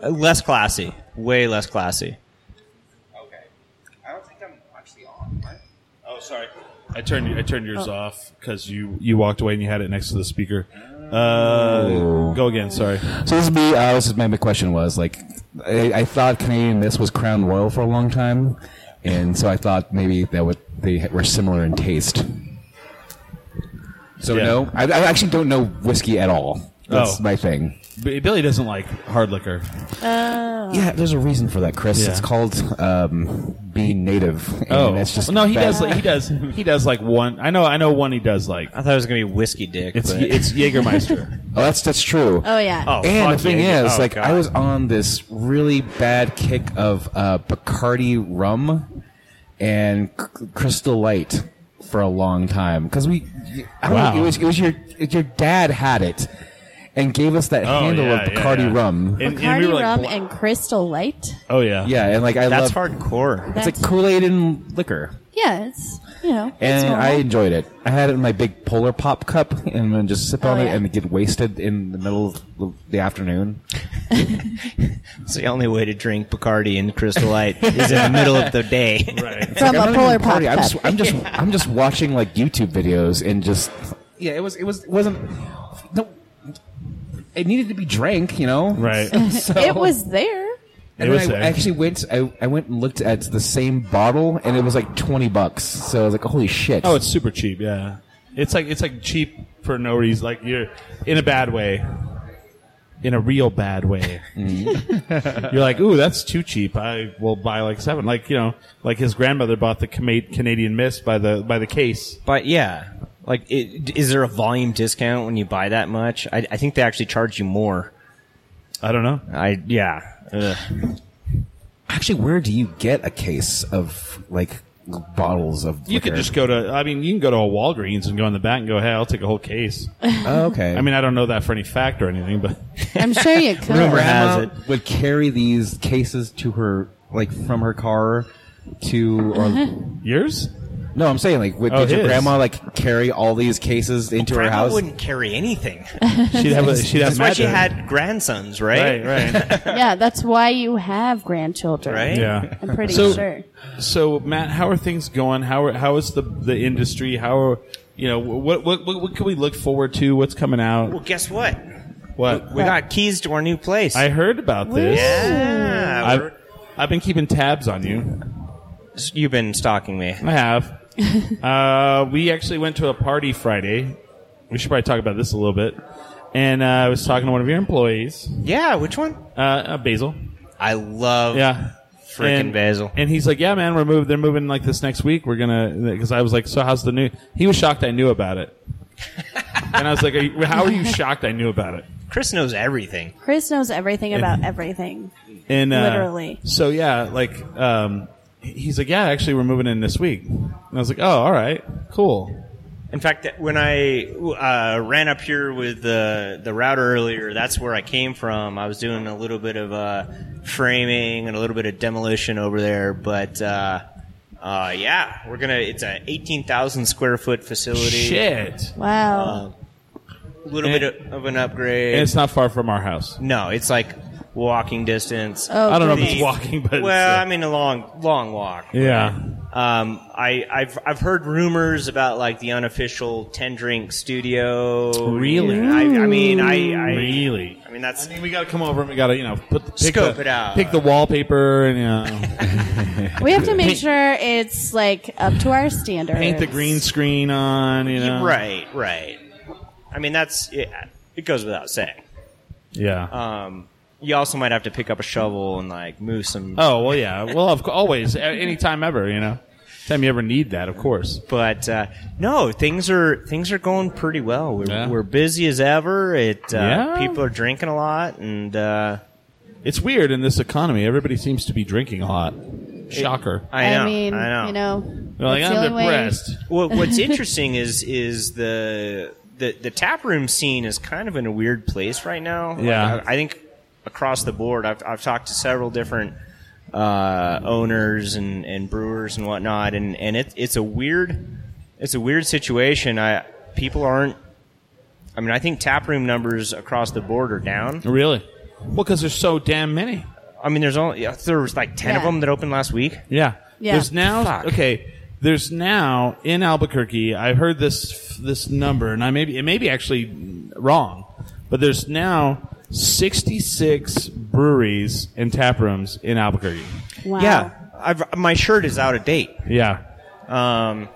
[SPEAKER 6] less classy, way less classy.
[SPEAKER 2] Oh, I turned I turned yours
[SPEAKER 6] Oh.
[SPEAKER 2] off because you you walked away and you had it next to the speaker.
[SPEAKER 6] Oh.
[SPEAKER 2] Uh, go again. Sorry.
[SPEAKER 4] So this is me. Uh, this is my big question was like, I, I thought Canadian Mist was Crown Royal for a long time, and so I thought maybe that would they were similar in taste. So
[SPEAKER 2] Yeah.
[SPEAKER 4] no, I, I actually don't know whiskey at all. That's
[SPEAKER 2] Oh.
[SPEAKER 4] my thing.
[SPEAKER 2] B- Billy doesn't like hard liquor.
[SPEAKER 4] Yeah, there's a reason for that, Chris.
[SPEAKER 2] Yeah.
[SPEAKER 4] It's called um, being native. And
[SPEAKER 6] Oh.
[SPEAKER 4] it's just
[SPEAKER 2] no. He
[SPEAKER 4] bad.
[SPEAKER 2] does. Like, he does. He does like one. I know. I know one. He does like.
[SPEAKER 6] I thought it was gonna be whiskey dick.
[SPEAKER 2] It's
[SPEAKER 6] but-
[SPEAKER 2] it's
[SPEAKER 4] [LAUGHS]
[SPEAKER 2] Jägermeister.
[SPEAKER 4] Oh, that's that's true.
[SPEAKER 3] Oh yeah.
[SPEAKER 6] oh,
[SPEAKER 4] and the
[SPEAKER 6] fuck
[SPEAKER 4] thing
[SPEAKER 6] yeah.
[SPEAKER 4] is,
[SPEAKER 6] Oh,
[SPEAKER 4] like,
[SPEAKER 6] God.
[SPEAKER 4] I was on this really bad kick of uh, Bacardi rum and C- Crystal Light for a long time because we, I don't
[SPEAKER 2] Wow.
[SPEAKER 4] know, it was it was your your dad had it and gave us that
[SPEAKER 2] Oh,
[SPEAKER 4] handle
[SPEAKER 2] yeah,
[SPEAKER 4] of
[SPEAKER 2] yeah,
[SPEAKER 4] Bacardi
[SPEAKER 2] yeah.
[SPEAKER 4] rum.
[SPEAKER 2] And- and
[SPEAKER 3] Cardi
[SPEAKER 2] we were like,
[SPEAKER 3] rum
[SPEAKER 2] "Blah."
[SPEAKER 3] and crystal light.
[SPEAKER 2] Oh yeah.
[SPEAKER 4] yeah, and like I
[SPEAKER 6] that's
[SPEAKER 4] love
[SPEAKER 6] hardcore.
[SPEAKER 4] it's like Kool Aid and liquor.
[SPEAKER 3] Yeah, it's you know. it's
[SPEAKER 4] And
[SPEAKER 3] normal.
[SPEAKER 4] I enjoyed it. I had it in my big Polar Pop cup and then just sip
[SPEAKER 3] Oh,
[SPEAKER 4] on it
[SPEAKER 3] yeah.
[SPEAKER 4] and get wasted in the middle of the afternoon.
[SPEAKER 6] It's the only way to drink Bacardi and Crystal
[SPEAKER 2] [LAUGHS]
[SPEAKER 6] Light is in the middle of the day.
[SPEAKER 2] Right.
[SPEAKER 3] from
[SPEAKER 4] Like,
[SPEAKER 3] a
[SPEAKER 4] I'm not
[SPEAKER 3] polar
[SPEAKER 4] even
[SPEAKER 3] pop
[SPEAKER 4] partying. I'm just,
[SPEAKER 3] cup.
[SPEAKER 4] I'm just, I'm just watching like YouTube videos and just. Yeah, it was, it was, it wasn't. No, it needed to be drank, you know.
[SPEAKER 2] Right.
[SPEAKER 3] [LAUGHS]
[SPEAKER 4] So,
[SPEAKER 3] It was there.
[SPEAKER 2] It
[SPEAKER 4] And
[SPEAKER 2] was
[SPEAKER 4] then I
[SPEAKER 2] there.
[SPEAKER 4] actually went. I, I went and looked at the same bottle, and it was like twenty bucks. So I was like, "Holy shit!"
[SPEAKER 2] Oh, it's super cheap. Yeah, it's like it's like cheap for no reason. Like you're in a bad way, in a real bad way. [LAUGHS]
[SPEAKER 4] Mm-hmm.
[SPEAKER 2] you're like, ooh, that's too cheap. I will buy like seven. Like you know, like his grandmother bought the Cama- Canadian Mist by the by the case.
[SPEAKER 6] But yeah, like, it, is there a volume discount when you buy that much? I, I think they actually charge you more.
[SPEAKER 2] I don't know.
[SPEAKER 6] I yeah. Ugh.
[SPEAKER 4] actually, where do you get a case of like bottles of?
[SPEAKER 2] You could just go to. I mean, you can go to a Walgreens and go in the back and go, hey, I'll take a whole case.
[SPEAKER 4] Oh, okay.
[SPEAKER 2] I mean, I don't know that for any fact or anything, but [LAUGHS]
[SPEAKER 3] I'm sure
[SPEAKER 4] [LAUGHS]
[SPEAKER 3] you could.
[SPEAKER 6] Rumor has
[SPEAKER 4] grandma
[SPEAKER 6] it.
[SPEAKER 4] would carry these cases to her, like from her car to or
[SPEAKER 2] yours.
[SPEAKER 4] No, I'm saying like, would,
[SPEAKER 2] Oh,
[SPEAKER 4] did your
[SPEAKER 2] his.
[SPEAKER 4] grandma like carry all these cases into her
[SPEAKER 6] Grandma
[SPEAKER 4] house?
[SPEAKER 6] wouldn't
[SPEAKER 2] [LAUGHS]
[SPEAKER 6] carry anything.
[SPEAKER 2] She'd have. A, she'd have.
[SPEAKER 6] That's why she
[SPEAKER 2] Madden.
[SPEAKER 6] had grandsons,
[SPEAKER 2] Right.
[SPEAKER 6] right? [LAUGHS]
[SPEAKER 2] Right.
[SPEAKER 3] yeah, that's why you have grandchildren.
[SPEAKER 6] Right?
[SPEAKER 2] yeah.
[SPEAKER 3] I'm pretty
[SPEAKER 2] So-
[SPEAKER 3] sure.
[SPEAKER 2] So Matt, how are things going? How are, how is the the industry? How are, you know what what what, what can we look forward to? What's coming
[SPEAKER 6] Well,
[SPEAKER 2] out?
[SPEAKER 6] guess what?
[SPEAKER 2] What
[SPEAKER 6] We got keys to our new place.
[SPEAKER 2] I heard about this.
[SPEAKER 6] yeah,
[SPEAKER 2] I've,
[SPEAKER 6] we're-
[SPEAKER 2] I've been keeping tabs on you.
[SPEAKER 6] you've been stalking me.
[SPEAKER 2] I
[SPEAKER 6] [LAUGHS]
[SPEAKER 2] have. uh, we actually went to a party Friday. We should probably talk about this a little bit. And uh, I was talking to one of your employees,
[SPEAKER 6] Yeah, which one?
[SPEAKER 2] uh, uh, Basil.
[SPEAKER 6] I love.
[SPEAKER 2] Yeah.
[SPEAKER 6] Frickin'
[SPEAKER 2] and,
[SPEAKER 6] Basil.
[SPEAKER 2] And he's like, "Yeah, man, we're moving. They're moving like this next week. We're gonna." Because I was like, "So how's the new?" He was shocked I knew about
[SPEAKER 6] [LAUGHS]
[SPEAKER 2] it, and I was like, are you, "How are you shocked I knew about it?"
[SPEAKER 6] Chris knows everything.
[SPEAKER 3] Chris knows everything about everything.
[SPEAKER 2] And uh,
[SPEAKER 3] Literally.
[SPEAKER 2] So yeah, like um, he's like, "Yeah, actually, we're moving in this week." And I was like, "Oh, all right, cool."
[SPEAKER 6] In fact, that- when I uh, ran up here with the the router earlier, that's where I came from. I was doing a little bit of uh, framing and a little bit of demolition over there, but uh, uh, yeah, we're gonna. It's an eighteen thousand square foot facility.
[SPEAKER 2] Shit.
[SPEAKER 3] Wow.
[SPEAKER 6] A little
[SPEAKER 2] And-
[SPEAKER 6] bit of an upgrade.
[SPEAKER 2] And it's not far from our house.
[SPEAKER 6] no, it's like walking distance.
[SPEAKER 3] Oh,
[SPEAKER 2] I don't know if
[SPEAKER 3] goodness.
[SPEAKER 2] it's uh, walking, but
[SPEAKER 6] well, I
[SPEAKER 2] it's,
[SPEAKER 6] mean a long long walk.
[SPEAKER 2] uh, yeah.
[SPEAKER 6] Um, I, I've I've heard rumors about like the unofficial Ten Drink Studio.
[SPEAKER 2] Really?
[SPEAKER 6] I, I mean, I, I
[SPEAKER 2] Really?
[SPEAKER 6] I mean, that's
[SPEAKER 2] I mean, we got to come over and we got to, you know, put the, pick
[SPEAKER 6] Scope
[SPEAKER 2] the,
[SPEAKER 6] it out.
[SPEAKER 2] Pick the wallpaper and you know, Uh,
[SPEAKER 3] We have to make sure it's like up to our standards.
[SPEAKER 2] paint the green screen on. You know,
[SPEAKER 6] right, right. I mean, that's it, it goes without saying.
[SPEAKER 2] Yeah.
[SPEAKER 6] Um, you also might have to pick up a shovel and like move some.
[SPEAKER 2] oh well, yeah. Well, of cou- always, a- any time ever. You know, time you ever need that, of course.
[SPEAKER 6] But uh, no, things are things are going pretty well. We're,
[SPEAKER 2] Yeah.
[SPEAKER 6] we're busy as ever. It uh,
[SPEAKER 2] Yeah.
[SPEAKER 6] people are drinking a lot, and uh,
[SPEAKER 2] It's weird in this economy. Everybody seems to be drinking a lot. Shocker.
[SPEAKER 6] I,
[SPEAKER 3] I,
[SPEAKER 6] know,
[SPEAKER 3] mean,
[SPEAKER 6] I know.
[SPEAKER 3] you know,
[SPEAKER 2] They're like,
[SPEAKER 3] that's the
[SPEAKER 2] I'm
[SPEAKER 3] only way-
[SPEAKER 2] depressed.
[SPEAKER 6] what, what's interesting is is the the the tap room scene is kind of in a weird place right now. Like,
[SPEAKER 2] Yeah.
[SPEAKER 6] I, I think across the board, I've I've talked to several different uh, owners and, and brewers and whatnot, and and it, it's a weird it's a weird situation. I people aren't. I mean, I think tap room numbers across the board are down.
[SPEAKER 2] Really? Well, because there's so damn many.
[SPEAKER 6] I mean, there's only yeah, there was like ten of
[SPEAKER 3] Yeah.
[SPEAKER 6] them that opened last week.
[SPEAKER 2] Yeah.
[SPEAKER 3] Yeah.
[SPEAKER 2] There's now
[SPEAKER 6] Fuck.
[SPEAKER 2] okay. There's now in Albuquerque. I've heard this this number, and I maybe it may be actually wrong, but there's now 66 breweries and tap rooms in Albuquerque.
[SPEAKER 3] Wow.
[SPEAKER 6] Yeah, I've, my shirt is out of date.
[SPEAKER 2] Yeah. [LAUGHS]
[SPEAKER 6] Um,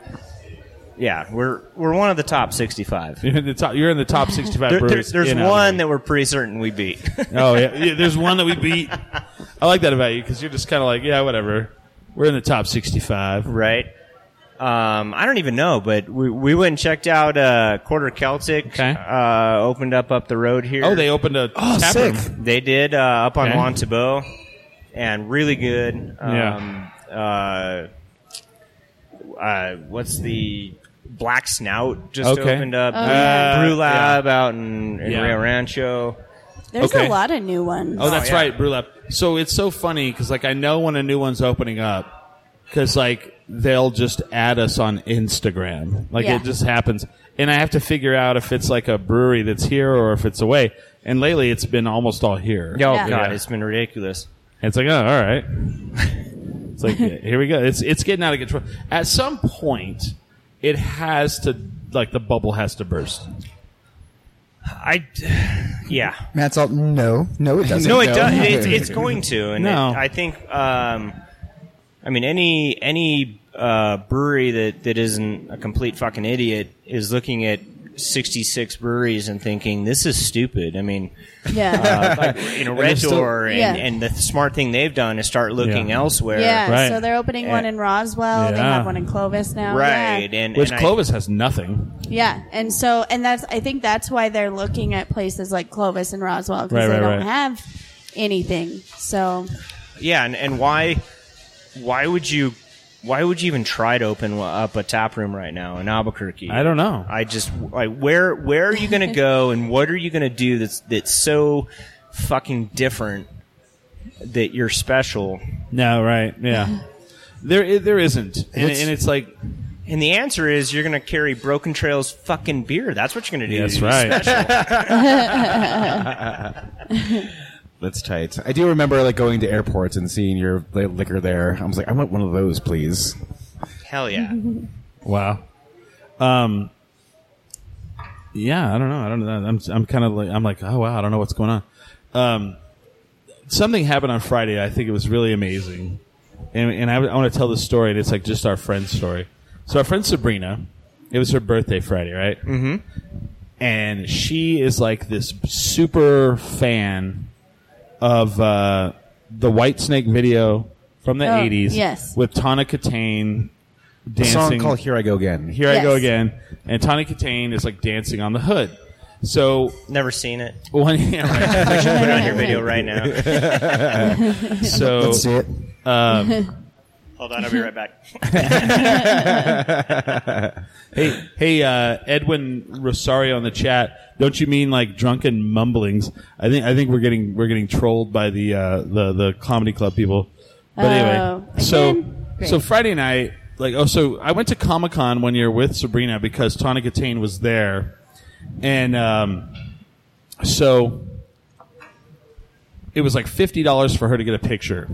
[SPEAKER 6] yeah, we're we're one of the top 65.
[SPEAKER 2] You're in the top, you're in the top 65
[SPEAKER 6] There,
[SPEAKER 2] breweries.
[SPEAKER 6] there's there's
[SPEAKER 2] in
[SPEAKER 6] one
[SPEAKER 2] Albuquerque.
[SPEAKER 6] that we're pretty certain we beat. [LAUGHS]
[SPEAKER 2] oh yeah. yeah. There's one that we beat. I like that about you because you're just kind of like yeah whatever. We're in the top 65.
[SPEAKER 6] right? Um, I don't even know, but we, we went and checked out uh, Quarter Celtic.
[SPEAKER 2] Okay.
[SPEAKER 6] Uh, opened up up the road here.
[SPEAKER 2] Oh, they opened a
[SPEAKER 5] Oh,
[SPEAKER 2] tap
[SPEAKER 5] sick.
[SPEAKER 2] room.
[SPEAKER 6] they did uh, up on
[SPEAKER 2] Okay.
[SPEAKER 6] Juan Tabo, and really good. Um, yeah. Uh, uh, what's the Black Snout just
[SPEAKER 2] Okay.
[SPEAKER 6] opened up? Uh,
[SPEAKER 3] Oh, yeah.
[SPEAKER 6] Brew Lab out in, in
[SPEAKER 2] Yeah.
[SPEAKER 6] Rio Rancho.
[SPEAKER 3] There's
[SPEAKER 2] Okay.
[SPEAKER 3] a lot of new ones.
[SPEAKER 2] Oh, that's
[SPEAKER 6] yeah.
[SPEAKER 2] right, Brew Lab. So it's so funny because like I know when a new one's opening up because like they'll just add us on Instagram. Like
[SPEAKER 3] Yeah.
[SPEAKER 2] it just happens, and I have to figure out if it's like a brewery that's here or if it's away. And lately, it's been almost all here.
[SPEAKER 6] Oh
[SPEAKER 3] Yeah.
[SPEAKER 6] god, it's been ridiculous.
[SPEAKER 2] It's like, oh, all
[SPEAKER 6] [LAUGHS]
[SPEAKER 2] right. It's like, yeah, here we go. It's it's getting out of control. At some point, it has to like the bubble has to burst. [SIGHS]
[SPEAKER 6] I, yeah.
[SPEAKER 5] [LAUGHS] Matt's all, no, no, it doesn't.
[SPEAKER 6] [LAUGHS] No, it does. It's,
[SPEAKER 2] [LAUGHS]
[SPEAKER 6] it's going to, and
[SPEAKER 2] No.
[SPEAKER 6] it- I think. Um, I mean, any any uh, brewery that that isn't a complete fucking idiot is looking at sixty six breweries and thinking this is stupid.
[SPEAKER 2] [LAUGHS]
[SPEAKER 6] I mean,
[SPEAKER 2] Oh,
[SPEAKER 3] Yeah.
[SPEAKER 6] uh, like, you know,
[SPEAKER 2] they're
[SPEAKER 6] Red
[SPEAKER 2] still-
[SPEAKER 6] Door, and,
[SPEAKER 3] Yeah.
[SPEAKER 6] and the smart thing they've done is start looking
[SPEAKER 2] Yeah.
[SPEAKER 6] elsewhere.
[SPEAKER 3] yeah.
[SPEAKER 2] Right.
[SPEAKER 3] So they're opening one in Roswell. They
[SPEAKER 2] Yeah.
[SPEAKER 3] have one in Clovis now.
[SPEAKER 6] Right,
[SPEAKER 3] Oh, Yeah.
[SPEAKER 6] and
[SPEAKER 2] Which
[SPEAKER 6] and I-
[SPEAKER 2] Clovis has nothing.
[SPEAKER 3] Yeah. And so, and that's, I think that's why they're looking at places like Clovis and Roswell because
[SPEAKER 2] Right,
[SPEAKER 3] they
[SPEAKER 2] right,
[SPEAKER 3] don't
[SPEAKER 2] right.
[SPEAKER 3] have anything. So,
[SPEAKER 6] yeah, and, and why why would you why would you even try to open up a tap room right now in Albuquerque?
[SPEAKER 2] I don't know.
[SPEAKER 6] I just like where where are you going to go and what are you going to do that's that's so fucking different that you're special?
[SPEAKER 2] No, right? Yeah.
[SPEAKER 6] [LAUGHS]
[SPEAKER 2] there i- there isn't, and
[SPEAKER 6] It's-
[SPEAKER 2] it's, and it's like
[SPEAKER 6] And the answer is you're going to carry Broken Trails fucking beer. That's what you're going to do.
[SPEAKER 2] that's [LAUGHS] right.
[SPEAKER 4] That's tight. I do remember like going to airports and seeing your li- liquor there. I was like, I want one of those, please.
[SPEAKER 6] Hell yeah.
[SPEAKER 2] wow. Um. Yeah, I don't know. I don't know. I'm I'm kind of like I'm like oh wow, I don't know what's going on. Um, something happened on Friday. I think it was really amazing, and and I, I want to tell this story. And it's like just our friend's story. So our friend Sabrina, it was her birthday Friday, right? Mm-hmm. And she is like this super fan of uh, the White Snake video from the
[SPEAKER 3] Oh,
[SPEAKER 2] '80s,
[SPEAKER 3] yes.
[SPEAKER 2] with Tana Katane
[SPEAKER 4] A song
[SPEAKER 2] dancing.
[SPEAKER 4] called "Here I Go Again."
[SPEAKER 2] Here I
[SPEAKER 3] Yes.
[SPEAKER 2] go again, and Tana Katane is like dancing on the hood. So [LAUGHS]
[SPEAKER 6] Never seen it.
[SPEAKER 2] one, [LAUGHS] yeah, right.
[SPEAKER 6] Put it on your video right now.
[SPEAKER 2] so
[SPEAKER 5] That's it.
[SPEAKER 6] Hold on, I'll be right back.
[SPEAKER 2] Hey, [LAUGHS] hey, uh, Edwin Rosario in the chat. Don't you mean like drunken mumblings? I think I think we're getting we're getting trolled by the uh, the the comedy club people. But
[SPEAKER 3] Oh,
[SPEAKER 2] anyway, so
[SPEAKER 3] again? Great.
[SPEAKER 2] so Friday night, like oh, so I went to Comic Con one year with Sabrina because Tawny Katane was there, and um, so it was like fifty dollars for her to get a picture.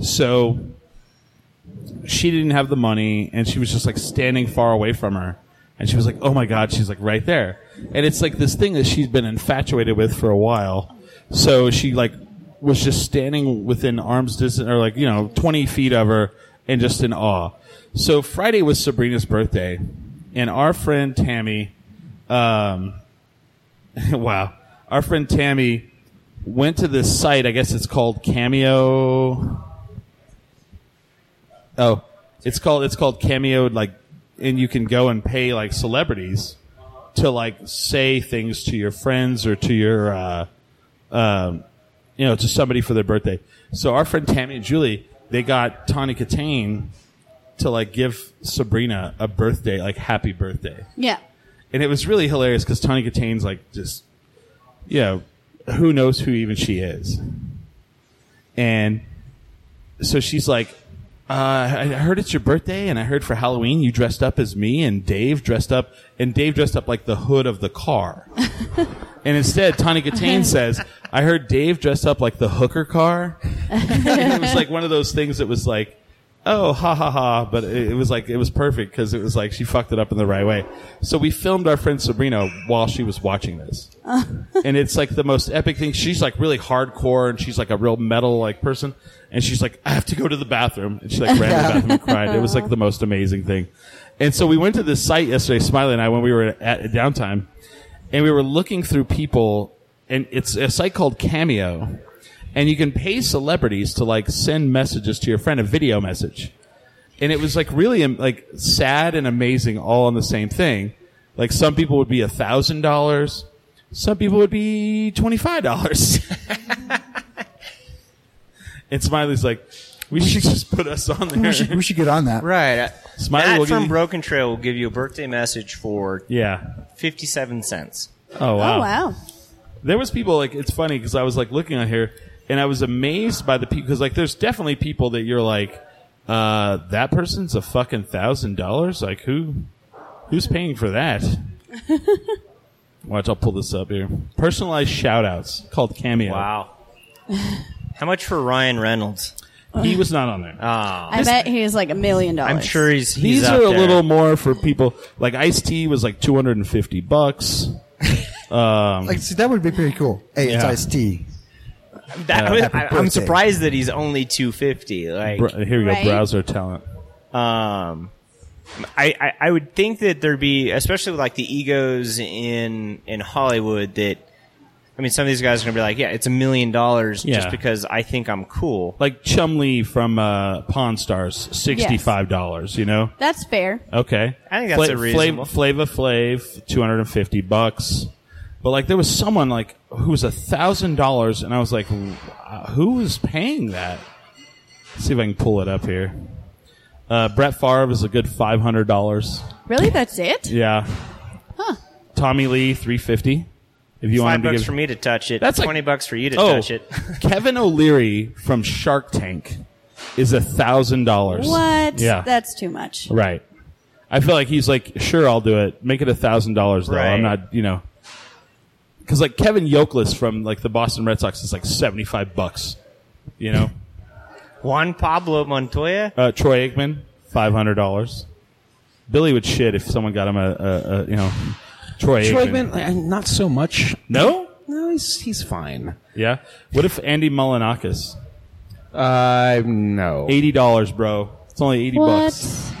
[SPEAKER 2] So she didn't have the money and she was just like standing far away from her and she was like oh my god she's like right there and it's like this thing that she's been infatuated with for a while so she like was just standing within arms distance or like you know 20 feet of her and just in awe so friday was sabrina's birthday and our friend tammy um [LAUGHS] wow our friend tammy went to this site i guess it's called cameo Oh, it's called it's called Cameo. Like, and you can go and pay like celebrities to like say things to your friends or to your, uh, um, you know, to somebody for their birthday. So our friend Tammy and Julie, they got Tawny Katane to like give Sabrina a birthday, like happy birthday
[SPEAKER 3] Yeah.
[SPEAKER 2] and it was really hilarious because Tawny Katane's like just, you know, who knows who even she is, and so she's like, uh, I I heard it's your birthday, and I heard for Halloween you dressed up as me, and Dave dressed up, and Dave dressed up like the hood of the car, and instead Tawny Katane says, I heard Dave dressed up like the hooker car. And it was like one of those things that was like. Oh, ha ha ha! But it, it was like it was perfect because it was like she fucked it up in the right way. So we filmed our friend Sabrina while she was watching this, and it's like the most epic thing. She's like really hardcore, and she's like a real metal like person, and she's like, "I have to go to the bathroom," and she like ran to the bathroom and cried. It was like the most amazing thing. And so we went to this site yesterday, Smiley and I, when we were at downtime, and we were looking through people, and it's a site called Cameo, and you can pay celebrities to like send messages to your friend, a video message, and it was like really um, like sad and amazing all on the same thing. Like some people would be a thousand dollars, some people would be twenty five dollars. [LAUGHS] and Smiley's like, we should just put us on there.
[SPEAKER 5] We should, we should get on that.
[SPEAKER 6] right.
[SPEAKER 2] Smiley will
[SPEAKER 6] Matt
[SPEAKER 2] give
[SPEAKER 6] from
[SPEAKER 2] you-
[SPEAKER 6] Broken Trail will give you a birthday message for
[SPEAKER 2] yeah.
[SPEAKER 6] 57 cents.
[SPEAKER 2] Oh wow.
[SPEAKER 3] Oh wow.
[SPEAKER 2] there was people like it's funny because I was like looking on here and I was amazed by the people because like there's definitely people that you're like uh, that person's a fucking thousand dollars like who who's paying for
[SPEAKER 6] [LAUGHS]
[SPEAKER 2] that watch I'll pull this up here personalized shout outs called cameo
[SPEAKER 6] Wow. How much for Ryan Reynolds?
[SPEAKER 2] he was not on
[SPEAKER 6] [LAUGHS]
[SPEAKER 2] there
[SPEAKER 3] I bet he was like a million dollars.
[SPEAKER 6] I'm sure he's, Oh, he's
[SPEAKER 2] these
[SPEAKER 6] up
[SPEAKER 2] are a
[SPEAKER 6] there.
[SPEAKER 2] little more for people like Ice T was like 250 bucks
[SPEAKER 5] Like, see, that would be pretty cool. Hey, it's
[SPEAKER 2] Yeah.
[SPEAKER 5] iced tea.
[SPEAKER 2] Uh,
[SPEAKER 6] That,
[SPEAKER 5] happy
[SPEAKER 6] I, am
[SPEAKER 5] birthday.
[SPEAKER 6] surprised that he's only 250. Like,
[SPEAKER 2] Br- uh, here we
[SPEAKER 3] Right.
[SPEAKER 2] go browser talent
[SPEAKER 6] um, I, I, I would think that there'd be, especially with like the egos in in Hollywood, that I mean, some of these guys are gonna be like, yeah, it's a million dollars
[SPEAKER 2] Yeah.
[SPEAKER 6] just because I think I'm cool.
[SPEAKER 2] like Chumley from uh, Pawn Stars sixty five dollars you know
[SPEAKER 3] That's fair.
[SPEAKER 2] Okay,
[SPEAKER 6] I think that's a reasonable-
[SPEAKER 2] Flava Flav, two hundred and fifty bucks. But like, there was someone like who was a thousand dollars, and I was like, "Wh- who was paying that? Let's see if I can pull it up here. Uh, Brett Favre is a good five hundred dollars.
[SPEAKER 3] Really? That's it?
[SPEAKER 2] Yeah. Tommy Lee three fifty. If you
[SPEAKER 6] Five
[SPEAKER 2] want to
[SPEAKER 6] bucks
[SPEAKER 2] give
[SPEAKER 6] for me to touch it.
[SPEAKER 2] That's like-
[SPEAKER 6] twenty bucks for you to
[SPEAKER 2] oh,
[SPEAKER 6] touch it.
[SPEAKER 2] Kevin O'Leary from Shark Tank is a thousand dollars.
[SPEAKER 3] What?
[SPEAKER 2] Yeah.
[SPEAKER 3] That's too much.
[SPEAKER 2] Right. I feel like he's like, sure, I'll do it. Make it a thousand dollars though. I'm
[SPEAKER 6] Right.
[SPEAKER 2] not, you know, because like Kevin Yokelis from like the Boston Red Sox is like seventy five bucks. You know,
[SPEAKER 6] Juan Pablo Montoya.
[SPEAKER 2] uh, Troy Aikman five hundred dollars. Billy would shit if someone got him a, a, a you know, Troy,
[SPEAKER 4] Troy
[SPEAKER 2] Aikman.
[SPEAKER 4] Aikman, I- not so much.
[SPEAKER 2] No.
[SPEAKER 4] No, he's he's fine.
[SPEAKER 2] Yeah. What if Andy Mullinakis?
[SPEAKER 4] Uh, no.
[SPEAKER 2] Eighty dollars, bro. It's only eighty
[SPEAKER 3] What?
[SPEAKER 2] bucks.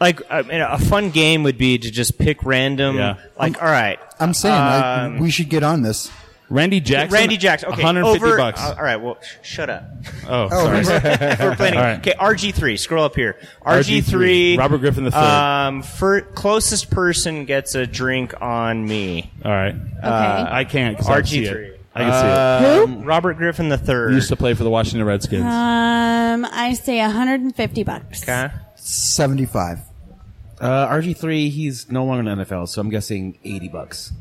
[SPEAKER 6] Like, I mean, a fun game would be to just pick random.
[SPEAKER 2] Yeah. Um,
[SPEAKER 6] Like, all right,
[SPEAKER 5] I'm saying like,
[SPEAKER 6] Um,
[SPEAKER 5] we should get on this.
[SPEAKER 2] Randy Jackson.
[SPEAKER 6] Randy Jackson. Okay,
[SPEAKER 2] One hundred fifty
[SPEAKER 6] over-
[SPEAKER 2] bucks.
[SPEAKER 6] uh, all right, well, sh- shut up.
[SPEAKER 2] oh,
[SPEAKER 5] Oh,
[SPEAKER 2] sorry. [LAUGHS]
[SPEAKER 6] If we're planning.
[SPEAKER 2] All right.
[SPEAKER 6] Okay, RG three. Scroll up here. RG
[SPEAKER 2] RG3,
[SPEAKER 6] three.
[SPEAKER 2] Robert Griffin III.
[SPEAKER 6] Um, fir- closest person gets a drink on me.
[SPEAKER 2] All right. Uh,
[SPEAKER 3] Okay.
[SPEAKER 2] I can't. 'cause I don't see
[SPEAKER 6] RG
[SPEAKER 2] it.
[SPEAKER 6] three.
[SPEAKER 2] I can see it.
[SPEAKER 6] Um, Robert Griffin the third.
[SPEAKER 2] used to play for the Washington Redskins.
[SPEAKER 3] Um, I say 150 bucks.
[SPEAKER 6] Okay.
[SPEAKER 5] 75.
[SPEAKER 7] Uh, RG3, he's no longer in the NFL, so I'm guessing 80 bucks.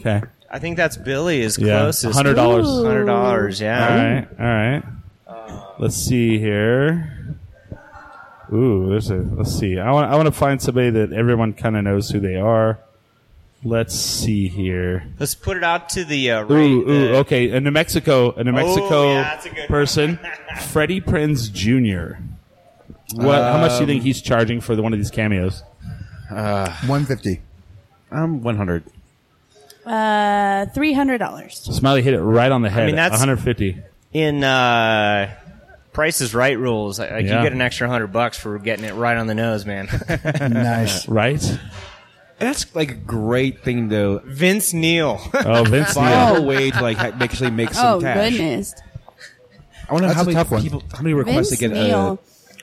[SPEAKER 2] okay.
[SPEAKER 6] I think that's Billy is
[SPEAKER 2] Yeah.
[SPEAKER 6] closest.
[SPEAKER 2] $100. Ooh.
[SPEAKER 6] Hundred dollars.
[SPEAKER 2] All
[SPEAKER 6] Yeah.
[SPEAKER 2] right. All right. Let's see here. Ooh, there's a. Let's see. I want. I want to find somebody that everyone kind of knows who they are. Let's see here.
[SPEAKER 6] Let's put it out to the uh, right.
[SPEAKER 2] Ooh, ooh, oh.
[SPEAKER 6] the-
[SPEAKER 2] okay. A New Mexico, a New Mexico
[SPEAKER 6] Oh, yeah, that's a good one. [LAUGHS]
[SPEAKER 2] person, Freddie Prinz Jr. What? how much do you
[SPEAKER 6] Um,
[SPEAKER 2] think he's charging for the, one of these cameos?
[SPEAKER 5] 150.
[SPEAKER 7] Um, 100.
[SPEAKER 3] Uh, $300.
[SPEAKER 2] Smiley hit it right on the head.
[SPEAKER 6] mean, that's-
[SPEAKER 2] 150.
[SPEAKER 6] in uh, Price is Right rules. Like
[SPEAKER 2] Yeah.
[SPEAKER 6] you get an extra hundred bucks for getting it right on the nose, man. [LAUGHS]
[SPEAKER 5] Nice.
[SPEAKER 2] Right?
[SPEAKER 7] That's like a great thing though.
[SPEAKER 6] Vince Neal.
[SPEAKER 2] Oh, Vince Neil.
[SPEAKER 7] Find a way to like ha- make actually make some
[SPEAKER 3] oh,
[SPEAKER 7] cash.
[SPEAKER 3] goodness.
[SPEAKER 7] I wonder
[SPEAKER 5] That's
[SPEAKER 7] how
[SPEAKER 5] a
[SPEAKER 7] many
[SPEAKER 5] tough one.
[SPEAKER 7] people, how many requests
[SPEAKER 3] Vince
[SPEAKER 7] they get. Uh,
[SPEAKER 3] Neil.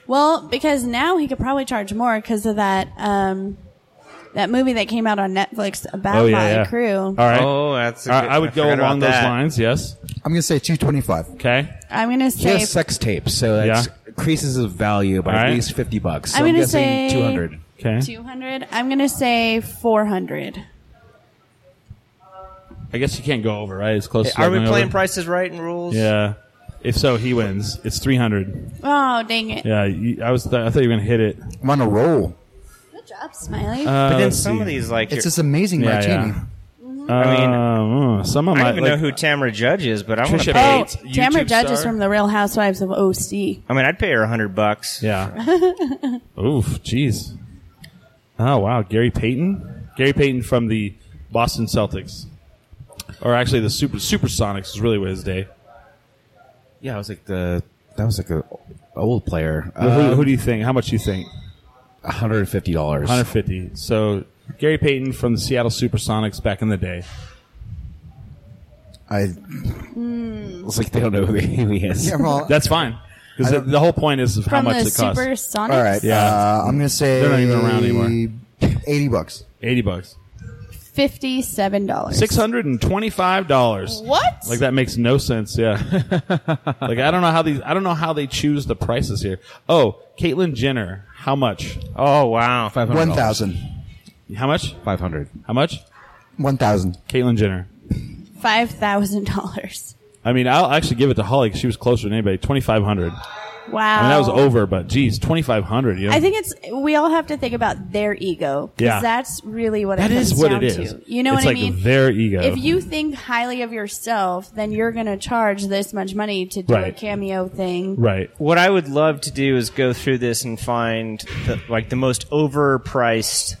[SPEAKER 3] well, because now he could probably charge more because of that, um, that movie that came out on Netflix about
[SPEAKER 2] Oh,
[SPEAKER 3] my
[SPEAKER 2] yeah, yeah.
[SPEAKER 3] Crew.
[SPEAKER 2] All right.
[SPEAKER 6] [LAUGHS] Oh, that's. A
[SPEAKER 2] All
[SPEAKER 6] good,
[SPEAKER 2] right, I would go
[SPEAKER 6] forgot
[SPEAKER 2] along
[SPEAKER 6] about
[SPEAKER 2] those
[SPEAKER 6] that.
[SPEAKER 2] lines. Yes.
[SPEAKER 5] [LAUGHS] I'm going to say 225.
[SPEAKER 2] Okay.
[SPEAKER 3] I'm going to
[SPEAKER 7] he
[SPEAKER 3] say,
[SPEAKER 7] has sex tapes, so that's
[SPEAKER 2] Yeah.
[SPEAKER 7] increases his value by
[SPEAKER 2] Alright.
[SPEAKER 7] at least 50 bucks. So
[SPEAKER 3] I'm
[SPEAKER 7] I'm,
[SPEAKER 3] gonna
[SPEAKER 7] guessing
[SPEAKER 3] say-
[SPEAKER 7] 200.
[SPEAKER 2] Okay.
[SPEAKER 3] 200. I'm going to say 400.
[SPEAKER 2] I guess you can't go over, right? It's close. to
[SPEAKER 6] Are we
[SPEAKER 2] going
[SPEAKER 6] playing
[SPEAKER 2] over.
[SPEAKER 6] Price is Right and rules?
[SPEAKER 2] Yeah. If so, he wins. It's 300.
[SPEAKER 3] Oh, dang it.
[SPEAKER 2] Yeah. You, I was. Th- I thought you were gonna hit it.
[SPEAKER 5] I'm on a roll.
[SPEAKER 3] Good job, Smiley.
[SPEAKER 2] Uh,
[SPEAKER 6] But then
[SPEAKER 2] let's
[SPEAKER 6] some
[SPEAKER 2] see.
[SPEAKER 6] of these, like,
[SPEAKER 5] It's
[SPEAKER 6] you're-
[SPEAKER 5] this amazing
[SPEAKER 2] Yeah,
[SPEAKER 5] martini.
[SPEAKER 2] yeah.
[SPEAKER 6] I mean,
[SPEAKER 2] Um, mm, some of
[SPEAKER 6] I
[SPEAKER 2] my.
[SPEAKER 6] don't even
[SPEAKER 2] like,
[SPEAKER 6] know who Tamara Judge is, but I want
[SPEAKER 2] Trisha
[SPEAKER 6] to
[SPEAKER 3] oh,
[SPEAKER 6] pay.
[SPEAKER 2] Bates,
[SPEAKER 3] Tamara
[SPEAKER 2] YouTube
[SPEAKER 3] Judge is
[SPEAKER 2] star.
[SPEAKER 3] from the Real Housewives of OC.
[SPEAKER 6] I mean, I'd pay her a hundred
[SPEAKER 3] [LAUGHS]
[SPEAKER 6] bucks.
[SPEAKER 2] Yeah. Oof. Jeez. Oh wow, Gary Payton. Gary Payton from the Boston Celtics, or actually the Super Supersonics is really what his day.
[SPEAKER 7] Yeah, I was like the that was like a old player.
[SPEAKER 2] who,
[SPEAKER 7] Um,
[SPEAKER 2] who do you think? How much do you think?
[SPEAKER 7] $150.
[SPEAKER 2] 150. So Gary Payton from the Seattle Supersonics back in the day.
[SPEAKER 5] I,
[SPEAKER 7] It's like they don't know who he who he is.
[SPEAKER 5] yeah, well,
[SPEAKER 2] That's fine. Because the, the whole point is of how
[SPEAKER 3] From
[SPEAKER 2] much
[SPEAKER 3] the
[SPEAKER 2] it costs.
[SPEAKER 3] Supersonics?
[SPEAKER 5] [LAUGHS] all right.
[SPEAKER 2] Yeah.
[SPEAKER 5] Uh, I'm going to say
[SPEAKER 2] They're not even around anymore.
[SPEAKER 5] 80 bucks.
[SPEAKER 2] 80 bucks.
[SPEAKER 3] $57.
[SPEAKER 2] $625.
[SPEAKER 3] What?
[SPEAKER 2] Like that makes no sense. Yeah. [LAUGHS] like I don't know how these. I don't know how they choose the prices here. Oh, Caitlyn Jenner. How much?
[SPEAKER 6] Oh wow.
[SPEAKER 7] 500.
[SPEAKER 5] 1,000.
[SPEAKER 2] How much?
[SPEAKER 7] 500.
[SPEAKER 2] How much?
[SPEAKER 5] 1,000.
[SPEAKER 2] Caitlyn Jenner.
[SPEAKER 3] $5,000.
[SPEAKER 2] I mean, I'll actually give it to Holly 'cause she was closer than anybody. Twenty five hundred.
[SPEAKER 3] Wow.
[SPEAKER 2] I mean, that was over, but geez, twenty five hundred. You know?
[SPEAKER 3] I think it's we all have to think about their ego because
[SPEAKER 2] Yeah.
[SPEAKER 3] that's really what
[SPEAKER 2] that
[SPEAKER 3] it
[SPEAKER 2] is
[SPEAKER 3] comes
[SPEAKER 2] what
[SPEAKER 3] down
[SPEAKER 2] it is.
[SPEAKER 3] to. You know
[SPEAKER 2] it's
[SPEAKER 3] what
[SPEAKER 2] like
[SPEAKER 3] I mean?
[SPEAKER 2] Their ego.
[SPEAKER 3] if you think highly of yourself, then you're going to charge this much money to do a
[SPEAKER 2] Right.
[SPEAKER 3] cameo thing.
[SPEAKER 2] right. [LAUGHS]
[SPEAKER 6] What I would love to do is go through this and find the, like the most overpriced.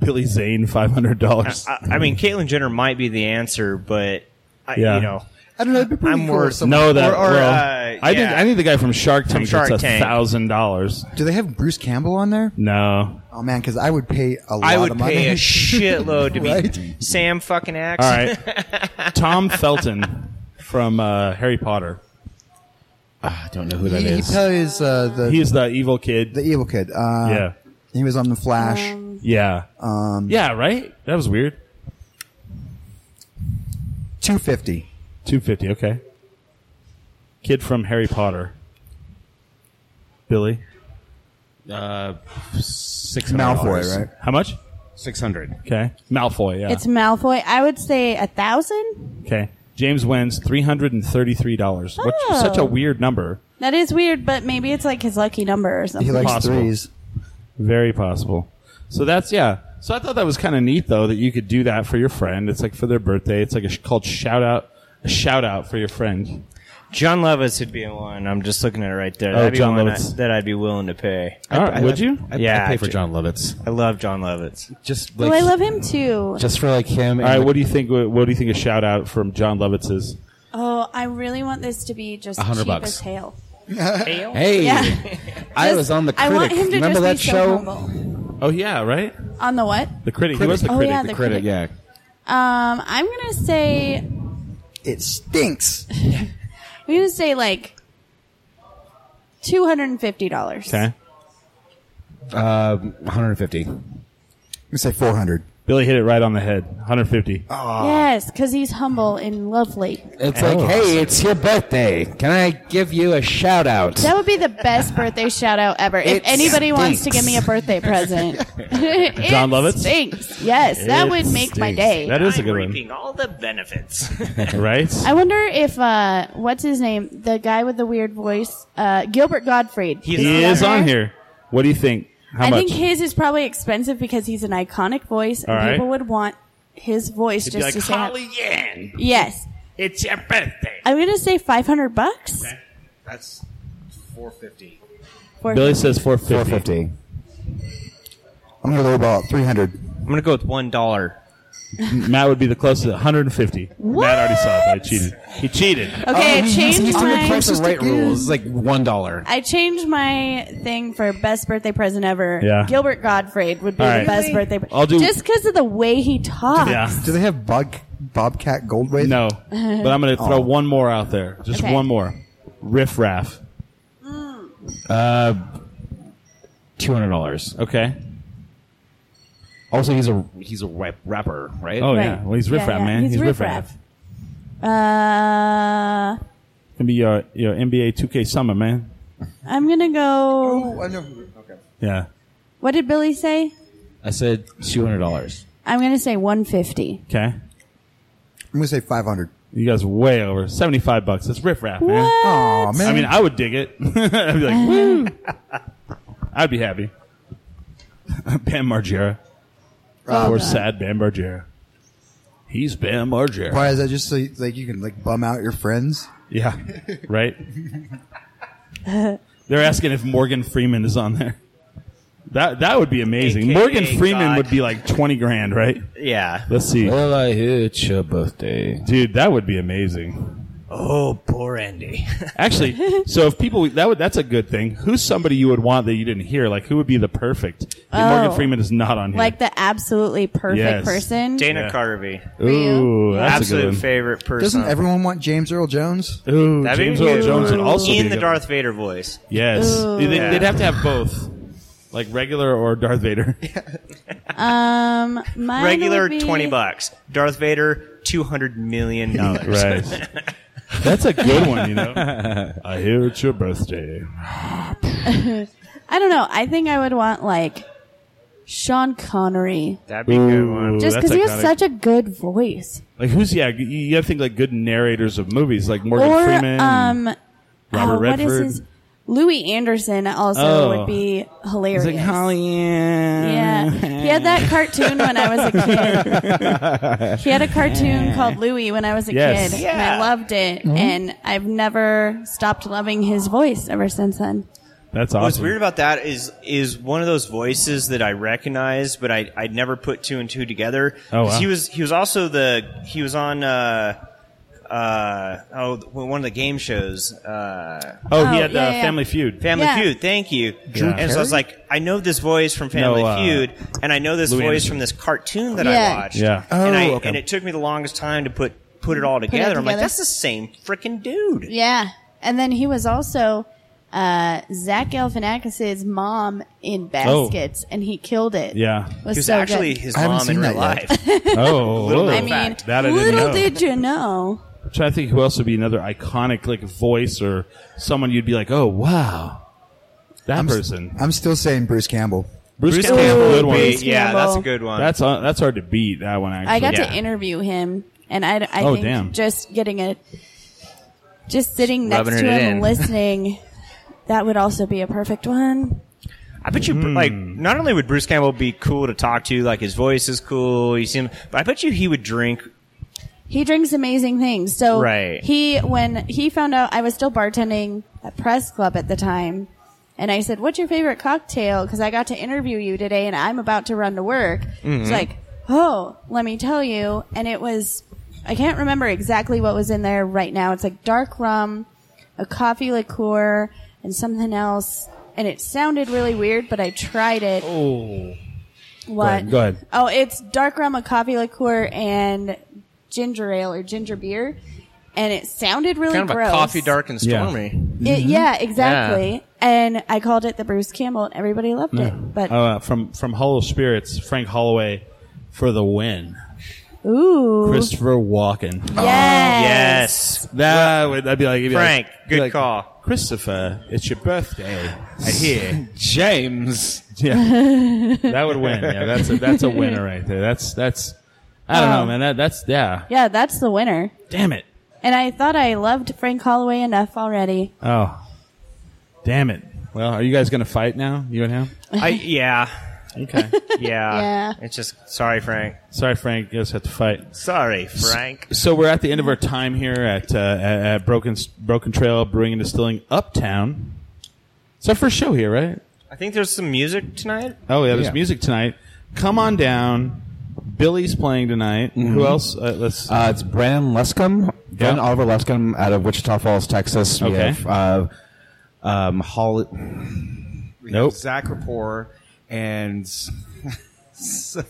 [SPEAKER 2] Billy Zane five hundred dollars.
[SPEAKER 6] I, I mean, Caitlyn Jenner might be the answer, but I,
[SPEAKER 2] Yeah.
[SPEAKER 6] you know,
[SPEAKER 5] I don't know. It'd be pretty
[SPEAKER 6] I'm
[SPEAKER 5] cool
[SPEAKER 6] worth-
[SPEAKER 5] if someone-
[SPEAKER 2] No, that
[SPEAKER 6] Or- or,
[SPEAKER 2] well,
[SPEAKER 6] uh,
[SPEAKER 2] I think
[SPEAKER 6] yeah.
[SPEAKER 2] I think the guy from Shark Tank
[SPEAKER 6] Shark
[SPEAKER 2] gets a
[SPEAKER 6] Tank.
[SPEAKER 2] thousand dollars.
[SPEAKER 5] Do they have Bruce Campbell on there?
[SPEAKER 2] No,
[SPEAKER 5] Oh, man, because I would pay a lot
[SPEAKER 6] I would
[SPEAKER 5] of money. [LAUGHS]
[SPEAKER 6] pay a shitload to be [LAUGHS]
[SPEAKER 5] Right?
[SPEAKER 6] Sam fucking Axe.
[SPEAKER 2] all
[SPEAKER 6] [LAUGHS]
[SPEAKER 2] right. Tom Felton from uh, Harry Potter.
[SPEAKER 7] Ah, I don't know who that
[SPEAKER 5] He, he
[SPEAKER 7] is.
[SPEAKER 5] plays uh, the,
[SPEAKER 2] He's the evil kid.
[SPEAKER 5] the evil kid. Uh,
[SPEAKER 2] yeah,
[SPEAKER 5] He was on The Flash.
[SPEAKER 2] yeah, yeah. Right? That was weird.
[SPEAKER 5] 250.
[SPEAKER 2] Two fifty. Okay. Kid from Harry Potter. Billy.
[SPEAKER 7] Uh, six
[SPEAKER 5] Malfoy, right?
[SPEAKER 2] How much?
[SPEAKER 7] Six hundred.
[SPEAKER 2] Okay. Malfoy. Yeah.
[SPEAKER 3] It's Malfoy. I would say a thousand.
[SPEAKER 2] okay. James wins three hundred and thirty-three dollars. Which
[SPEAKER 3] Oh.
[SPEAKER 2] such a weird number.
[SPEAKER 3] That is weird, but maybe it's like his lucky number or
[SPEAKER 5] He
[SPEAKER 3] something.
[SPEAKER 5] likes
[SPEAKER 2] Possible.
[SPEAKER 5] threes.
[SPEAKER 2] Very possible. So that's yeah. So I thought that was kind of neat though that you could do that for your friend. It's like for their birthday. It's like a sh- called shout out, a shout out for your friend.
[SPEAKER 6] John Levis would be one. I'm just looking at it right there.
[SPEAKER 2] Oh,
[SPEAKER 6] That'd be
[SPEAKER 2] John
[SPEAKER 6] one
[SPEAKER 2] Lovitz.
[SPEAKER 6] I- that I'd be willing to pay.
[SPEAKER 2] All right, would you?
[SPEAKER 7] I,
[SPEAKER 6] Yeah,
[SPEAKER 7] I pay for
[SPEAKER 6] ju-
[SPEAKER 7] John Lovitz.
[SPEAKER 6] I love John Lovitz.
[SPEAKER 7] Just
[SPEAKER 3] Oh,
[SPEAKER 7] like
[SPEAKER 3] I love him too.
[SPEAKER 7] just for like him.
[SPEAKER 2] All right. What do you think? What do you think a shout out from John Lovitz is?
[SPEAKER 3] oh, I really want this to be just
[SPEAKER 7] A hundred
[SPEAKER 3] cheap
[SPEAKER 7] bucks.
[SPEAKER 3] as hell.
[SPEAKER 7] hey,
[SPEAKER 3] Yeah.
[SPEAKER 7] [LAUGHS] I
[SPEAKER 3] Just-
[SPEAKER 7] was on the
[SPEAKER 3] I
[SPEAKER 7] critic.
[SPEAKER 3] want him to
[SPEAKER 7] Remember
[SPEAKER 3] just
[SPEAKER 7] that
[SPEAKER 3] be
[SPEAKER 7] show?
[SPEAKER 3] So humble.
[SPEAKER 2] Oh yeah, right.
[SPEAKER 3] On the what?
[SPEAKER 2] The critic. He was the
[SPEAKER 3] Oh,
[SPEAKER 2] critic.
[SPEAKER 3] yeah,
[SPEAKER 7] the
[SPEAKER 3] the
[SPEAKER 7] critic,
[SPEAKER 3] critic.
[SPEAKER 7] yeah.
[SPEAKER 3] Um, I'm gonna say
[SPEAKER 5] It stinks.
[SPEAKER 3] I'm gonna say like two hundred and fifty dollars.
[SPEAKER 2] Okay.
[SPEAKER 7] One hundred fifty.
[SPEAKER 5] I'm going to say 400.
[SPEAKER 2] Billy hit it right on the head. 150.
[SPEAKER 4] Ah.
[SPEAKER 3] Yes, because he's humble and lovely.
[SPEAKER 4] It's like, hey, it's your birthday. Can I give you a shout out?
[SPEAKER 3] That would be the best birthday shout out ever.
[SPEAKER 4] It
[SPEAKER 3] if anybody wants to
[SPEAKER 4] stinks.
[SPEAKER 3] give me a
[SPEAKER 4] [LAUGHS]
[SPEAKER 3] birthday present, [LAUGHS] It
[SPEAKER 2] John Lovitz?
[SPEAKER 3] stinks. Yes, that
[SPEAKER 2] It
[SPEAKER 3] would make my
[SPEAKER 2] stinks.
[SPEAKER 3] day.
[SPEAKER 2] That is a
[SPEAKER 6] I'm
[SPEAKER 2] good
[SPEAKER 6] reaping all the benefits.
[SPEAKER 2] one, [LAUGHS] right?
[SPEAKER 3] I wonder if uh, what's his name, the guy with the weird voice, uh, Gilbert Gottfried.
[SPEAKER 6] He's
[SPEAKER 2] He
[SPEAKER 3] that
[SPEAKER 2] is on here. What do you think? How
[SPEAKER 3] I
[SPEAKER 2] much?
[SPEAKER 3] think his is probably expensive because he's an iconic voice, and
[SPEAKER 2] All right.
[SPEAKER 3] people would want his voice just
[SPEAKER 6] It'd be like,
[SPEAKER 3] to say. how-
[SPEAKER 6] Holly Yan,
[SPEAKER 3] Yes,
[SPEAKER 6] it's your birthday.
[SPEAKER 3] I'm gonna say 500 bucks.
[SPEAKER 6] That's 450.
[SPEAKER 3] for
[SPEAKER 2] Billy says 450.
[SPEAKER 4] 450.
[SPEAKER 5] I'm gonna go about 300.
[SPEAKER 6] I'm gonna go with one dollar.
[SPEAKER 2] Matt would be the closest. 150. Matt already saw it. but I cheated. He cheated.
[SPEAKER 3] [LAUGHS] Okay,
[SPEAKER 2] oh,
[SPEAKER 3] I changed my
[SPEAKER 4] the right rules. It's like one dollar.
[SPEAKER 3] I changed my thing for best birthday present ever.
[SPEAKER 2] Yeah.
[SPEAKER 3] Gilbert Gottfried would be
[SPEAKER 2] All
[SPEAKER 3] the
[SPEAKER 2] right.
[SPEAKER 3] best birthday.
[SPEAKER 2] I'll do-
[SPEAKER 3] just because of the way he talks.
[SPEAKER 2] Yeah.
[SPEAKER 5] Do they have Bog, Bobcat Goldwave?
[SPEAKER 2] No, but I'm going to throw one more out there. Just
[SPEAKER 3] Okay.
[SPEAKER 2] one more. Riff raff.
[SPEAKER 7] Two hundred dollars.
[SPEAKER 2] Okay.
[SPEAKER 7] Also, he's a he's a rap, rapper, right?
[SPEAKER 2] Oh
[SPEAKER 3] Right.
[SPEAKER 2] yeah. Well, he's riff
[SPEAKER 3] Yeah,
[SPEAKER 2] raff,
[SPEAKER 3] yeah.
[SPEAKER 2] man.
[SPEAKER 3] He's, riff raff. Uh,
[SPEAKER 2] Can be your your NBA 2K summer, man.
[SPEAKER 3] I'm gonna go.
[SPEAKER 5] Oh,
[SPEAKER 2] Yeah.
[SPEAKER 3] What did Billy say?
[SPEAKER 7] I said two hundred dollars.
[SPEAKER 3] I'm gonna say 150.
[SPEAKER 2] Okay.
[SPEAKER 5] I'm gonna say 500.
[SPEAKER 2] You guys are way over. 75 bucks. That's riff raff, man.
[SPEAKER 3] What? Uh-huh.
[SPEAKER 5] Aw, man.
[SPEAKER 2] I mean, I would dig it. [LAUGHS] I'd be like, woo. I'd be happy. [LAUGHS] Bam Margera.
[SPEAKER 3] Well
[SPEAKER 2] Poor
[SPEAKER 3] done.
[SPEAKER 2] sad Bam Margera. He's Bam Margera.
[SPEAKER 5] why is that just so you- like you can like bum out your friends?
[SPEAKER 2] Yeah. Right? They're asking if Morgan Freeman is on there. That that would be amazing.
[SPEAKER 6] AKA
[SPEAKER 2] Morgan Freeman
[SPEAKER 6] God.
[SPEAKER 2] would be like 20 grand, right?
[SPEAKER 6] Yeah.
[SPEAKER 2] Let's see.
[SPEAKER 4] Oh.
[SPEAKER 7] Well, I hear
[SPEAKER 4] Uh,
[SPEAKER 7] it's your birthday.
[SPEAKER 2] Dude, that would be amazing.
[SPEAKER 6] Oh, poor Andy.
[SPEAKER 5] [LAUGHS]
[SPEAKER 2] Actually, so if people that would that's a good thing. Who's somebody you would want that you didn't hear? Like who would be the perfect? And Morgan
[SPEAKER 3] Oh.
[SPEAKER 2] Freeman is not on here.
[SPEAKER 3] Like the absolutely perfect
[SPEAKER 2] Yes.
[SPEAKER 3] person.
[SPEAKER 6] Dana
[SPEAKER 2] Yeah.
[SPEAKER 6] Carvey,
[SPEAKER 2] ooh, that's a
[SPEAKER 6] absolute
[SPEAKER 2] good one.
[SPEAKER 6] favorite person.
[SPEAKER 5] Doesn't everyone want James Earl Jones?
[SPEAKER 2] Ooh,
[SPEAKER 6] That'd
[SPEAKER 2] James
[SPEAKER 6] be
[SPEAKER 2] Earl
[SPEAKER 6] good.
[SPEAKER 2] Jones would also be
[SPEAKER 6] in
[SPEAKER 2] a
[SPEAKER 6] the
[SPEAKER 2] good-
[SPEAKER 6] Darth Vader voice.
[SPEAKER 2] Yes,
[SPEAKER 3] Ooh.
[SPEAKER 2] They- they,
[SPEAKER 6] Yeah.
[SPEAKER 2] would have to have both, like regular or Darth Vader.
[SPEAKER 3] Um, mine
[SPEAKER 6] Regular
[SPEAKER 3] would be-
[SPEAKER 6] twenty bucks. Darth Vader two hundred [LAUGHS] million
[SPEAKER 2] [LAUGHS]
[SPEAKER 6] dollars.
[SPEAKER 2] right. That's a good one, you know. [LAUGHS] I hear it's your birthday.
[SPEAKER 3] I don't know. I think I would want like Sean Connery.
[SPEAKER 6] That'd be a good one.
[SPEAKER 3] Just
[SPEAKER 2] that's
[SPEAKER 3] because he has
[SPEAKER 2] iconic.
[SPEAKER 3] such a good voice.
[SPEAKER 2] Like who's yeah? You, you gotta think like good narrators of movies, like Morgan
[SPEAKER 3] or
[SPEAKER 2] Freeman, and
[SPEAKER 3] um,
[SPEAKER 2] Robert
[SPEAKER 3] oh,
[SPEAKER 2] Redford.
[SPEAKER 3] What is his? Louis Anderson also
[SPEAKER 2] Oh.
[SPEAKER 3] would be hilarious.
[SPEAKER 2] like Holly.
[SPEAKER 3] Yeah, he had that cartoon when I was a kid. he had a cartoon called Louie when I was a
[SPEAKER 2] Yes. Mm-hmm.
[SPEAKER 3] kid, and I loved it. And I've never stopped loving his voice ever since then.
[SPEAKER 2] That's awesome.
[SPEAKER 6] What's weird about that is is one of those voices that I recognize, but I I never put two and two together.
[SPEAKER 2] Oh,
[SPEAKER 6] 'Cause
[SPEAKER 2] wow.
[SPEAKER 6] He was he was also the he was on uh uh oh one of the game shows uh
[SPEAKER 2] oh,
[SPEAKER 3] Oh,
[SPEAKER 2] he had
[SPEAKER 3] yeah,
[SPEAKER 2] uh,
[SPEAKER 3] yeah.
[SPEAKER 2] Family Feud.
[SPEAKER 6] Family
[SPEAKER 3] Yeah.
[SPEAKER 6] Feud. Thank you.
[SPEAKER 2] Drew
[SPEAKER 6] And so I was
[SPEAKER 5] Carey?
[SPEAKER 6] like, I know this voice from Family
[SPEAKER 2] No, uh,
[SPEAKER 6] Feud, and I know this
[SPEAKER 2] Louis
[SPEAKER 6] voice
[SPEAKER 2] Anderson.
[SPEAKER 6] from this cartoon that
[SPEAKER 3] Yeah.
[SPEAKER 6] I watched.
[SPEAKER 2] Yeah.
[SPEAKER 6] and, I,
[SPEAKER 5] Oh, okay.
[SPEAKER 6] and it took me the longest time to put put it all together. I'm like,
[SPEAKER 3] together.
[SPEAKER 6] that's the same freaking dude.
[SPEAKER 3] Yeah, and then he was also uh, Zach Galifianakis's mom in Baskets, and he killed it.
[SPEAKER 2] Oh.
[SPEAKER 3] [LAUGHS]
[SPEAKER 2] Yeah.
[SPEAKER 3] was,
[SPEAKER 6] He was
[SPEAKER 3] so
[SPEAKER 6] actually
[SPEAKER 3] good.
[SPEAKER 6] his
[SPEAKER 5] I haven't
[SPEAKER 6] mom in
[SPEAKER 5] seen
[SPEAKER 6] real
[SPEAKER 5] that
[SPEAKER 6] life.
[SPEAKER 5] yet.
[SPEAKER 2] Oh,
[SPEAKER 6] Little
[SPEAKER 2] whoa.
[SPEAKER 3] I
[SPEAKER 6] known
[SPEAKER 3] mean,
[SPEAKER 6] fact.
[SPEAKER 2] that I didn't
[SPEAKER 3] little
[SPEAKER 2] know.
[SPEAKER 3] did you know.
[SPEAKER 2] I'm trying to think who else would be another iconic like voice or someone you'd be like, oh wow, that person.
[SPEAKER 5] I'm still saying Bruce Campbell.
[SPEAKER 2] Bruce,
[SPEAKER 6] Bruce
[SPEAKER 2] Campbell's
[SPEAKER 6] Campbell
[SPEAKER 2] a
[SPEAKER 6] would
[SPEAKER 2] good one.
[SPEAKER 6] be-
[SPEAKER 3] Bruce
[SPEAKER 6] yeah,
[SPEAKER 3] Campbell.
[SPEAKER 6] that's a good one.
[SPEAKER 2] That's uh, that's hard to beat. That one actually.
[SPEAKER 3] I got
[SPEAKER 6] Yeah.
[SPEAKER 3] to interview him, and I, I
[SPEAKER 2] Oh,
[SPEAKER 3] think
[SPEAKER 2] damn.
[SPEAKER 3] just getting a, just sitting next
[SPEAKER 6] Rubbing
[SPEAKER 3] to him
[SPEAKER 6] it
[SPEAKER 3] and
[SPEAKER 6] in.
[SPEAKER 3] listening, that would also be a perfect one.
[SPEAKER 6] I bet you,
[SPEAKER 2] mm.
[SPEAKER 6] like, not only would Bruce Campbell be cool to talk to, like his voice is cool, you seem, but I bet you he would drink.
[SPEAKER 3] He drinks amazing things. So
[SPEAKER 6] Right.
[SPEAKER 3] he when he found out I was still bartending at Press Club at the time, and I said, "What's your favorite cocktail?" Because I got to interview you today, and I'm about to run to work.
[SPEAKER 2] Mm-hmm.
[SPEAKER 3] It's like, oh, let me tell you. And it was, I can't remember exactly what was in there right now. It's like dark rum, a coffee liqueur, and something else. And it sounded really weird, but I tried it. Oh. What?
[SPEAKER 2] ahead, go ahead.
[SPEAKER 3] Oh, it's dark rum, a coffee liqueur, and ginger ale or ginger beer, and it sounded really
[SPEAKER 6] Kind of
[SPEAKER 3] gross.
[SPEAKER 6] a coffee dark and
[SPEAKER 2] Yeah.
[SPEAKER 6] stormy.
[SPEAKER 3] It- yeah, exactly. And I called it the Bruce Campbell, and everybody loved it. But
[SPEAKER 2] uh, from from Hollow Spirits, Frank Holloway for the win.
[SPEAKER 3] Ooh.
[SPEAKER 2] Christopher Walken.
[SPEAKER 3] Yes.
[SPEAKER 6] Yes.
[SPEAKER 2] That would I'd be like it'd be
[SPEAKER 6] Frank,
[SPEAKER 2] like-
[SPEAKER 6] good
[SPEAKER 2] be like,
[SPEAKER 6] call.
[SPEAKER 2] Christopher, it's your birthday. I
[SPEAKER 6] [LAUGHS]
[SPEAKER 2] hear.
[SPEAKER 7] James.
[SPEAKER 2] Yeah, [LAUGHS] that would win. Yeah, that's a, that's a winner right there. That's that's. I don't know, man. That that's yeah.
[SPEAKER 3] Yeah, that's the winner.
[SPEAKER 2] Damn it.
[SPEAKER 3] And I thought I loved Frank Holloway enough already.
[SPEAKER 2] Oh, damn it. Well, are you guys gonna fight now? You and him?
[SPEAKER 6] I, yeah.
[SPEAKER 2] Okay.
[SPEAKER 6] Yeah.
[SPEAKER 3] Yeah.
[SPEAKER 6] It's just sorry, Frank.
[SPEAKER 2] Sorry, Frank. You guys have to fight.
[SPEAKER 6] Sorry, Frank.
[SPEAKER 2] So we're at the end of our time here at uh, at at Broken Broken Trail Brewing and Distilling Uptown. It's our first show here, right?
[SPEAKER 6] I think there's some music tonight.
[SPEAKER 2] Oh yeah, there's
[SPEAKER 7] Yeah.
[SPEAKER 2] music tonight. Come on down. Billy's playing tonight. Who else? Uh, let's.
[SPEAKER 4] Uh, it's Brandon Lescom, Brandon
[SPEAKER 2] Yeah.
[SPEAKER 4] Oliver Lescom out of Wichita Falls, Texas. We
[SPEAKER 2] Okay.
[SPEAKER 4] have uh, um, Holly.
[SPEAKER 7] We
[SPEAKER 2] Nope.
[SPEAKER 7] have Zach Rapport
[SPEAKER 4] [LAUGHS]
[SPEAKER 7] and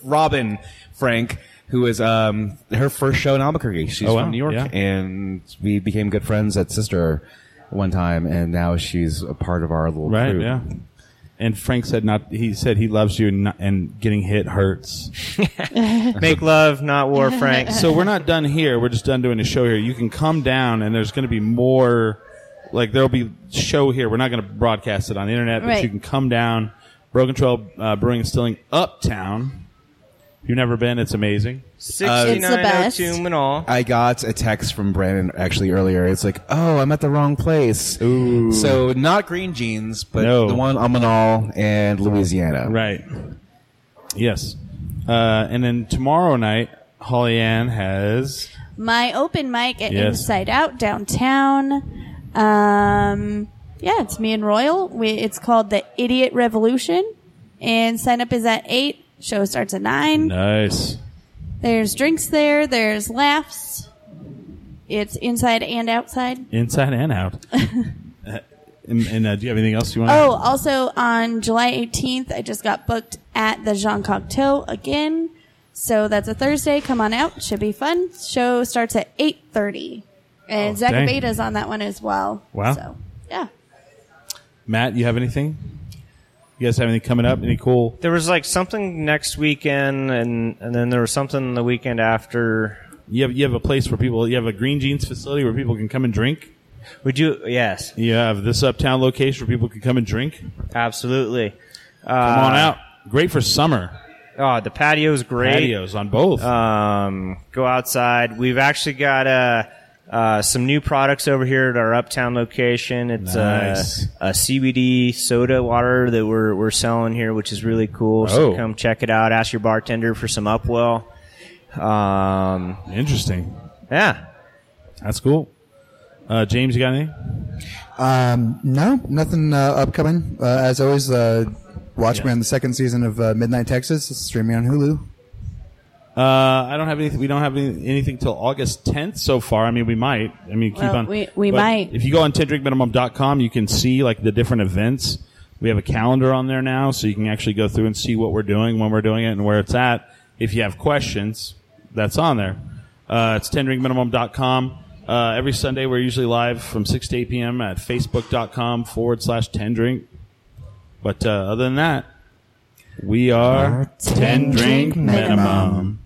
[SPEAKER 7] Robin Frank, who is um, her first show in Albuquerque. She's
[SPEAKER 2] Oh, wow.
[SPEAKER 7] from New York,
[SPEAKER 2] Yeah.
[SPEAKER 4] and we became good friends at Sister one time, and now she's a part of our little
[SPEAKER 2] right.
[SPEAKER 4] crew.
[SPEAKER 2] Yeah. And Frank said not. He said he loves you, and, not, and getting hit hurts.
[SPEAKER 6] Make love, not war, Frank.
[SPEAKER 2] so we're not done here. We're just done doing a show here. You can come down, and there's going to be more. Like there'll be show here. We're not going to broadcast it on the internet, but
[SPEAKER 3] Right.
[SPEAKER 2] you can come down. Broken Trail uh, Brewing and Stilling Uptown. If you've never been, it's amazing.
[SPEAKER 3] It's
[SPEAKER 6] 6902
[SPEAKER 3] the best.
[SPEAKER 6] Manal.
[SPEAKER 4] I got a text from Brandon actually earlier. It's like, oh, I'm at the wrong place. Ooh. So not green jeans, but
[SPEAKER 2] No.
[SPEAKER 4] the one I'm in all and Louisiana.
[SPEAKER 2] Right. Yes. Uh, and then tomorrow night, Holly Ann has
[SPEAKER 3] My open mic at
[SPEAKER 2] Yes.
[SPEAKER 3] Inside Out downtown. Um, yeah, it's me and Royal. We, it's called the Idiot Revolution, and sign up is at eight. Show starts at nine.
[SPEAKER 2] nice.
[SPEAKER 3] There's drinks there. There's laughs. It's inside and outside.
[SPEAKER 2] Inside and
[SPEAKER 3] [LAUGHS]
[SPEAKER 2] out. Uh, and and, uh, do you have anything else you want?
[SPEAKER 3] Oh, also on July 18th, I just got booked at the Jean Cocteau again. So that's a Thursday. Come on out. Should be fun. Show starts at 8.30. And Zach
[SPEAKER 2] Oh, dang.
[SPEAKER 3] Beta's on that one as well.
[SPEAKER 2] Wow.
[SPEAKER 3] So, yeah.
[SPEAKER 2] Matt, you have anything? You guys have anything coming up? Any cool?
[SPEAKER 6] There was like something next weekend, and, and then there was something the weekend after.
[SPEAKER 2] You have you have a place where people you have a green jeans facility where people can come and drink.
[SPEAKER 6] We do, yes,
[SPEAKER 2] You have this uptown location where people can come and drink. Come
[SPEAKER 6] absolutely. Uh,
[SPEAKER 2] on out. Great for summer.
[SPEAKER 6] Oh, the patio's great.
[SPEAKER 2] Patios on both.
[SPEAKER 6] um, go outside. We've actually got uh, uh, some new products over here at our uptown location. It's
[SPEAKER 2] Nice.
[SPEAKER 6] uh, a CBD soda water that we're we're selling here, which is really cool.
[SPEAKER 2] Oh.
[SPEAKER 6] So come check it out. Ask your bartender for some Upwell. Um,
[SPEAKER 2] Interesting.
[SPEAKER 6] yeah,
[SPEAKER 2] That's cool. Uh, James, you got anything?
[SPEAKER 5] Um, no, nothing uh, upcoming. Uh, as always, uh, watch me
[SPEAKER 2] Yeah.
[SPEAKER 5] on the second season of uh, Midnight Texas. It's streaming on Hulu.
[SPEAKER 2] Uh, I don't have anything. We don't have any, anything till August 10th so far. I mean, we might. I mean, keep
[SPEAKER 3] Well,
[SPEAKER 2] on.
[SPEAKER 3] we- we
[SPEAKER 2] but
[SPEAKER 3] might.
[SPEAKER 2] If you go on 10drinkminimum.com, you can see like the different events. We have a calendar on there now, so you can actually go through and see what we're doing, when we're doing it, and where it's at. If you have questions, that's on there. Uh, it's 10drinkminimum.com. Uh, every Sunday, we're usually live from 6 to 8 p.m. at facebook.com forward slash 10drink. But uh, other than that, we are 10 Drink Minimum.